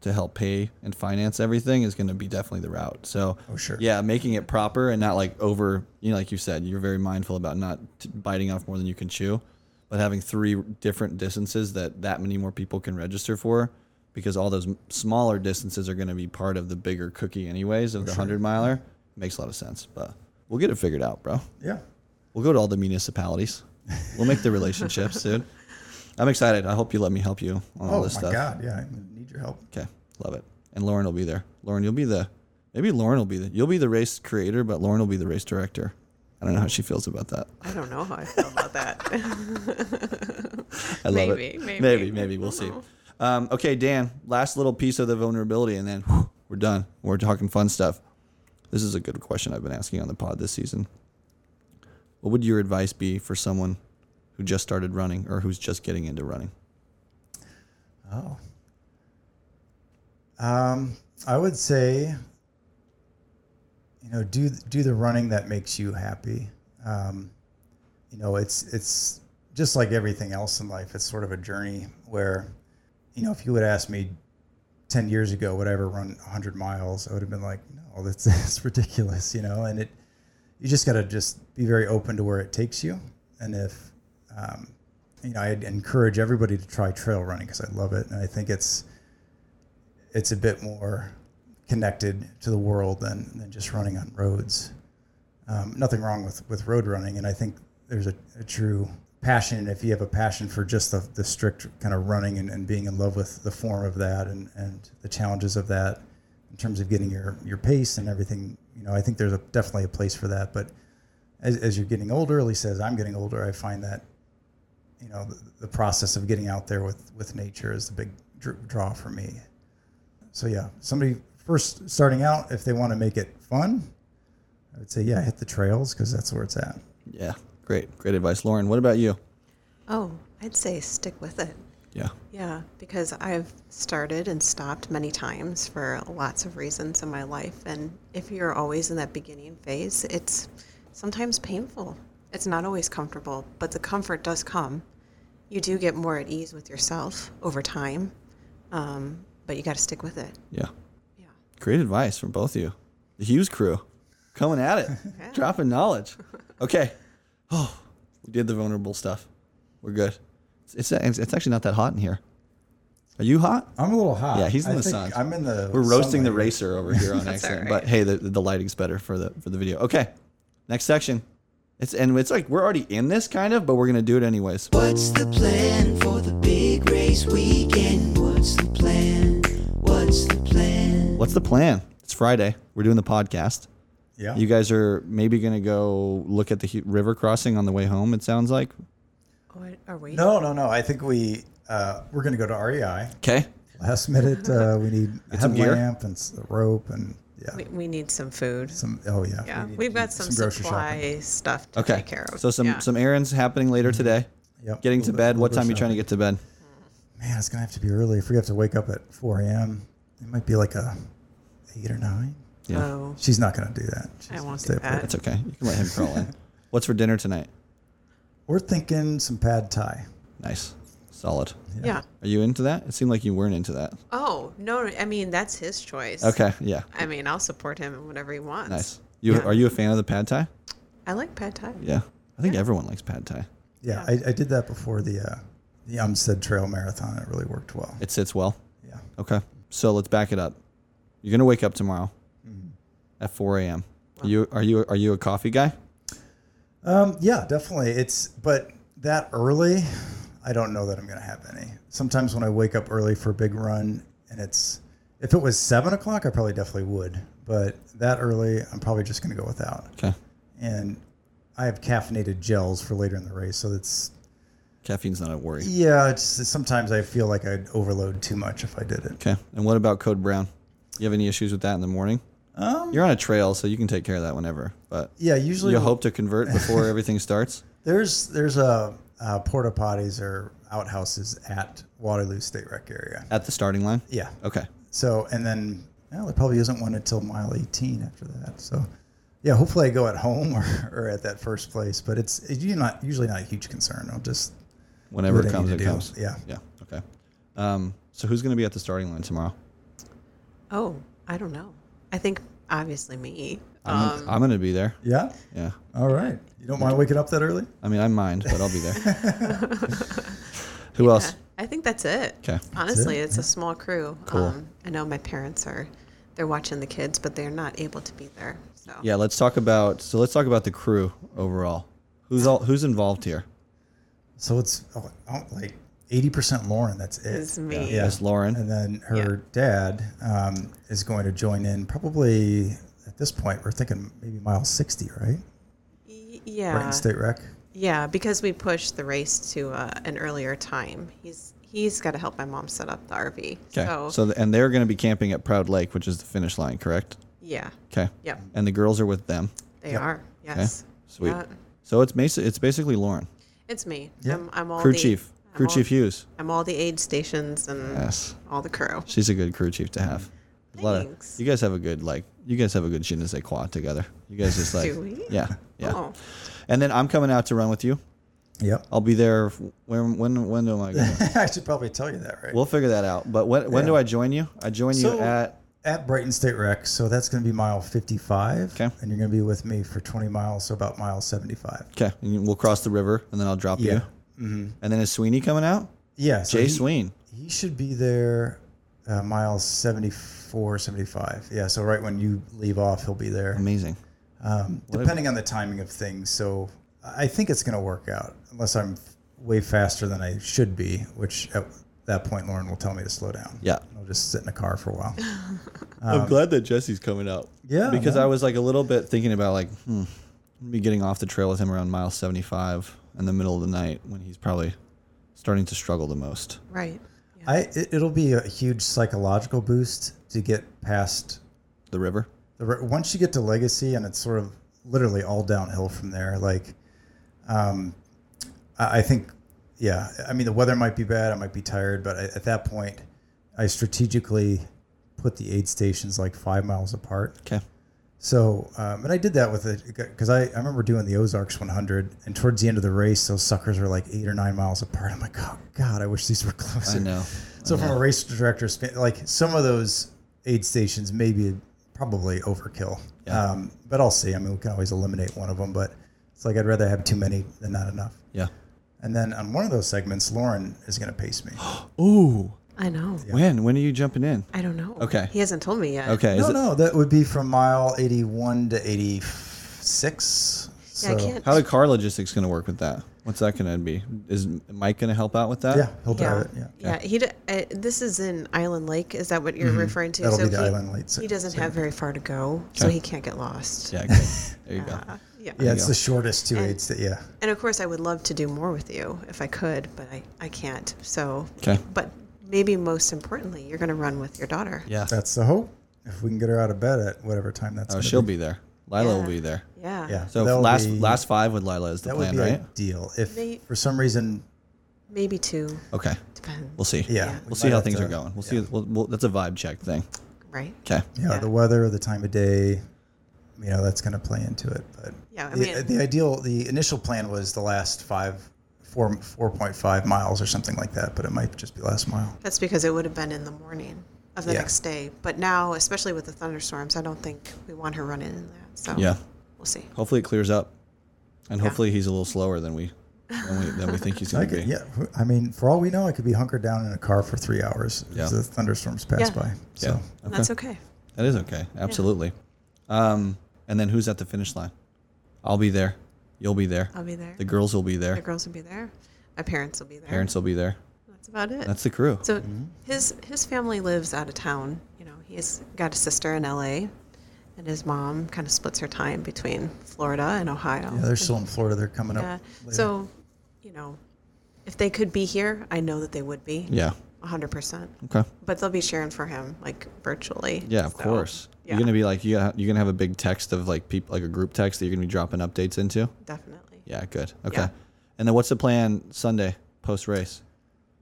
Speaker 3: to help pay and finance everything is gonna be definitely the route. So,
Speaker 2: Oh, sure.
Speaker 3: yeah, making it proper and not like over, you know, like you said, you're very mindful about not t- biting off more than you can chew, but having three different distances that that many more people can register for because all those m- smaller distances are going to be part of the bigger cookie anyways
Speaker 2: Oh,
Speaker 3: of the 100 miler makes a lot of sense, but we'll get it figured out, bro.
Speaker 2: Yeah.
Speaker 3: We'll go to all the municipalities. We'll make the relationships, dude. I'm excited. I hope you let me help you on all
Speaker 2: Oh, my
Speaker 3: this stuff.
Speaker 2: God. Yeah. I need your help.
Speaker 3: Okay, love it. And Lauren will be there. Lauren, you'll be the maybe Lauren will be the you'll be the race creator, but Lauren will be the race director. I don't know how she feels about that.
Speaker 1: I don't know how I feel about that.
Speaker 3: I love
Speaker 1: Maybe,
Speaker 3: it.
Speaker 1: maybe.
Speaker 3: maybe, maybe. We'll see. Um, okay, Dan. Last little piece of the vulnerability, and then whew, we're done. We're talking fun stuff. This is a good question I've been asking on the pod this season. What would your advice be for someone who just started running or who's just getting into running?
Speaker 2: Oh. Um, I would say, you know, do do the running that makes you happy. Um, you know, it's it's just like everything else in life. It's sort of a journey where, you know, if you would ask me ten years ago would I ever run hundred miles, I would have been like, no, that's that's ridiculous, you know. And it, you just got to just be very open to where it takes you, and if um, you know, I'd encourage everybody to try trail running because I love it, and I think it's it's a bit more connected to the world than than just running on roads. Um, nothing wrong with with road running, and I think there's a, a true passion. And if you have a passion for just the, the strict kind of running and, and being in love with the form of that and and the challenges of that in terms of getting your your pace and everything, you know, I think there's a, definitely a place for that, but. As, as you're getting older, at least as I'm getting older, I find that you know the, the process of getting out there with with nature is the big dr- draw for me so yeah somebody first starting out if they want to make it fun i would say yeah hit the trails because that's where it's at
Speaker 3: Yeah, great, great advice, Lauren. What about you?
Speaker 1: Oh, I'd say stick with it.
Speaker 3: Yeah,
Speaker 1: Yeah, because I've started and stopped many times for lots of reasons in my life. And if you're always in that beginning phase, it's sometimes painful. It's not always comfortable, but the comfort does come. you do get more at ease with yourself over time, um, but you got to stick with it.
Speaker 3: Yeah.
Speaker 1: Yeah.
Speaker 3: Great advice from both of you. The Hughes crew coming at it, dropping knowledge. Okay. Oh, we did the vulnerable stuff. We're good. It's, it's, it's actually not that hot in here. Are you hot?
Speaker 2: I'm a little hot.
Speaker 3: Yeah, he's in
Speaker 2: I
Speaker 3: the
Speaker 2: think
Speaker 3: sun.
Speaker 2: I'm in the.
Speaker 3: We're roasting the
Speaker 2: sunlight.
Speaker 3: racer over here on
Speaker 1: That's
Speaker 3: accident,
Speaker 1: all right.
Speaker 3: but hey, the, the lighting's better for the for the video. Okay, next section. It's and it's like we're already in this kind of, but we're gonna do it anyways.
Speaker 4: What's the plan for the big race weekend? What's the plan? What's the plan?
Speaker 3: What's the plan? It's Friday. We're doing the podcast.
Speaker 2: Yeah.
Speaker 3: You guys are maybe gonna go look at the hu- river crossing on the way home. It sounds like.
Speaker 1: Oh, are we?
Speaker 2: no, no, no. I think we uh, we're gonna go to REI.
Speaker 3: Okay.
Speaker 2: Last minute, uh, we need a
Speaker 3: some gear?
Speaker 2: headlamp and s- rope and yeah,
Speaker 1: We, we need some food.
Speaker 2: some. Oh yeah.
Speaker 1: Yeah,
Speaker 2: We need
Speaker 1: we've
Speaker 2: to
Speaker 1: got
Speaker 2: do
Speaker 1: some,
Speaker 2: grocery
Speaker 1: supply
Speaker 2: shopping.
Speaker 1: stuff to
Speaker 3: Okay.
Speaker 1: take care of.
Speaker 3: So some
Speaker 1: Yeah.
Speaker 3: some errands happening later today.
Speaker 2: Yep.
Speaker 3: Getting
Speaker 2: A
Speaker 3: to
Speaker 2: little bit-
Speaker 3: bed.
Speaker 2: little
Speaker 3: What
Speaker 2: bit
Speaker 3: time are you
Speaker 2: shopping.
Speaker 3: trying to get to bed?
Speaker 2: Man, it's gonna have to be early. If we have to wake up at 4 a.m., it might be like a eight or nine.
Speaker 3: Yeah.
Speaker 1: Oh,
Speaker 2: She's not gonna do that. She's
Speaker 1: I
Speaker 2: gonna
Speaker 1: won't
Speaker 2: stay
Speaker 1: do
Speaker 2: up late.
Speaker 1: that.
Speaker 3: That's okay. You can let him crawl in. What's for dinner tonight?
Speaker 2: We're thinking some pad thai.
Speaker 3: Nice. Solid.
Speaker 1: yeah.
Speaker 3: Are you into that? It seemed like you weren't into that.
Speaker 1: Oh no, I mean that's his choice.
Speaker 3: Okay. Yeah.
Speaker 1: I mean, I'll support him in whatever he wants.
Speaker 3: Nice. You
Speaker 1: Yeah.
Speaker 3: are you a fan of the pad thai?
Speaker 1: I like pad thai.
Speaker 3: Yeah. I think everyone likes pad thai.
Speaker 2: Yeah, I, I did that before the uh, the Umstead Trail Marathon. It really worked well.
Speaker 3: It sits well.
Speaker 2: Yeah.
Speaker 3: Okay. So let's back it up. You're gonna wake up tomorrow Mm-hmm. at 4 a.m. You are you are you a coffee guy?
Speaker 2: Um, yeah, definitely. It's but that early, I don't know that I'm gonna have any. Sometimes when I wake up early for a big run, and it's if it was seven o'clock, I probably definitely would. But that early, I'm probably just gonna go without.
Speaker 3: Okay.
Speaker 2: And I have caffeinated gels for later in the race, so it's
Speaker 3: Caffeine's not a worry.
Speaker 2: yeah. It's sometimes I feel like I'd overload too much if I did it.
Speaker 3: Okay. And what about Code Brown? You have any issues with that in the morning?
Speaker 2: Um,
Speaker 3: You're on a trail, so you can take care of that whenever. But
Speaker 2: yeah, usually
Speaker 3: you hope to convert before everything starts.
Speaker 2: There's there's a uh, porta potties or outhouses at Waterloo State Rec area.
Speaker 3: At the starting line?
Speaker 2: Yeah.
Speaker 3: Okay.
Speaker 2: So and then well, there probably isn't one until mile 18 after that. So yeah, hopefully I go at home or, or at that first place. But it's it's usually not usually not a huge concern. I'll just
Speaker 3: Whenever
Speaker 2: What
Speaker 3: it
Speaker 2: I
Speaker 3: comes,
Speaker 2: need
Speaker 3: it
Speaker 2: to do.
Speaker 3: comes.
Speaker 2: Yeah.
Speaker 3: Yeah. Okay. Um, so who's gonna be at the starting line tomorrow?
Speaker 1: Oh, I don't know. I think obviously me.
Speaker 3: I'm,
Speaker 1: Um,
Speaker 3: I'm gonna be there.
Speaker 2: yeah.
Speaker 3: Yeah.
Speaker 2: All right. You don't mind waking up that early?
Speaker 3: I mean, I mind, but I'll be there. Who else?
Speaker 1: I think that's it.
Speaker 3: 'Kay.
Speaker 1: Honestly, it's a small crew.
Speaker 3: Cool.
Speaker 1: Um, I know my parents are, they're watching the kids, but they're not able to be there. So
Speaker 3: Yeah, let's talk about. So let's talk about the crew overall. Who's all who's involved here?
Speaker 2: So it's oh, oh, like 80% Lauren. That's it.
Speaker 1: It's me.
Speaker 2: Yeah.
Speaker 3: That's Lauren.
Speaker 2: And then her dad um, is going to join in probably at this point. We're thinking maybe mile 60, right?
Speaker 1: Y-
Speaker 2: Brighton
Speaker 1: yeah,
Speaker 2: State Rec.
Speaker 1: yeah, because we pushed the race to uh, an earlier time. He's he's got to help my mom set up the RV.
Speaker 3: Okay.
Speaker 1: So,
Speaker 3: So th- and they're going to be camping at Proud Lake, which is the finish line, correct?
Speaker 1: yeah,
Speaker 3: Okay.
Speaker 1: Yep.
Speaker 3: And the girls are with them.
Speaker 1: they are.
Speaker 3: Okay.
Speaker 1: Yes.
Speaker 3: Sweet.
Speaker 1: Yeah.
Speaker 3: So it's basi- it's basically Lauren,
Speaker 1: It's me.
Speaker 2: Yeah.
Speaker 1: I'm, I'm all
Speaker 3: crew
Speaker 1: the,
Speaker 3: chief,
Speaker 1: I'm
Speaker 3: crew
Speaker 1: all-
Speaker 3: chief Hughes.
Speaker 1: I'm all the aid stations and
Speaker 3: Yes.
Speaker 1: all the crew.
Speaker 3: She's a good crew chief to have. A lot of-
Speaker 1: Thanks.
Speaker 3: you guys have a good like. You guys have a good je ne sais quoi together. You guys just like.
Speaker 1: Do we?
Speaker 3: Yeah. Yeah.
Speaker 1: Oh.
Speaker 3: And then I'm coming out to run with you.
Speaker 2: Yep.
Speaker 3: I'll be there. f- When when when am I going?
Speaker 2: I should probably tell you that, right?
Speaker 3: We'll figure that out. But when when do I join you? I join you
Speaker 2: So-
Speaker 3: at
Speaker 2: at Brighton State Rec. So that's going to be mile 55.
Speaker 3: Okay.
Speaker 2: And you're going to be with me for 20 miles, so about mile 75.
Speaker 3: okay. and We'll cross the river and then I'll drop you.
Speaker 2: Yeah. Mm-hmm.
Speaker 3: And then is Sweeney coming out?
Speaker 2: Yeah. So
Speaker 3: Jay
Speaker 2: he,
Speaker 3: Sween.
Speaker 2: he should be there uh, mile 74, 75. Yeah. So right when you leave off, he'll be there.
Speaker 3: Amazing.
Speaker 2: um, depending on the timing of things. So I think it's going to work out, unless I'm way faster than I should be, which at that point Lauren will tell me to slow down.
Speaker 3: Yeah.
Speaker 2: I'll just sit in the car for a while.
Speaker 3: I'm glad that Jesse's coming out.
Speaker 2: Um, Yeah,
Speaker 3: Because
Speaker 2: man.
Speaker 3: I was like a little bit thinking about like, hmm, I'll be getting off the trail with him around mile 75 in the middle of the night when he's probably starting to struggle the most.
Speaker 1: Right.
Speaker 2: I it, it'll be a huge psychological boost to get past
Speaker 3: The river.
Speaker 2: the re- once you get to Legacy, and it's sort of literally all downhill from there. Like, um, I, I think, yeah. I mean, the weather might be bad. I might be tired, but I, at that point, I strategically put the aid stations like five miles apart.
Speaker 3: Okay.
Speaker 2: So, um, and I did that with it because I, I remember doing the Ozarks 100, and towards the end of the race, those suckers were like eight or nine miles apart. I'm like, oh god, I wish these were closer.
Speaker 3: I know.
Speaker 2: So, from a race director's span, like some of those aid stations, maybe probably overkill. Um, but I'll see. I mean, we can always eliminate one of them, but it's like I'd rather have too many than not enough.
Speaker 3: Yeah.
Speaker 2: And then on one of those segments, Lauren is going to pace me.
Speaker 7: Ooh.
Speaker 1: I know.
Speaker 7: When? When are you jumping in?
Speaker 1: I don't know.
Speaker 3: Okay.
Speaker 1: He hasn't told me yet.
Speaker 3: Okay.
Speaker 2: no,
Speaker 3: is it-
Speaker 2: no, that would be from mile 81 to 86.
Speaker 1: Yeah, I
Speaker 2: So-
Speaker 1: can't.
Speaker 7: How are car logistics going to work with that? What's that going to be? Is Mike going to help out with that?
Speaker 2: Yeah, he'll
Speaker 1: yeah.
Speaker 2: drive it. Yeah.
Speaker 1: yeah. He. d- Uh, this is in Island Lake. Is that what you're referring to?
Speaker 2: Mm-hmm. That'll be the
Speaker 1: he,
Speaker 2: Island Lake se-
Speaker 1: He doesn't have very far to go, so he can't get lost.
Speaker 3: Yeah. Good. There you go.
Speaker 1: Uh, yeah.
Speaker 2: Yeah, it's the shortest two eights that, yeah.
Speaker 1: And of course, I would love to do more with you if I could, but I, I can't. So,
Speaker 7: Okay.
Speaker 1: but maybe most importantly, you're going to run with your daughter.
Speaker 3: Yeah.
Speaker 2: That's the hope. If we can get her out of bed at whatever time that's
Speaker 3: Oh,
Speaker 2: gonna
Speaker 3: she'll be there. Lila will
Speaker 1: Yeah.
Speaker 3: be there.
Speaker 1: Yeah.
Speaker 2: Yeah.
Speaker 3: So
Speaker 2: that'll
Speaker 3: last
Speaker 2: be-
Speaker 3: last five with Lila is the
Speaker 2: That would
Speaker 3: plan,
Speaker 2: be
Speaker 3: right?
Speaker 2: ideal. If
Speaker 1: They-
Speaker 2: for some reason,
Speaker 1: Maybe two.
Speaker 3: Okay.
Speaker 1: Depends.
Speaker 3: We'll see.
Speaker 2: yeah.
Speaker 1: Yeah.
Speaker 2: we
Speaker 3: We'll see
Speaker 2: might
Speaker 3: how
Speaker 2: have
Speaker 3: things
Speaker 2: to-
Speaker 3: are going. We'll see. We'll, we'll, that's a vibe check thing.
Speaker 1: Right.
Speaker 3: Okay.
Speaker 2: Yeah,
Speaker 1: Yeah.
Speaker 2: the weather, the time of day, you know, that's going to play into it. But
Speaker 1: Yeah, I
Speaker 2: the,
Speaker 1: mean-
Speaker 2: the ideal, the initial plan was the last five, four, 4.5 miles or something like that, but it might just be last mile.
Speaker 1: That's because it would have been in the morning of the
Speaker 2: Yeah.
Speaker 1: next day. But now, especially with the thunderstorms, I don't think we want her running in that. So
Speaker 3: Yeah.
Speaker 1: we'll see.
Speaker 3: Hopefully it clears up, and hopefully he's a little slower than we than we, than we think he's
Speaker 2: I
Speaker 3: going to be.
Speaker 2: could, yeah, I mean, for all we know, I could be hunkered down in a car for three hours
Speaker 3: Yeah.
Speaker 2: as the thunderstorms pass
Speaker 1: Yeah.
Speaker 2: by. So
Speaker 3: Yeah.
Speaker 1: And That's okay.
Speaker 3: That is okay. Absolutely. Um, and then who's at the finish line? I'll be there. You'll be there.
Speaker 1: I'll be there.
Speaker 3: The girls will be there.
Speaker 1: The girls will be there. My parents will be there.
Speaker 3: Parents will be there.
Speaker 1: That's about it.
Speaker 3: That's Mm-hmm. the crew.
Speaker 1: So his his family lives out of town. You know, he's got a sister in L.A. and his mom kind of splits her time between Florida and Ohio.
Speaker 2: yeah, they're still in Florida. They're coming
Speaker 1: Yeah.
Speaker 2: up. later.
Speaker 1: So, you know, if they could be here, I know that they would be.
Speaker 3: yeah.
Speaker 1: hundred percent.
Speaker 3: Okay.
Speaker 1: But they'll be sharing for him like virtually.
Speaker 3: Yeah, of
Speaker 1: so,
Speaker 3: course.
Speaker 1: yeah.
Speaker 3: You're gonna be like you. Got, you're gonna have a big text of like people, like a group text that you're gonna be dropping updates into.
Speaker 1: Definitely.
Speaker 3: Yeah, good. Okay.
Speaker 1: Yeah.
Speaker 3: And then what's the plan Sunday post race?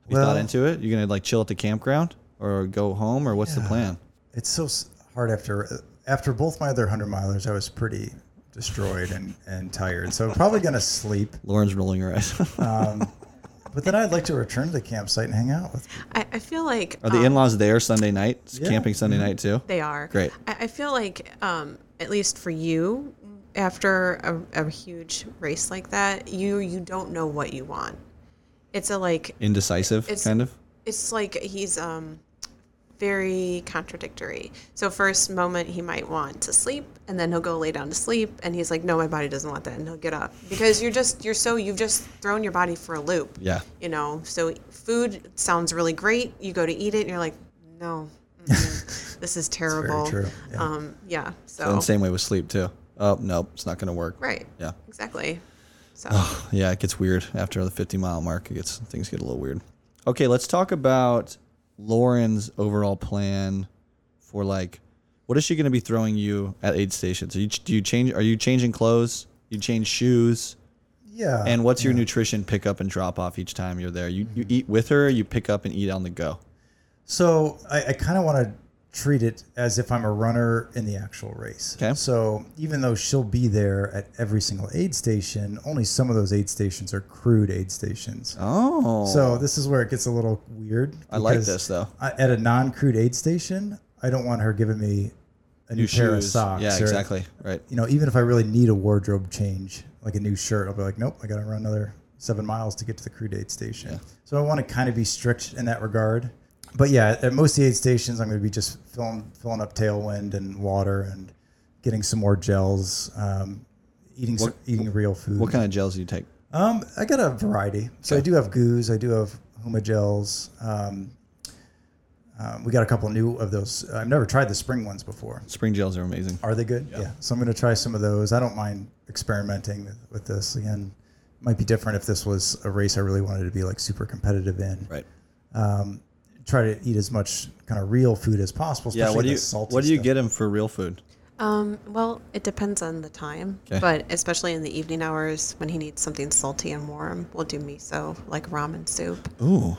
Speaker 3: You
Speaker 2: Well-
Speaker 3: thought into it? You're gonna like chill at the campground or go home or what's the plan?
Speaker 2: it's so s- hard after uh, after both my other hundred milers. I was pretty destroyed and, and tired. So I'm probably gonna sleep.
Speaker 3: Lauren's rolling her eyes.
Speaker 2: But then I'd like to return to the campsite and hang out with.
Speaker 1: I, I feel like
Speaker 3: Are the
Speaker 1: um,
Speaker 3: in-laws there Sunday night? It's
Speaker 2: Yeah.
Speaker 3: Camping Sunday night too.
Speaker 1: They are
Speaker 3: Great.
Speaker 1: I, I feel like, um, at least for you, after a, a huge race like that, you you don't know what you want. It's a like
Speaker 3: Indecisive,
Speaker 1: It's-
Speaker 3: kind of.
Speaker 1: it's like he's um very contradictory. So first moment he might want to sleep and then he'll go lay down to sleep and he's like no my body doesn't want that and he'll get up because you're just you're so you've just thrown your body for a loop.
Speaker 3: Yeah.
Speaker 1: You know, so food sounds really great. You go to eat it and you're like no. mm-mm, this is terrible.
Speaker 2: true, yeah.
Speaker 1: Um yeah.
Speaker 3: And
Speaker 1: So
Speaker 3: same way with sleep too. Oh nope, it's not gonna work.
Speaker 1: right.
Speaker 3: Yeah.
Speaker 1: Exactly. So
Speaker 3: Yeah, it gets weird after the 50 mile mark. It gets things get a little weird. Okay, let's talk about Lauren's overall plan for like what is she going to be throwing you at aid stations? Are you, do you change? Are you changing clothes? You change shoes?
Speaker 2: Yeah.
Speaker 3: And what's your nutrition pick up and drop off each time you're there? You you eat with her. You pick up and eat on the go.
Speaker 2: So I, I kind of want to treat it as if I'm a runner in the actual race.
Speaker 3: Okay.
Speaker 2: So even though she'll be there at every single aid station, only some of those aid stations are crude aid stations.
Speaker 3: Oh,
Speaker 2: So this is where it gets a little weird.
Speaker 3: I like
Speaker 2: because
Speaker 3: this though.
Speaker 2: I, at a non-crude aid station, I don't want her giving me a new,
Speaker 3: New
Speaker 2: pair
Speaker 3: shoes.
Speaker 2: of socks.
Speaker 3: Yeah,
Speaker 2: or-
Speaker 3: exactly. Right.
Speaker 2: You know, even if I really need a wardrobe change, like a new shirt, I'll be like, nope, I got to run another seven miles to get to the crude aid station. So I want to kind of be strict in that regard. But yeah, at most of the aid stations, I'm going to be just filling filling up tailwind and water and getting some more gels, um, eating some, eating real food.
Speaker 3: What kind of gels do you take?
Speaker 2: Um, I got a variety. So I do have goos. I do have Huma gels. Um, um, we got a couple new of those. I've never tried the spring ones before.
Speaker 3: Spring gels are amazing.
Speaker 2: Are they good? Yeah. So I'm going to try some of those. I don't mind experimenting with, with this again. Might be different if this was a race I really wanted to be like super competitive in.
Speaker 3: Right.
Speaker 2: Try to eat as much kind of real food as possible.
Speaker 3: Yeah.
Speaker 2: especially
Speaker 3: What do
Speaker 2: the
Speaker 3: you
Speaker 2: salty
Speaker 3: What do you
Speaker 2: stuff.
Speaker 3: get him for real food?
Speaker 1: Um, well, it depends on the time,
Speaker 3: Okay.
Speaker 1: but especially in the evening hours when he needs something salty and warm, we'll do miso, like ramen soup.
Speaker 3: Ooh.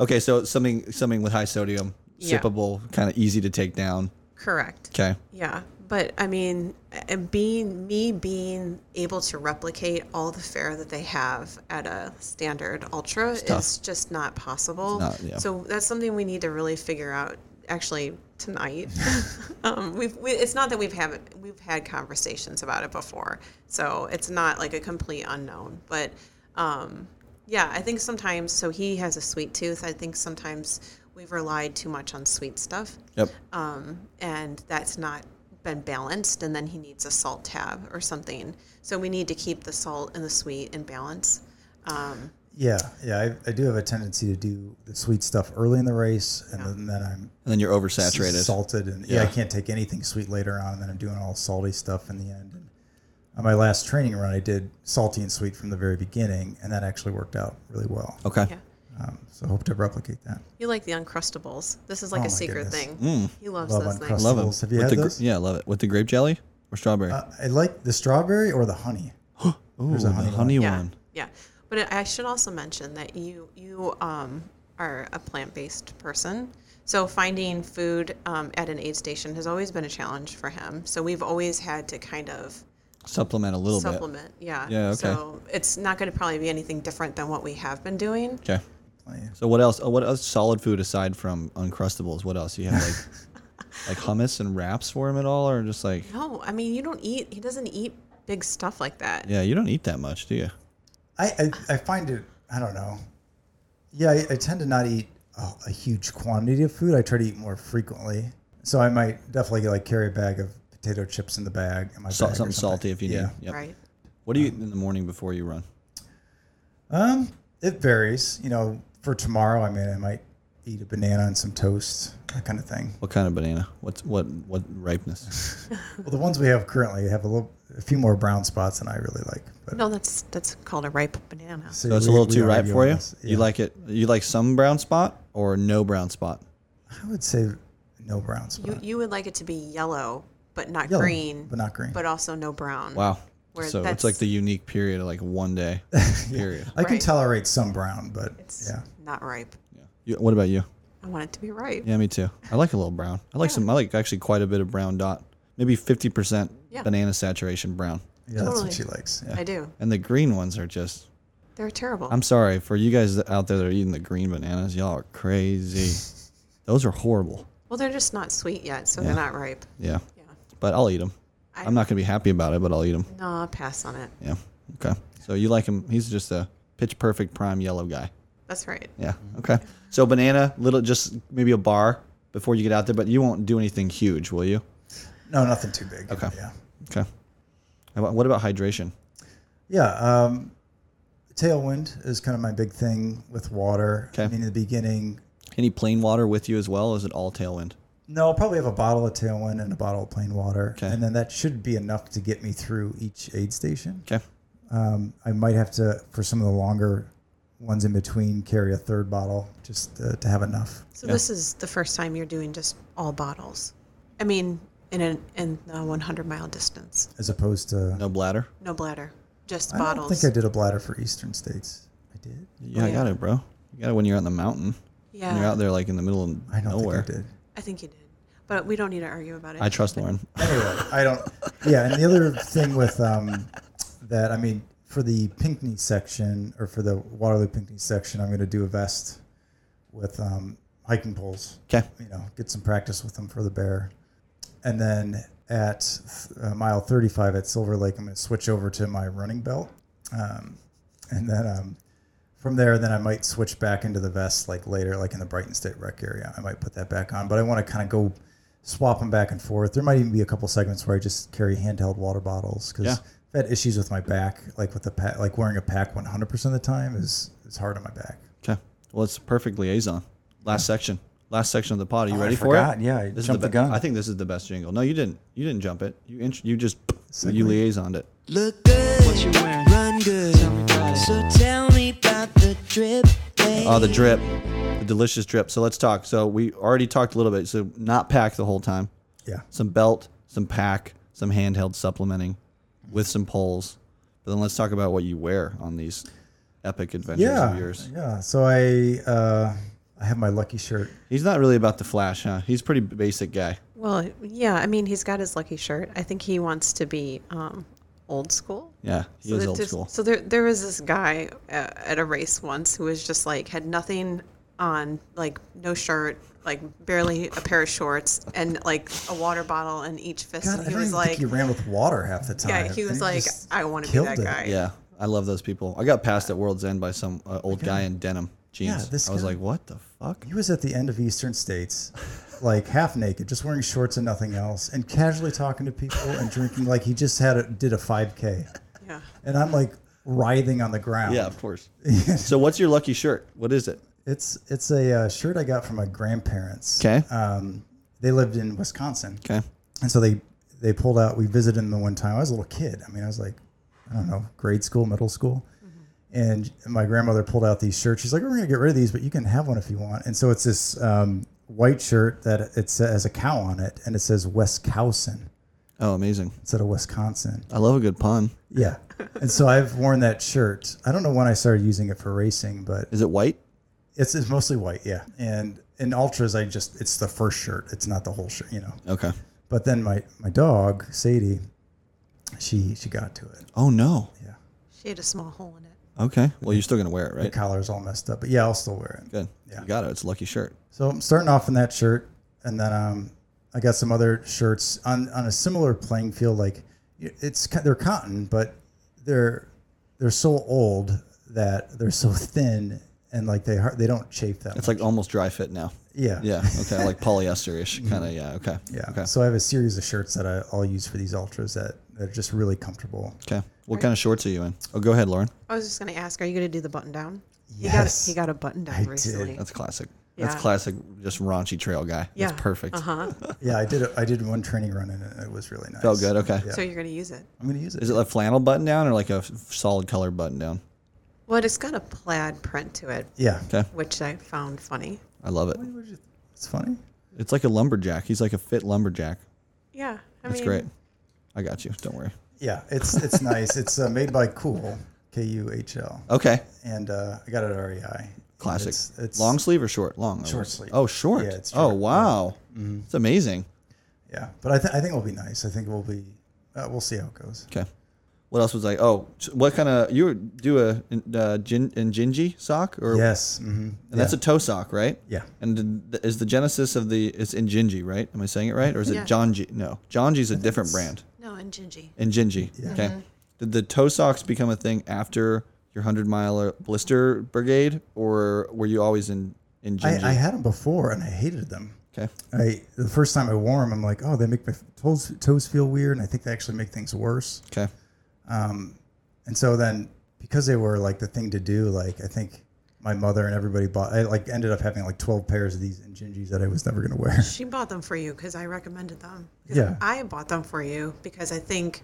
Speaker 3: Okay, so it's something something with high sodium,
Speaker 1: Yeah.
Speaker 3: sippable, kind of easy to take down.
Speaker 1: Correct.
Speaker 3: Okay.
Speaker 1: Yeah, but I mean, and being me being able to replicate all the fare that they have at a standard ultra is just not possible.
Speaker 3: not, yeah.
Speaker 1: So that's something we need to really figure out. Actually, tonight, um, we've we, it's not that we've haven't we've had conversations about it before, so it's not like a complete unknown. But um, yeah, I think sometimes. So he has a sweet tooth. I think sometimes we've relied too much on sweet stuff
Speaker 3: Yep.
Speaker 1: um, and that's not been balanced and then he needs a salt tab or something so we need to keep the salt and the sweet in balance um,
Speaker 2: Yeah, yeah, I, I do have a tendency to do the sweet stuff early in the race, and then, then I'm
Speaker 3: And then you're oversaturated.
Speaker 2: salted, and yeah. I
Speaker 3: Yeah.
Speaker 2: can't take anything sweet later on, and then I'm doing all salty stuff in the end. And on my last training run, I did salty and sweet from the very beginning, and that actually worked out really well.
Speaker 3: Okay.
Speaker 1: yeah
Speaker 2: Um, so I hope to replicate that.
Speaker 1: you like the uncrustables this is like
Speaker 2: Oh my
Speaker 1: a secret
Speaker 2: goodness. Mm.
Speaker 1: thing he loves
Speaker 2: Love
Speaker 1: those
Speaker 2: Uncrustables.
Speaker 1: things
Speaker 3: Love them.
Speaker 2: Have you had
Speaker 3: the, gr-
Speaker 2: those?
Speaker 3: Yeah, love it. With the grape jelly or strawberry?
Speaker 2: Uh, I like the strawberry or the honey.
Speaker 3: Ooh,
Speaker 2: there's a
Speaker 3: the
Speaker 2: honey
Speaker 3: honey,
Speaker 2: one.
Speaker 1: yeah
Speaker 3: one.
Speaker 1: yeah but i should also mention that you you um, are a plant-based person so finding food um, at an aid station has always been a challenge for him so we've always had to kind of
Speaker 3: Supplement a little
Speaker 1: supplement. Yeah.
Speaker 3: Yeah, okay.
Speaker 1: So it's not going to probably be anything different than what we have been doing.
Speaker 3: bit. Okay.
Speaker 2: Plenty.
Speaker 3: So what else? oh, What else? Solid food aside from Uncrustables. What else? You have like like hummus and wraps for him at all, or just like
Speaker 1: No, I mean you don't eat. He doesn't eat big stuff like that.
Speaker 3: yeah, you don't eat that much, do you?
Speaker 2: I, I, I find it, I don't know. Yeah, I, I tend to not eat a, a huge quantity of food. I try to eat more frequently. So I might definitely like carry a bag of potato chips in the bag. In my
Speaker 3: Salt,
Speaker 2: bag or
Speaker 3: something salty if you
Speaker 2: Yeah.
Speaker 3: need. Yep.
Speaker 1: Right.
Speaker 3: What do you eat in the morning before you run?
Speaker 2: Um, it varies. You know, for tomorrow, I mean, I might eat a banana and some toast, that kind of thing.
Speaker 3: What kind of banana? What's what what ripeness?
Speaker 2: Well, the ones we have currently have a little, a few more brown spots than I really like. But
Speaker 1: No, that's that's called a ripe banana.
Speaker 2: so
Speaker 3: So it's a
Speaker 2: we-
Speaker 3: little
Speaker 2: we
Speaker 3: too
Speaker 2: are
Speaker 3: ripe for
Speaker 2: arguing
Speaker 3: you.
Speaker 2: this.
Speaker 3: You
Speaker 2: Yeah.
Speaker 3: like it? You like some brown spot or no brown spot?
Speaker 2: I would say no brown spot.
Speaker 1: You you would like it to be yellow, but not
Speaker 2: Yellow,
Speaker 1: green,
Speaker 2: but not green.
Speaker 1: but also no brown.
Speaker 3: Wow.
Speaker 1: Where
Speaker 3: so it's
Speaker 1: that's-
Speaker 3: like the unique period, of like one day period.
Speaker 2: I can
Speaker 1: Right.
Speaker 2: tolerate some brown, but
Speaker 1: It's
Speaker 2: yeah.
Speaker 1: not ripe.
Speaker 3: You, what about you?
Speaker 1: I want it to be ripe.
Speaker 3: Yeah, me too. I like a little brown. I like some. I like actually quite a bit of brown dot. Maybe fifty percent
Speaker 1: Yeah.
Speaker 3: banana saturation brown.
Speaker 2: Yeah, that's
Speaker 1: Totally.
Speaker 2: what she likes. Yeah.
Speaker 1: I do.
Speaker 3: And the green ones are just.
Speaker 1: They're terrible.
Speaker 3: I'm sorry for you guys that- out there that are eating the green bananas. Y'all are crazy. Those are horrible.
Speaker 1: well, they're just not sweet yet, so they're not ripe.
Speaker 3: Yeah.
Speaker 1: Yeah.
Speaker 3: But I'll eat them.
Speaker 1: I-
Speaker 3: I'm not gonna be happy about it, but I'll eat them.
Speaker 1: No, I'll pass on it.
Speaker 3: Yeah. Okay. So you like him? He's just a pitch perfect prime yellow guy.
Speaker 1: That's right.
Speaker 3: Yeah.
Speaker 2: Mm-hmm.
Speaker 3: Okay. So banana, little, just maybe a bar before you get out there, but you won't do anything huge, will you?
Speaker 2: No, nothing too big.
Speaker 3: Okay.
Speaker 2: Yeah.
Speaker 3: Okay. How about- What about hydration?
Speaker 2: Yeah. Um, tailwind is kind of my big thing with water. I
Speaker 3: Okay.
Speaker 2: mean, in the beginning,
Speaker 3: Any plain water with you as well? Or is it all tailwind?
Speaker 2: no, I'll probably have a bottle of tailwind and a bottle of plain water.
Speaker 3: Okay.
Speaker 2: And then that should be enough to get me through each aid station.
Speaker 3: Okay.
Speaker 2: Um, I might have to, for some of the longer ones in between, carry a third bottle just uh, to have enough.
Speaker 1: So this is the first time you're doing just all bottles. I mean, in an in a 100 mile distance,
Speaker 2: As opposed to,
Speaker 3: No bladder.
Speaker 1: no bladder, just
Speaker 2: I
Speaker 1: bottles.
Speaker 2: don't think I did a bladder for Eastern states. I did.
Speaker 3: Yeah, Oh, I got it, bro. You got it when you're out in the mountain. When you're
Speaker 1: Yeah.
Speaker 3: out there like in the middle of
Speaker 2: I don't
Speaker 3: nowhere.
Speaker 2: think I did.
Speaker 1: I think you did, but we don't need to argue about it.
Speaker 3: I trust Lauren.
Speaker 2: anyway, I don't. Yeah, and the other thing with um, that, I mean, for the Pinckney section or for the Waterloo Pinckney section, I'm going to do a vest with um, hiking poles.
Speaker 3: Okay.
Speaker 2: You know, get some practice with them for the bear, and then at uh, mile 35 at Silver Lake, I'm going to switch over to my running belt, um, and then. Um, from there, then I might switch back into the vest like later, like in the Brighton State Rec area. I might put that back on, but I want to kind of go swap them back and forth. There might even be a couple segments where I just carry handheld water bottles because
Speaker 3: Yeah.
Speaker 2: I've had issues with my back, like with the pack, like wearing a pack 100% of the time is is hard on my back.
Speaker 3: Okay. Well, it's a perfect liaison. Last section. Last section of the pod. Are you
Speaker 2: Oh, I
Speaker 3: ready for
Speaker 2: forgot.
Speaker 3: it?
Speaker 2: Yeah, I
Speaker 3: This is
Speaker 2: jumped the
Speaker 3: be-
Speaker 2: gun.
Speaker 3: I think this is the best jingle. No, you didn't. You didn't jump it. You int- you just you
Speaker 2: Segment.
Speaker 3: liaisoned it.
Speaker 4: Look good. What you wearing? Run good. So tell me about the drip. Babe.
Speaker 3: Oh, the drip, the delicious drip. So let's talk. So we already talked a little bit. So not pack the whole time.
Speaker 2: Yeah.
Speaker 3: Some belt, some pack, some handheld supplementing, with some poles. But then let's talk about what you wear on these epic adventures
Speaker 2: Yeah.
Speaker 3: of yours.
Speaker 2: Yeah. So I uh, I have my lucky shirt.
Speaker 3: He's not really about the flash, huh? He's a pretty basic guy.
Speaker 1: Well, yeah, I mean, he's got his lucky shirt. I think he wants to be um, old school.
Speaker 3: Yeah, he
Speaker 1: So
Speaker 3: is
Speaker 1: that
Speaker 3: old
Speaker 1: just-
Speaker 3: school.
Speaker 1: So there, there was this guy uh, at a race once who was just like had nothing on, like no shirt, like barely a pair of shorts, and like a water bottle in each fist.
Speaker 2: God, I
Speaker 1: and
Speaker 2: don't
Speaker 1: he
Speaker 2: even
Speaker 1: was
Speaker 2: think
Speaker 1: like,
Speaker 2: he ran with water half the time.
Speaker 1: yeah, he
Speaker 2: I
Speaker 1: was
Speaker 2: think
Speaker 1: like,
Speaker 2: just
Speaker 1: I want to be
Speaker 2: killed
Speaker 1: that
Speaker 2: it.
Speaker 1: guy.
Speaker 3: Yeah, I love those people. I got passed at World's End by some uh, old guy in denim jeans.
Speaker 2: Yeah, this
Speaker 3: I was
Speaker 2: guy.
Speaker 3: like, what the fuck?
Speaker 2: He was at the end of Eastern States, like half naked, just wearing shorts and nothing else, and casually talking to people and drinking like he just had a, did a 5K.
Speaker 1: Yeah.
Speaker 2: And I'm like writhing on the ground.
Speaker 3: Yeah, of course. so what's your lucky shirt? What is it?
Speaker 2: It's it's a uh, shirt I got from my grandparents.
Speaker 3: 'Kay.
Speaker 2: Um, they lived in Wisconsin.
Speaker 3: Okay.
Speaker 2: And so they they pulled out. We visited them the one time. I was a little kid. I mean, I was like, I don't know, grade school, middle school. And my grandmother pulled out these shirts. She's like, "We're gonna get rid of these, but you can have one if you want." And so it's this um, white shirt that it says a cow on it, and it says Wisconsin
Speaker 3: Oh, amazing.
Speaker 2: instead of Wisconsin.
Speaker 3: I love a good pun.
Speaker 2: Yeah. and so I've worn that shirt. I don't know when I started using it for racing, but
Speaker 3: Is it white?
Speaker 2: it's, it's mostly white. Yeah. And in ultras, I just it's the first shirt. It's not the whole shirt, you know.
Speaker 3: Okay.
Speaker 2: But then my my dog Sadie, she she got to it.
Speaker 3: Oh no.
Speaker 2: Yeah,
Speaker 1: She had a small hole in it.
Speaker 3: Okay. Well, you're still gonna wear it,
Speaker 2: the
Speaker 3: right?
Speaker 2: collar's all messed up, but yeah, I'll still wear it.
Speaker 3: Good.
Speaker 2: Yeah.
Speaker 3: You got it. It's a lucky shirt.
Speaker 2: So I'm starting off in that shirt, and then um, I got some other shirts on on a similar playing field. Like it's co- they're cotton, but they're they're so old that they're so thin and like they har- they don't chafe that.
Speaker 3: It's
Speaker 2: much.
Speaker 3: like almost dry fit now.
Speaker 2: yeah Mm-hmm.
Speaker 3: Yeah. Okay. like polyester ish kind of. Yeah. Okay.
Speaker 2: yeah.
Speaker 3: Okay.
Speaker 2: So I have a series of shirts that I, I'll use for these ultras that that are just really comfortable.
Speaker 3: Okay. What kind of shorts are you in? Oh, go ahead, Lauren.
Speaker 1: I was just gonna ask, are you gonna do the button down?
Speaker 2: Yes.
Speaker 1: He got, he got a button down
Speaker 2: I did.
Speaker 1: recently.
Speaker 3: That's classic.
Speaker 1: Yeah.
Speaker 3: That's classic. Just raunchy trail guy.
Speaker 1: yeah.
Speaker 3: That's perfect.
Speaker 1: Uh huh.
Speaker 2: Yeah, I did. A, I did one training run and it- it was really nice.
Speaker 3: Felt good. Okay.
Speaker 2: Yeah.
Speaker 1: So you're gonna use it.
Speaker 2: I'm gonna use it.
Speaker 3: Is it a flannel button down or like a f- solid color button down?
Speaker 1: Well, it's got a plaid print to it,
Speaker 2: yeah.
Speaker 3: Okay.
Speaker 1: which I found funny.
Speaker 3: I love it.
Speaker 2: It's funny.
Speaker 3: It's like a lumberjack. He's like a fit lumberjack.
Speaker 1: Yeah. I
Speaker 3: That's
Speaker 1: mean,
Speaker 3: great. I got you. Don't worry.
Speaker 2: Yeah, it's it's nice. It's uh, made by Cool, K U H L,
Speaker 3: Okay.
Speaker 2: and uh, I got it at REI.
Speaker 3: Classic.
Speaker 2: It's, it's
Speaker 3: long sleeve or short? Long.
Speaker 2: Short sleeve.
Speaker 3: Oh, short.
Speaker 2: Yeah, it's
Speaker 3: Oh,
Speaker 2: short. Mm-hmm.
Speaker 3: wow. It's amazing.
Speaker 2: Yeah, but I, th- I think it'll be nice. I think it will be. Uh, we'll see how it goes.
Speaker 3: Okay. What else was like? Oh, s- what kind of you would do a uh, gin and gingy sock or
Speaker 2: Yes. Mm-hmm.
Speaker 3: And that's a toe sock, right?
Speaker 2: Yeah.
Speaker 3: And th- th- is the genesis of the it's in Gingy, right? Am I saying it right, or is
Speaker 1: Yeah.
Speaker 3: it Jonji? No, Jonji's a different brand.
Speaker 1: No, and Gingy.
Speaker 3: And Gingy. Okay.
Speaker 2: Mm-hmm.
Speaker 3: Did the toe socks become a thing after your hundred mile blister brigade, or were you always in in Gingy?
Speaker 2: I, I had them before and I hated them.
Speaker 3: okay.
Speaker 2: I the first time I wore them, I'm like, oh, they make my f- toes toes feel weird, and I think they actually make things worse.
Speaker 3: Okay.
Speaker 2: And so then because they were like the thing to do, like I think my mother and everybody bought I like ended up having like 12 pairs of these Injinjis that I was never going to wear.
Speaker 1: She bought them for you because I recommended them. 'Cause
Speaker 2: Yeah.
Speaker 1: I bought them for you because I think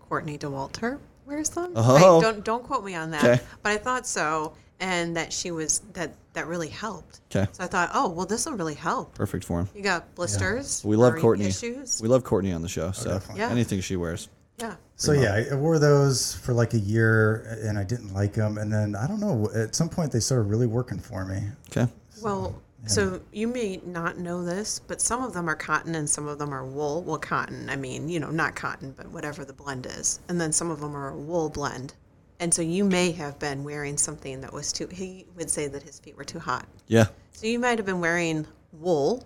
Speaker 1: Courtney DeWalter wears them.
Speaker 3: Oh.
Speaker 1: I, don't don't quote me on that.
Speaker 3: Okay.
Speaker 1: But I thought so, and that she was that that really helped.
Speaker 3: 'Kay.
Speaker 1: So I thought, oh well, this will really help.
Speaker 3: Perfect for him.
Speaker 1: You got blisters.
Speaker 3: We love
Speaker 1: burn
Speaker 3: Courtney.
Speaker 1: Issues.
Speaker 3: We love Courtney on the show, so
Speaker 2: Oh, definitely.
Speaker 1: Yeah.
Speaker 3: anything she wears.
Speaker 1: yeah.
Speaker 2: So yeah, I- I wore those for like a year and I didn't like them and then I don't know, at some point they started really working for me.
Speaker 3: Okay.
Speaker 1: Well, so you may not know this, but some of them are cotton and some of them are wool. Well, cotton, I mean, you know, not cotton, but whatever the blend is. And then some of them are a wool blend. And so you may have been wearing something that was too, he would say that his feet were too hot.
Speaker 3: Yeah.
Speaker 1: So you might have been wearing wool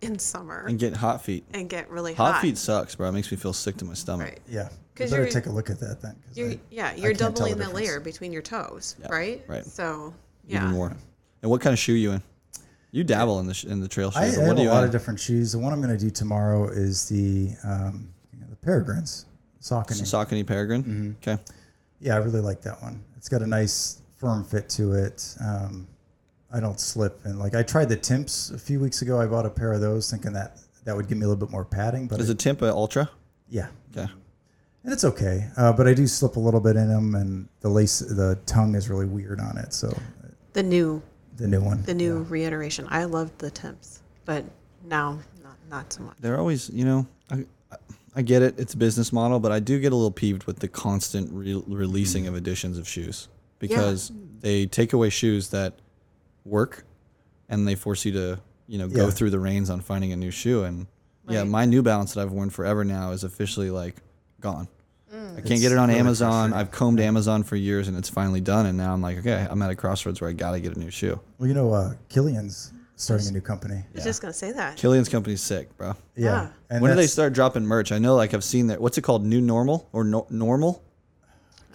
Speaker 1: in summer
Speaker 3: And
Speaker 1: and,
Speaker 3: getting hot feet.
Speaker 1: get really hot.
Speaker 3: Hot feet sucks, bro. It makes me feel sick to my stomach.
Speaker 1: Right.
Speaker 2: Yeah. You
Speaker 1: 'Cause
Speaker 2: better
Speaker 1: you're-
Speaker 2: take a look at that then. 'cause
Speaker 1: You're,
Speaker 2: I-
Speaker 1: yeah,
Speaker 2: I
Speaker 1: you're
Speaker 2: can't tell
Speaker 1: doubling the,
Speaker 2: difference.
Speaker 1: layer between your toes, right?
Speaker 3: right.
Speaker 1: So, yeah.
Speaker 3: Even more. And what kind of shoe you in? You dabble in the sh- in the trail shoes.
Speaker 2: I, I
Speaker 3: but
Speaker 2: have
Speaker 3: what
Speaker 2: a
Speaker 3: do you
Speaker 2: lot
Speaker 3: in?
Speaker 2: of different shoes. The one I'm going to do tomorrow is the um, the Peregrines Saucony.
Speaker 3: Saucony Peregrine.
Speaker 2: Mm-hmm.
Speaker 3: Okay.
Speaker 2: Yeah, I really like that one. It's got a nice firm fit to it. Um, I don't slip, and like I tried the Timps a few weeks ago. I bought a pair of those, thinking that that would give me a little bit more padding, but
Speaker 3: Is
Speaker 2: it,
Speaker 3: it Timpa Ultra?
Speaker 2: yeah,
Speaker 3: Okay.
Speaker 2: and it's okay. Uh, but I do slip a little bit in them, and the lace, the tongue is really weird on it. So
Speaker 1: The new
Speaker 2: the new one,
Speaker 1: the new reiteration. I loved the temps, but now not, not so much.
Speaker 3: They're always, you know, I, I- I get it. It's a business model, but I do get a little peeved with the constant re- releasing of editions of shoes because they take away shoes that work and they force you to you know go
Speaker 2: Yeah.
Speaker 3: through the reins on finding a new shoe and yeah
Speaker 1: Right.
Speaker 3: my new balance that i've worn forever now is officially like gone i can't get it on
Speaker 2: really
Speaker 3: amazon
Speaker 2: frustrating.
Speaker 3: i've combed amazon for years and it's finally done and now i'm like okay i'm at a crossroads where i gotta get a new shoe
Speaker 2: Well, you know, uh, Killian's starting a new company.
Speaker 1: I was just gonna say that.
Speaker 3: killian's company's sick bro
Speaker 2: Yeah.
Speaker 1: Yeah.
Speaker 2: And
Speaker 3: when do they
Speaker 2: that's-
Speaker 3: start dropping merch i know like i've seen that what's it called new normal or no, normal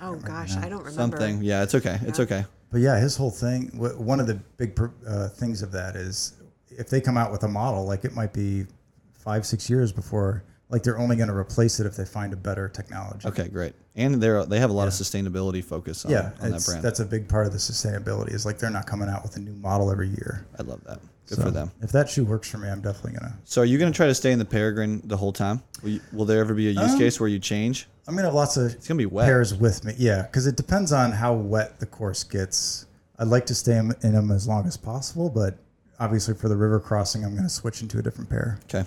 Speaker 1: oh gosh, I don't remember.
Speaker 3: something yeah it's okay it's okay
Speaker 2: But yeah, his whole thing. wh- One of the big pr- uh, things of that is if they come out with a model, like it might be five, six years before, like they're only going to replace it if they find a better technology.
Speaker 3: okay great and they're they have a lot of sustainability focus on,
Speaker 2: Yeah,
Speaker 3: on that
Speaker 2: it's-
Speaker 3: brand
Speaker 2: that's a big part of the sustainability. Is like they're not coming out with a new model every year.
Speaker 3: i love that good
Speaker 2: So
Speaker 3: for them
Speaker 2: If that shoe works for me, I'm definitely gonna.
Speaker 3: So are you going to try to stay in the Peregrine the whole time? Will, you, will there ever be a use
Speaker 2: Um,
Speaker 3: case where you change?
Speaker 2: I'm gonna have lots of
Speaker 3: It's going to be wet.
Speaker 2: pairs with me. Yeah, because it depends on how wet the course gets. I'd like to stay in them as long as possible, but obviously for the river crossing, I'm gonna switch into a different pair.
Speaker 3: Okay.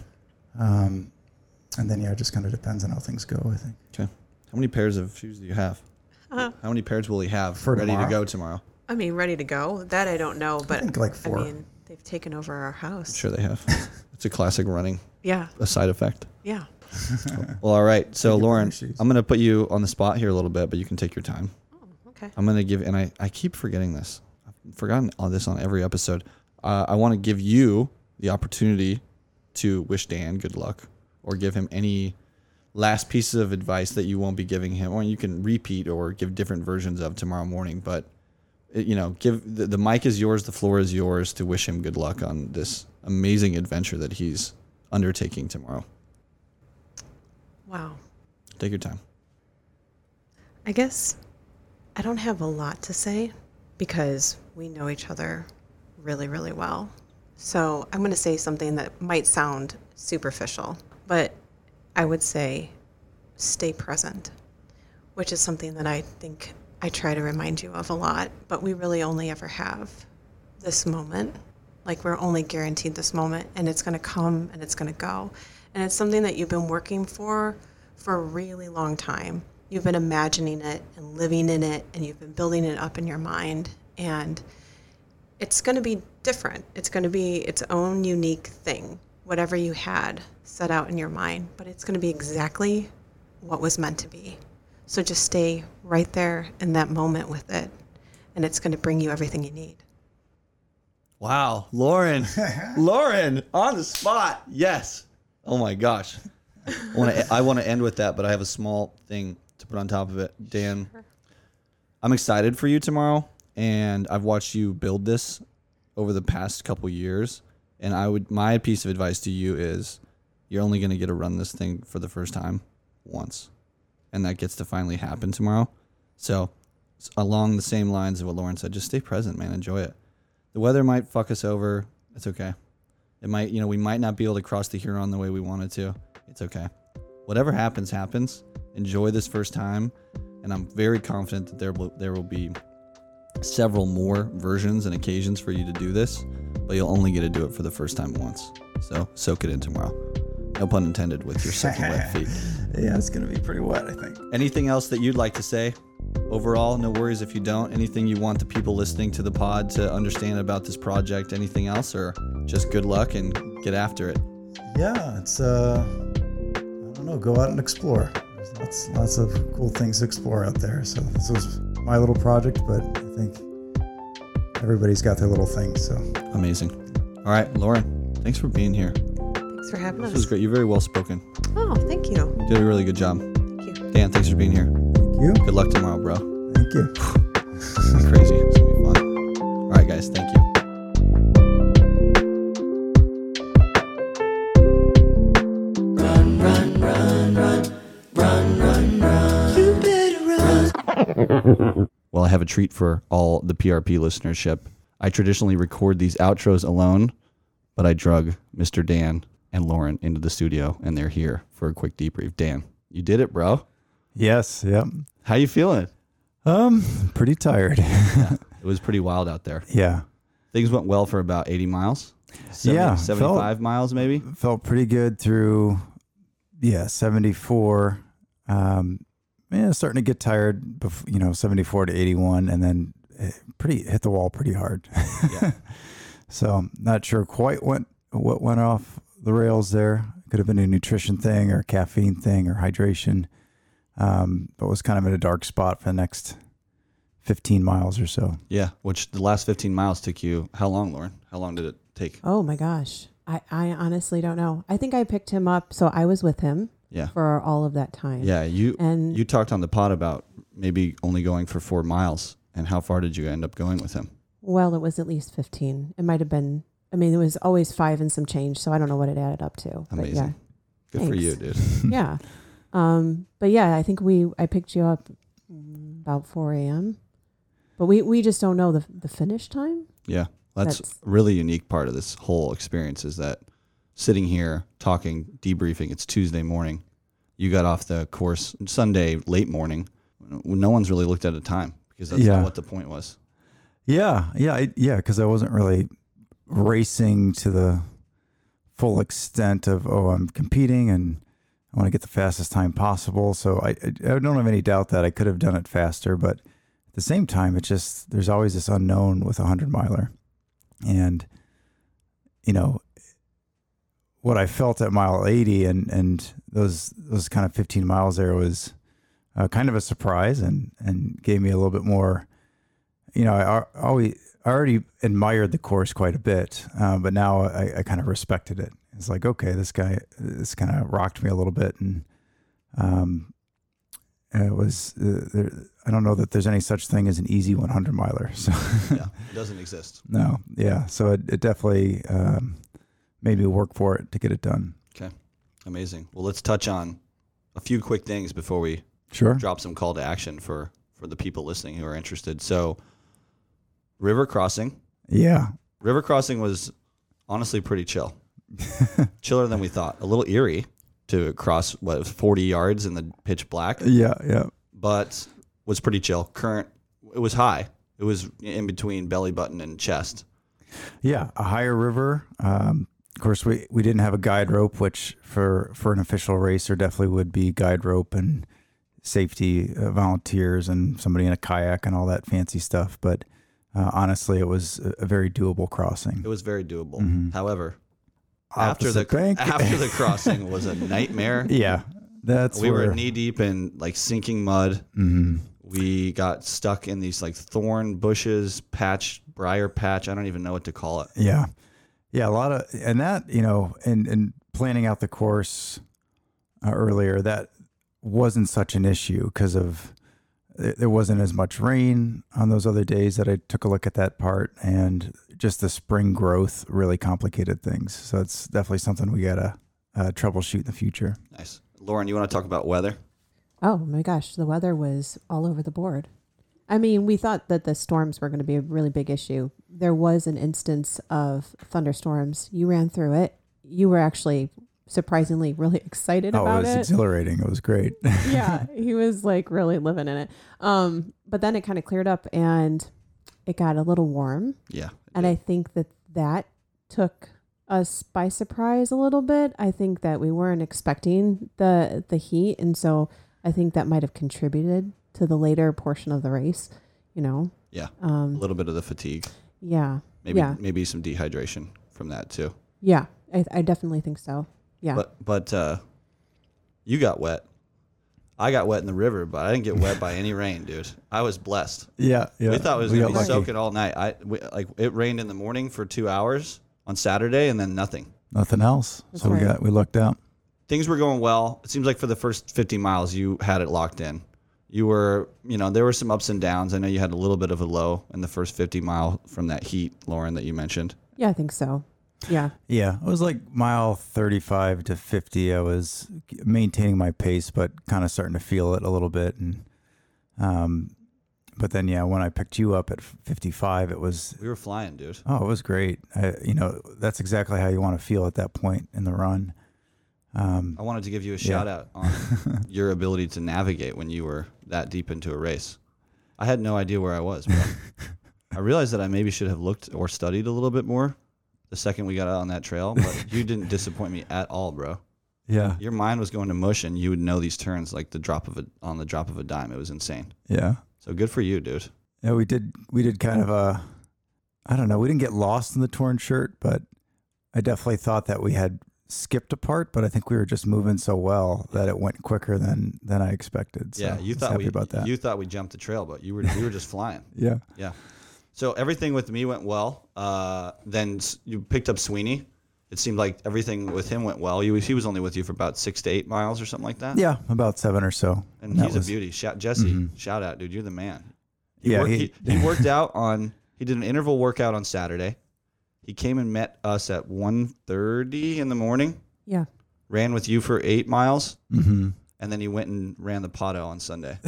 Speaker 2: And then yeah, it just kind of depends on how things go. I think.
Speaker 3: Okay. How many pairs of shoes do you have? How many pairs will he have
Speaker 2: For
Speaker 3: ready
Speaker 2: tomorrow?
Speaker 3: to go tomorrow?
Speaker 1: I mean, ready to go. That I don't know, but
Speaker 2: think like four.
Speaker 1: I mean, they've taken over our house.
Speaker 3: Sure, they have. it's a classic running
Speaker 1: Yeah,
Speaker 3: a side effect.
Speaker 1: yeah.
Speaker 3: Well, all right. So Lauren,
Speaker 2: shoes.
Speaker 3: I'm going to put you on the spot here a little bit, but you can take your time.
Speaker 1: Okay.
Speaker 3: I'm going to give, and I, I keep forgetting this. I've forgotten all this on every episode. Uh, I want to give you the opportunity to wish Dan good luck or give him any last pieces of advice that you won't be giving him, or you can repeat or give different versions of tomorrow morning. But, uh, you know, give the, the mic is yours, the floor is yours to wish him good luck on this amazing adventure that he's undertaking tomorrow.
Speaker 1: Wow.
Speaker 3: Take your time.
Speaker 1: I guess I don't have a lot to say because we know each other really, really well. So I'm going to say something that might sound superficial, but I would say stay present, which is something that I think I try to remind you of a lot, but we really only ever have this moment. Like we're only guaranteed this moment and it's going to come and it's going to go. And it's something that you've been working for for a really long time. You've been imagining it and living in it and you've been building it up in your mind and it's going to be different. It's going to be its own unique thing, whatever you had set out in your mind, but it's going to be exactly what was meant to be. So just stay right there in that moment with it, and it's going to bring you everything you need.
Speaker 3: Wow, Lauren, Lauren on the spot. Yes. Oh my gosh. I want to. I want to end with that, but I have a small thing to put on top of it. Dan, I'm excited for you tomorrow, and I've watched you build this over the past couple years. And I would my piece of advice to you is, you're only going to get to run this thing for the first time once, and that gets to finally happen tomorrow. So, s- along the same lines of what Lauren said, just stay present, man. Enjoy it. The weather might fuck us over. It's okay. It might, you know, we might not be able to cross the Huron the way we wanted to. It's okay. Whatever happens, happens. Enjoy this first time, and I'm very confident that there will there will be several more versions and occasions for you to do this, but you'll only get to do it for the first time once. So soak it in tomorrow. No pun intended with your soaking wet feet.
Speaker 2: Yeah, it's gonna be pretty wet. I think.
Speaker 3: Anything else that you'd like to say? Overall, no worries if you don't. Anything you want the people listening to the pod to understand about this project? Anything else, or just good luck and get after it?
Speaker 2: Yeah, it's uh, I don't know. Go out and explore. There's lots, lots of cool things to explore out there. So this was my little project, but I think everybody's got their little thing. So
Speaker 3: Amazing. All right, Lauren, thanks for being here.
Speaker 1: Thanks for having
Speaker 3: This was
Speaker 1: us.
Speaker 3: great. You're very well spoken.
Speaker 1: Oh, thank you.
Speaker 3: You did a really good job.
Speaker 1: Thank you.
Speaker 3: Dan, thanks for being here.
Speaker 2: thank you,
Speaker 3: Good luck tomorrow, bro.
Speaker 2: thank you.
Speaker 3: It's crazy. It's gonna be fun. All right, guys. Thank you.
Speaker 8: You better run.
Speaker 3: Well, I have a treat for all the PRP listenership. I traditionally record these outros alone, but I drug Mr. Dan and Lauren into the studio, and they're here for a quick debrief. Dan, you did it, bro.
Speaker 9: Yes. Yep.
Speaker 3: How you feeling?
Speaker 9: Um, pretty tired.
Speaker 3: It was pretty wild out there.
Speaker 9: yeah.
Speaker 3: Things went well for about 80 miles.
Speaker 9: Yeah, felt-
Speaker 3: 75 miles maybe.
Speaker 9: Felt pretty good through, yeah, 74. Um, yeah, starting to get tired, bef- you know, 74 to 81, and then eh, pretty hit the wall pretty hard.
Speaker 3: Yeah.
Speaker 2: So I'm not sure quite what what went off the rails there. Could have been a nutrition thing or caffeine thing or hydration, um, but was kind of in a dark spot for the next 15 miles or so.
Speaker 3: Yeah, which the last 15 miles took you how long, Lauren? How long did it take?
Speaker 1: Oh my gosh. I, I honestly don't know. I think I picked him up, so I was with him
Speaker 3: Yeah.
Speaker 1: for all of that time.
Speaker 3: Yeah, you
Speaker 1: And-
Speaker 3: you talked on the pod about maybe only going for 4 miles and how far did you end up going with him?
Speaker 1: Well, it was at least 15. It might have been, I mean, it was always five and some change, so I don't know what it added up to. But
Speaker 3: Amazing.
Speaker 1: yeah.
Speaker 3: Good for
Speaker 1: Thanks.
Speaker 3: you, dude.
Speaker 1: yeah. Um, but yeah, I think we I picked you up about 4 a.m. But we, we just don't know the the finish time.
Speaker 3: Yeah. That's,
Speaker 1: That's-
Speaker 3: a really unique part of this whole experience is that sitting here talking, debriefing, it's Tuesday morning. You got off the course Sunday late morning. No one's really looked at a time because that's
Speaker 2: Yeah.
Speaker 3: not what the point was.
Speaker 2: Yeah, yeah, I, yeah. Because I wasn't really racing to the full extent of oh, I'm competing and I want to get the fastest time possible. So I, I I don't have any doubt that I could have done it faster, but at the same time, it's just there's always this unknown with a hundred miler, and you know what I felt at mile 80 and and those those kind of 15 miles there was uh, kind of a surprise and and gave me a little bit more you know, I al- always I already admired the course quite a bit, uh, but now I, I kind of respected it. It's like, okay, this guy, this kind of rocked me a little bit, and um, it was. Uh, there, I don't know that there's any such thing as an easy 100 miler. So
Speaker 3: Yeah. It doesn't exist.
Speaker 2: no, yeah, so it, it definitely um, made me work for it to get it done.
Speaker 3: Amazing. Well, let's touch on a few quick things before we
Speaker 2: Sure.
Speaker 3: drop some call to action for for the people listening who are interested. So, River Crossing.
Speaker 2: Yeah.
Speaker 3: River Crossing was honestly pretty chill, chiller than we thought. A little eerie to cross what it was 40 yards in the pitch black,
Speaker 2: Yeah. Yeah.
Speaker 3: but was pretty chill. Current, it was high. It was in between belly button and chest.
Speaker 2: Yeah, a higher river. Um, of course, we, we didn't have a guide rope, which for for an official racer definitely would be guide rope and safety uh, volunteers and somebody in a kayak and all that fancy stuff. But uh, honestly, it was a, a very doable crossing.
Speaker 3: It was very doable. However, after the
Speaker 2: Mm-hmm. Opposite bank.
Speaker 3: after the crossing was a nightmare.
Speaker 2: yeah, that's
Speaker 3: we
Speaker 2: where Mm-hmm.
Speaker 3: were knee deep in like sinking mud. We got stuck in these like thorn bushes, patch, briar patch. I don't even know what to call it.
Speaker 2: Yeah. Yeah, a lot of and that, you know, and and planning out the course uh, earlier, that wasn't such an issue because of there there wasn't as much rain on those other days that I took a look at that part and just the spring growth really complicated things. So it's definitely something we got to uh, troubleshoot in the future.
Speaker 3: Nice, Lauren. You want to talk about weather?
Speaker 1: Oh my gosh, the weather was all over the board. I mean, we thought that the storms were going to be a really big issue. There was an instance of thunderstorms. You ran through it. You were actually surprisingly really excited
Speaker 2: Oh, it
Speaker 1: about
Speaker 2: was
Speaker 1: it.
Speaker 2: exhilarating. It was great.
Speaker 1: yeah, he was like really living in it. Um, but then it kind of cleared up and it got a little warm.
Speaker 3: Yeah.
Speaker 1: And I think that that took us by surprise a little bit. I think that we weren't expecting the the heat, and so I think that might have contributed to the later portion of the race. You know,
Speaker 3: Yeah. A
Speaker 1: um,
Speaker 3: little bit of the fatigue.
Speaker 1: yeah,
Speaker 3: Maybe
Speaker 1: yeah,
Speaker 3: maybe some dehydration from that too.
Speaker 1: yeah. I, I definitely think so. Yeah,
Speaker 3: But but uh, you got wet. I got wet in the river, but I didn't get wet by any rain, dude. I was blessed.
Speaker 2: yeah, yeah.
Speaker 3: We thought it was gonna
Speaker 2: got
Speaker 3: be
Speaker 2: lucky.
Speaker 3: soaking all night. I we, like it rained in the morning for two hours on Saturday, and then nothing.
Speaker 2: Nothing else. so we
Speaker 1: right.
Speaker 2: got we lucked out.
Speaker 3: things were going well. It seems like for the first 50 miles, you had it locked in. You were, you know, there were some ups and downs. I know you had a little bit of a low in the first 50 mile from that heat, Lauren, that you mentioned.
Speaker 1: yeah, I think so. Yeah,
Speaker 2: Yeah, it was like mile 35 to 50. I was maintaining my pace, but kind of starting to feel it a little bit. And, um, but then, yeah, when I picked you up at 55, it was,
Speaker 3: We were flying, dude.
Speaker 2: oh, it was great. I, you know, that's exactly how you want to feel at that point in the run. Um,
Speaker 3: I wanted to give you a shout out on your ability to navigate when you were that deep into a race. I had no idea where I was. Bro. I realized that I maybe should have looked or studied a little bit more the second we got out on that trail, but you didn't disappoint me at all, bro.
Speaker 2: yeah,
Speaker 3: Your mind was going to mush, and you would know these turns like the drop of a on the drop of a dime. It was insane.
Speaker 2: yeah.
Speaker 3: So good for you, dude.
Speaker 2: Yeah, we did. We did kind of a I don't know. We didn't get lost in the torn shirt, but I definitely thought that we had skipped a part. But I think we were just moving so well that it went quicker than than I expected. So
Speaker 3: yeah,
Speaker 2: I
Speaker 3: you
Speaker 2: was
Speaker 3: thought
Speaker 2: happy
Speaker 3: we
Speaker 2: about that.
Speaker 3: you thought we jumped the trail, but you were you were just flying.
Speaker 2: yeah,
Speaker 3: Yeah. So everything with me went well. Uh, then s- you picked up Sweeney. It seemed like everything with him went well. You, he was only with you for about six to eight miles or something like that.
Speaker 2: yeah, about seven or so.
Speaker 3: And
Speaker 2: that
Speaker 3: he's
Speaker 2: was- Mm-hmm.
Speaker 3: a beauty. Shout Jesse, shout out, dude. You're the man. He
Speaker 2: Yeah,
Speaker 3: worked,
Speaker 2: he-
Speaker 3: he, he worked out on. He did an interval workout on Saturday. He came and met us at 1.30 in the morning.
Speaker 1: Yeah.
Speaker 3: Ran with you for eight miles, and then he went and ran the Pato on Sunday.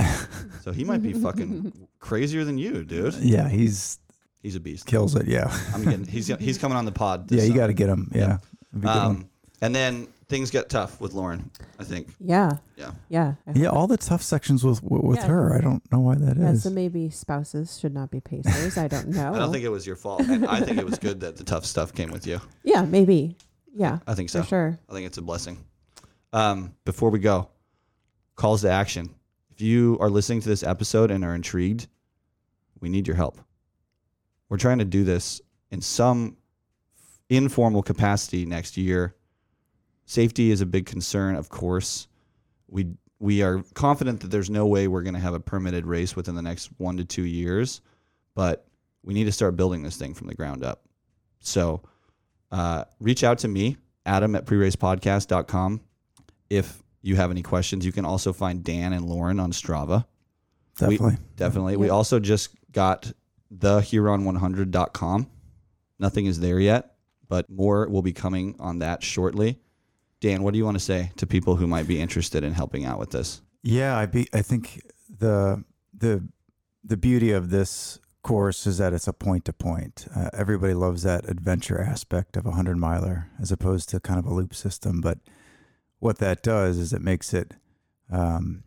Speaker 3: so he might be fucking crazier than you, dude.
Speaker 2: Yeah, he's
Speaker 3: He's a beast.
Speaker 2: kills it. Yeah,
Speaker 3: I'm getting he's he's coming on the pod.
Speaker 2: yeah,
Speaker 3: this
Speaker 2: you
Speaker 3: summer.
Speaker 2: got to get him. Yeah, It'd be a good one.
Speaker 3: Um, and then things get tough with Lauren. I think.
Speaker 1: Yeah.
Speaker 3: Yeah.
Speaker 1: Yeah. I-
Speaker 2: yeah, all the tough sections with with
Speaker 1: Yeah.
Speaker 2: her. I don't know why that is.
Speaker 1: Yeah, so maybe spouses should not be pacers. I don't know.
Speaker 3: I don't think it was your fault, and I think it was good that the tough stuff came with you.
Speaker 1: yeah, maybe. Yeah.
Speaker 3: I think so.
Speaker 1: For sure.
Speaker 3: I think it's a blessing. Um, before we go, calls to action. If you are listening to this episode and are intrigued, we need your help. We're trying to do this in some informal capacity next year. Safety is a big concern, of course. We we are confident that there's no way we're going to have a permitted race within the next 1 to 2 years, but we need to start building this thing from the ground up. So, uh, reach out to me, Adam at preracepodcast.com. If you have any questions, you can also find Dan and Lauren on Strava. We-
Speaker 2: Definitely.
Speaker 3: definitely. We also just got the Huron100.com. Nothing is there yet, but more will be coming on that shortly. Dan, what do you want to say to people who might be interested in helping out with this?
Speaker 2: Yeah, I be I think the the the beauty of this course is that it's a point to point. Uh, Everybody loves that adventure aspect of a hundred miler as opposed to kind of a loop system. But what that does is it makes it um,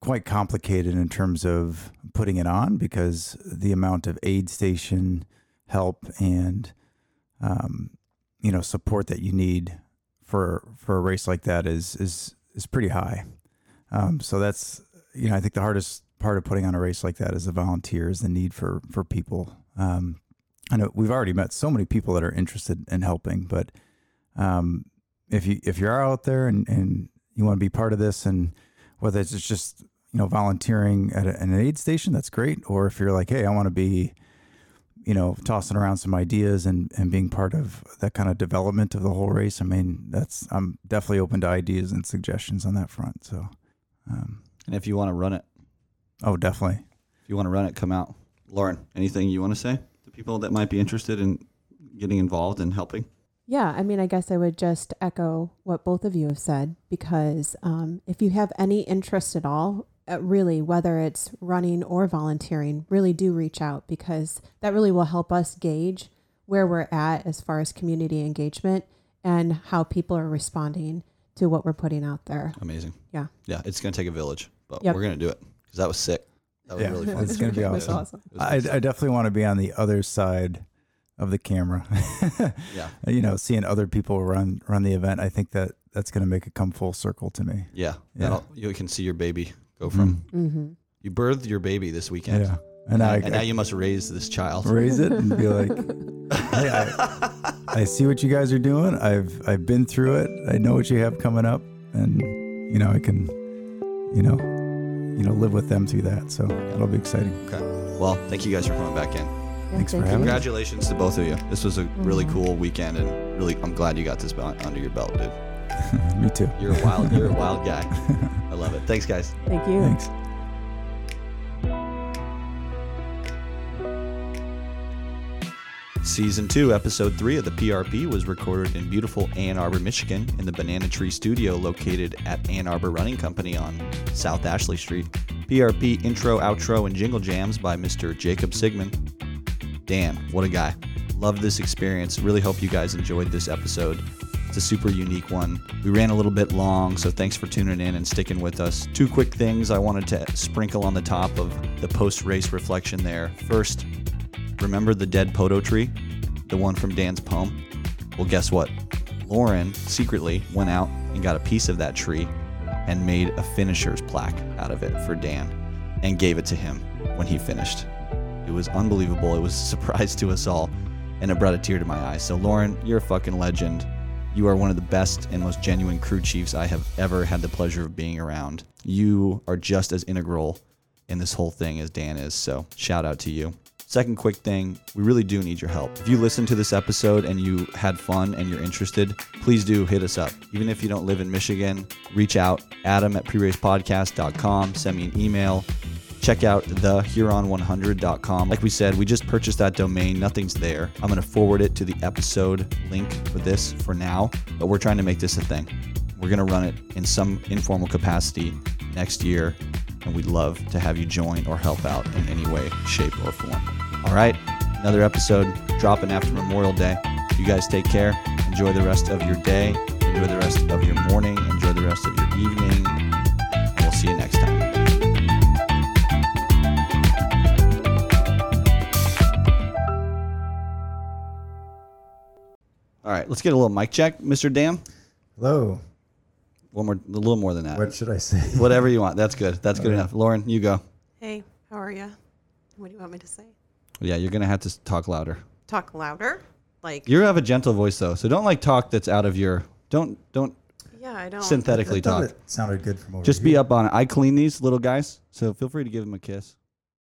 Speaker 2: quite complicated in terms of putting it on because the amount of aid station help and um, you know support that you need for for a race like that is is is pretty high. Um, so that's you know I think the hardest part of putting on a race like that is the volunteers, the need for for people. Um, I know we've already met so many people that are interested in helping, but um, if you if you're out there and and you want to be part of this, and whether it's just you know volunteering at a, an aid station, that's great, or if you're like, hey, I want to be you know tossing around some ideas and and being part of that kind of development of the whole race i mean that's i'm definitely open to ideas and suggestions on that front so um,
Speaker 3: And if you want to run it,
Speaker 2: oh, definitely.
Speaker 3: if you want to run it, come out. Lauren, anything you want to say to people that might be interested in getting involved and helping?
Speaker 1: Yeah, I mean, I guess I would just echo what both of you have said because um, if you have any interest at all, uh, really, whether it's running or volunteering, really do reach out because that really will help us gauge where we're at as far as community engagement and how people are responding to what we're putting out there.
Speaker 3: Amazing.
Speaker 1: Yeah.
Speaker 3: Yeah, it's going to take a village, but
Speaker 1: Yep.
Speaker 3: we're going to do it because that was sick. That was
Speaker 2: Yeah,
Speaker 3: really fun.
Speaker 2: it's gonna be
Speaker 1: It was
Speaker 2: awesome.
Speaker 1: awesome.
Speaker 2: I, I definitely want to be on the other side of the camera.
Speaker 3: Yeah.
Speaker 2: you know, seeing other people run run the event, I think that that's going to make it come full circle to me. Yeah.
Speaker 3: Yeah.
Speaker 2: Mm.
Speaker 3: that'll- You can see your baby go from.
Speaker 1: Mhm.
Speaker 3: You birthed your baby this weekend.
Speaker 2: Yeah, and I,
Speaker 3: And, now you must raise this child.
Speaker 2: raise it and be like, hey, I, I see what you guys are doing. I've I've been through it. I know what you have coming up, and you know I can, you know, you know live with them through that. So that'll be exciting.
Speaker 3: Okay. Well, thank you guys for coming back in.
Speaker 1: Yeah, thank
Speaker 2: Thanks for
Speaker 1: you.
Speaker 2: having us.
Speaker 3: Congratulations to both of you. This was a really
Speaker 1: Mm-hmm.
Speaker 3: cool weekend, and really, I'm glad you got this bel- under your belt, dude.
Speaker 2: me too.
Speaker 3: You're a wild, you're a wild guy. I love it. Thanks, guys.
Speaker 1: Thank you.
Speaker 2: Thanks.
Speaker 3: Season 2, Episode 3 of the PRP was recorded in beautiful Ann Arbor, Michigan, in the Banana Tree Studio located at Ann Arbor Running Company on South Ashley Street. PRP intro, outro, and jingle jams by Mr. Jacob Sigmund. Dan, what a guy. Love this experience. Really hope you guys enjoyed this episode. It's a super unique one. We ran a little bit long, so thanks for tuning in and sticking with us. Two quick things I wanted to sprinkle on the top of the post race reflection there. First, Remember the dead poto tree? The one from Dan's poem? Well, guess what? Lauren secretly went out and got a piece of that tree and made a finisher's plaque out of it for Dan and gave it to him when he finished. It was unbelievable. It was a surprise to us all, and it brought a tear to my eye. So, Lauren, you're a fucking legend. You are one of the best and most genuine crew chiefs I have ever had the pleasure of being around. You are just as integral in this whole thing as Dan is. So, shout out to you. Second quick thing, we really do need your help. If you listened to this episode and you had fun and you're interested, please do hit us up. Even if you don't live in Michigan, reach out, adam at preracepodcast.com, send me an email. Check out the Huron100.com. Like we said, we just purchased that domain. Nothing's there. I'm going to forward it to the episode link for this for now, but we're trying to make this a thing. We're going to run it in some informal capacity next year, and we'd love to have you join or help out in any way, shape, or form. All right, another episode dropping after Memorial Day. You guys take care. Enjoy the rest of your day. Enjoy the rest of your morning. Enjoy the rest of your evening. And we'll see you next time. All right, let's get a little mic check, Mr. Dam.
Speaker 2: Hello.
Speaker 3: One more, a little more than that.
Speaker 2: What should I say?
Speaker 3: Whatever you want. That's good. That's good enough. Lauren, you go.
Speaker 1: Hey, how are you? What do you want me to say?
Speaker 3: Yeah, you're gonna have to s- talk louder.
Speaker 1: Talk louder? Like,
Speaker 3: You have a gentle voice though, so don't like talk that's out of your. Don't don't
Speaker 1: yeah, I don't.
Speaker 3: synthetically
Speaker 2: I thought
Speaker 3: talk.
Speaker 2: it sounded good from over
Speaker 3: Just
Speaker 2: here.
Speaker 3: be up on it. I clean these little guys, so feel free to give them a kiss.